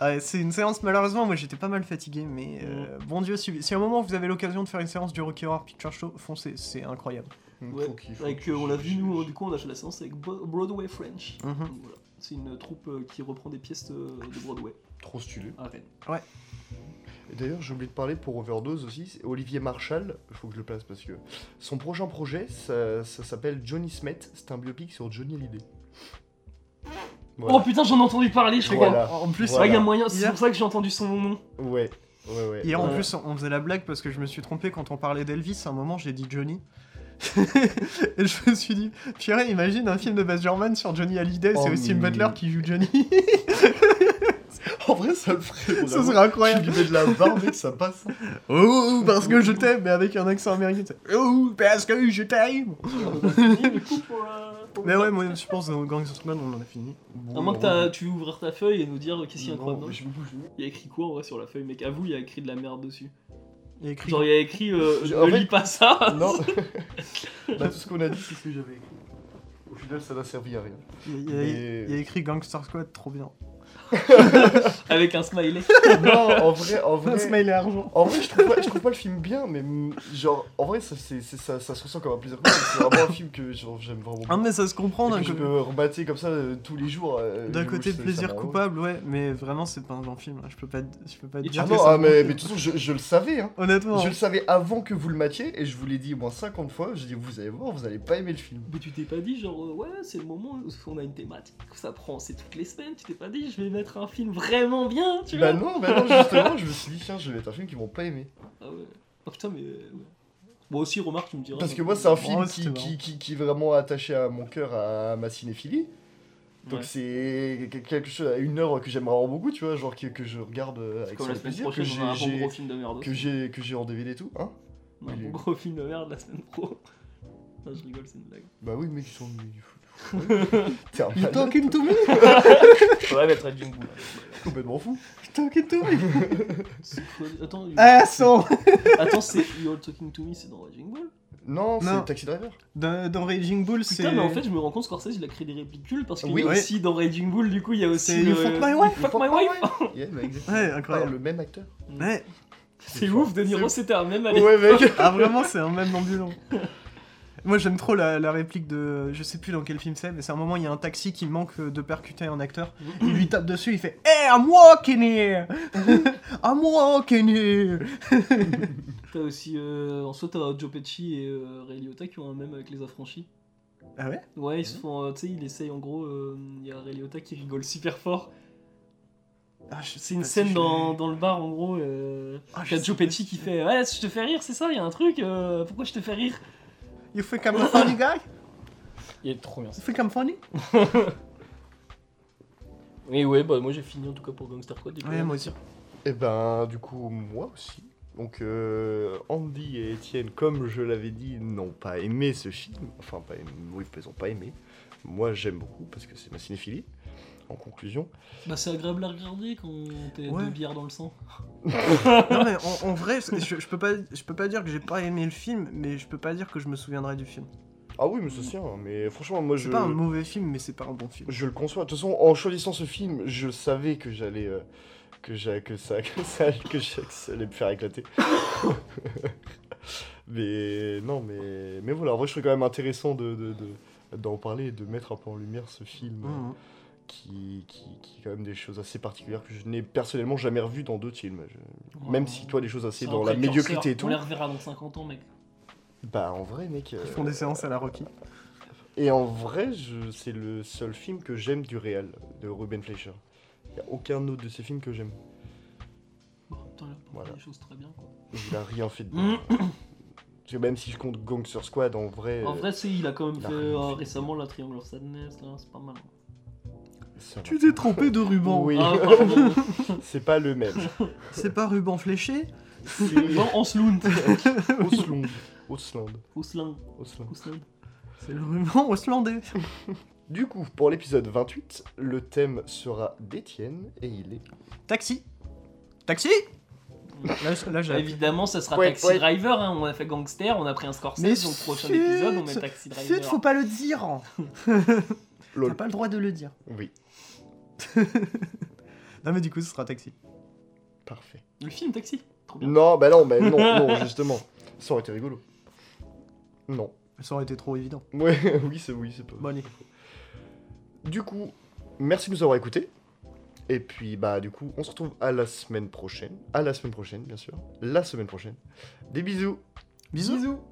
B: Ouais, c'est une séance, malheureusement, moi j'étais pas mal fatigué, mais euh,
A: Mm.
B: bon Dieu, si, si à un moment vous avez l'occasion de faire une séance du Rocky Horror Picture Show, foncez, c'est incroyable.
C: Ouais, avec, euh, on l'a vu, nous, du coup, on a fait la séance avec Bo- Broadway French.
B: Mhm.
A: Mm-hmm.
C: Donc voilà. C'est une troupe euh, qui reprend des pièces euh, de Broadway
A: Trop stylé.
C: à Rennes.
A: Et D'ailleurs, j'ai oublié de parler pour Overdose aussi. c'est Olivier Marshall, il faut que je le place parce que son prochain projet, ça, ça s'appelle Johnny Smet. C'est un biopic sur Johnny Hallyday. Voilà.
C: Oh putain, j'en ai entendu parler, je crois.
A: Voilà.
B: En, en plus,
C: Ouais, il y a
A: Voilà.
C: moyen, c'est
B: Hier-
C: pour ça que j'ai entendu son nom.
A: Ouais, ouais, ouais.
B: hier en
A: Ouais.
B: plus, on faisait la blague parce que je me suis trompé quand on parlait d'Elvis, à un moment j'ai dit Johnny. Et je me suis dit, purée, imagine un film de Baz Luhrmann sur Johnny Hallyday, c'est
A: Oh,
B: aussi
A: mais-
B: Butler qui joue Johnny.
A: En vrai, ça le ferait.
B: Ce serait
A: Tu
B: incroyable.
A: lui mets de la barbe et ça passe.
B: Oh, parce que je t'aime, mais avec un accent américain. tu sais. Oh, parce que je t'aime.
C: Et du coup, pour, euh, pour-
B: Mais ouais, moi je pense dans Gangster Squad, on en a fini.
C: À moins que t'as- tu veux ouvrir ta feuille et nous dire euh, qu'est-ce qu'il y a
A: Non,
C: incroyable dedans.
A: mais je bouge.
C: Il y a écrit quoi en vrai sur la feuille, mec À vous, il y a écrit de la merde dessus.
B: Il y a écrit
C: Genre, il y a écrit euh,
A: Je-
C: ne
A: en fait-
C: lis pas ça
A: Non. bah, tout ce qu'on a dit, c'est ce que j'avais écrit. Au final, ça n'a servi à rien.
B: Il y a,
A: Mais-
B: il y a écrit Gangster Squad, trop bien.
C: avec un smiley.
A: non, en vrai, en vrai.
B: Smiley argent.
A: En vrai, je trouve, pas, je trouve pas le film bien, mais mm, genre, en vrai, ça, c'est- c'est- ça, ça se ressent comme un plaisir. coupable, C'est vraiment un film que genre, j'aime vraiment
B: Ah,
A: beaucoup.
B: mais ça se comprend
A: Et
B: d'un
A: que je
B: côté,
A: peux remater comme ça euh, tous les jours. euh,
B: d'un
A: je-
B: côté
A: ça- ça
B: plaisir
A: me rend-
B: coupable, ouais, mais vraiment c'est pas un bon film. hein. Je peux pas, je peux pas
C: Et
B: te
C: tu
B: dire.
A: Ah
B: que
A: non,
B: c'est
A: ah,
B: un bon
A: mais,
B: film.
A: mais de toute façon, je, je le savais, hein.
B: Honnêtement,
A: Je le savais avant que vous le matiez, et je vous l'ai dit au moins 50 fois. Je dis, vous allez voir, vous allez pas aimer le film.
C: Mais tu t'es pas dit, genre, euh, ouais, c'est le moment où on a une thématique, où ça prend, c'est toutes les semaines, tu t'es pas dit, je vais mettre un film vraiment bien, tu
A: Bah
C: vois
A: non, bah non, justement, je me suis dit, tiens, je vais mettre un film qu'ils vont pas aimer.
C: Ah ouais. Oh putain, mais. euh, ouais. Moi aussi, remarque, tu me diras.
A: Parce que
C: donc,
A: moi, c'est un
C: euh,
A: film
B: ouais,
A: qui,
B: c'était
A: qui,
B: marrant.
A: qui, qui est vraiment attaché à mon cœur, à ma cinéphilie. Donc
C: Ouais.
A: c'est que- quelque chose à une heure que j'aime vraiment beaucoup, tu vois, genre que, que je regarde euh, avec
C: Comme la
A: ce
C: semaine
A: plaisir, que
C: prochaine, on a un bon
A: j'ai-
C: gros film de merde.
A: que
C: aussi.
A: j'ai que j'ai en DVD et tout, hein
C: On a un
A: il
C: bon
A: est-
C: gros film de merde la semaine pro. Non, je rigole, c'est une blague.
A: Bah oui, mais ils sont T'es un malade,
B: to me?
C: Faudrait mettre Jingu.
A: complètement fou.
B: You talking to me?
C: Attends, you-
B: Ah, son!
C: Attends, c'est You're Talking to Me, c'est dans Raging Bull.
A: Non,
B: Non.
A: c'est Taxi Driver.
B: Dans, dans Raging Bull, c'est.
C: Putain, mais en fait, je me rends compte, Scorsese, il a créé des réplicules parce qu'il
A: Oui,
C: y a
B: ouais.
C: aussi dans Raging Bull, du coup, il y a aussi.
B: C'est You
C: le-
B: Fuck My Wife.
C: You Fuck My Wife.
A: Yeah, bah, exactement.
B: Ouais,
A: Par
B: incroyable.
A: le même acteur.
B: Ouais.
C: C'est ouf, De Niro,
A: C'est-
C: c'était un même à l'époque.
A: Ouais, mec.
B: Ah, vraiment, c'est un même ambulant. Moi, j'aime trop la, la réplique de. Je sais plus dans quel film c'est, mais c'est un moment, il y a un taxi qui manque euh, de percuter un acteur. Il lui tape dessus, il fait Eh, Hey, I'm walking here! I'm walking here!
C: T'as aussi. euh, en soi, t'as Joe Pesci et euh, Ray Liotta qui ont un même avec les affranchis.
B: Ah ouais?
C: Ouais, ils se font. euh, tu sais, il essaye en gros. euh, Il y a Ray Liotta qui rigole super fort.
B: Ah, je sais
C: C'est une
B: pas si
C: scène
B: je-
C: dans, dans le bar en gros. Euh,
B: Ah,
C: t'as
B: je
C: Joe
B: sais pas
C: Pesci
B: si-
C: qui fait Ouais, je te fais rire, c'est ça, il y a un truc. euh, pourquoi je te fais rire
B: You think I'm a funny guy?
C: Il est trop bien
B: You think I'm funny?
C: Mais ouais, bah moi j'ai fini en tout cas pour Gangster Squad. du coup.
B: Ouais, moi aussi.
A: Et ben, du coup, moi aussi. Donc, euh, Andy et Étienne, comme je l'avais dit, n'ont pas aimé ce film. Enfin, pas aimé, oui, ils n'ont pas aimé. Moi, j'aime beaucoup parce que c'est ma cinéphilie. En conclusion,
C: Bah c'est agréable à regarder quand t'as
B: Ouais.
C: deux bières dans le sang.
B: Non, mais en, en vrai, c'est- je, je peux pas, je peux pas dire que j'ai pas aimé le film, mais je peux pas dire que je me souviendrai du film.
A: ah Ah oui, mais ça se tient. Mais franchement, moi,
B: C'est
A: je.
B: pas un mauvais film, mais c'est pas un bon film.
A: Je le conçois. De toute façon, en choisissant ce film, je savais que j'allais. euh, que, j'a- que, ça, que, ça, que, j'a- que ça allait me faire éclater. mais non, mais. Mais voilà, en vrai, je trouve quand même intéressant de. de- de- d'en parler et de mettre un peu en lumière ce film euh,
B: Mhm.
A: qui, qui, qui a quand même des choses assez particulières que je n'ai personnellement jamais revues dans d'autres films. Je- Même si toi les choses assez
C: C'est
A: dans la
C: un précurseur.
A: médiocrité et tout.
C: On les reverra dans 50 ans, mec.
A: Bah en vrai mec. euh,
B: Ils font des séances à la Rocky.
A: Et en vrai, je- c'est le seul film que j'aime du réel, de Ruben Fleischer. Il a aucun autre de ses films que j'aime.
C: Bon, putain, il a pas
A: Voilà.
C: fait des choses très bien. quoi.
A: Il a rien fait de bien. Parce que même si je compte Gangster Squad, en vrai,
C: En vrai, si, il a quand même
A: Euh, il a
C: fait
A: rien
C: euh,
A: fait.
C: récemment la Triangle of Sadness, là, c'est pas mal. hein.
A: euh, ça va.
B: Tu t'es trompé de ruban.
A: Oui.
C: Ah, pardon.
A: c'est pas le même.
B: C'est pas ruban fléché
C: C'est le vent en Slound.
A: Osland. Osland.
C: Ouslan,
A: Osland.
C: Ouslan.
B: C'est le ruban oslandais.
A: Du coup, pour l'épisode 28, le thème sera d'Étienne et il est.
B: Taxi. Taxi Là, je- là, j'ai-
C: Évidemment, ça sera
A: Ouais,
C: Taxi
A: ouais.
C: Driver. hein, On a fait Gangster, on a pris un Scorsese.
B: Mais
C: donc, prochain
B: zut,
C: épisode, on met Taxi
B: Zut,
C: Driver.
B: faut pas le dire T'as
A: Lol.
B: pas le droit de le dire.
A: Oui,
B: Non, mais du coup, ce sera Taxi.
A: parfait.
C: Le film Taxi. Trop bien.
A: Non, bah non, bah non, non, justement. Ça aurait été rigolo. Non.
B: Ça aurait été trop évident.
A: Ouais, oui, c'est oui, c'est pas.
B: Bon, allez.
A: Du coup, merci de nous avoir écoutés. Et puis, bah, du coup, on se retrouve à la semaine prochaine. À la semaine prochaine, bien sûr. La semaine prochaine. Des bisous.
B: Bisous.
A: bisous.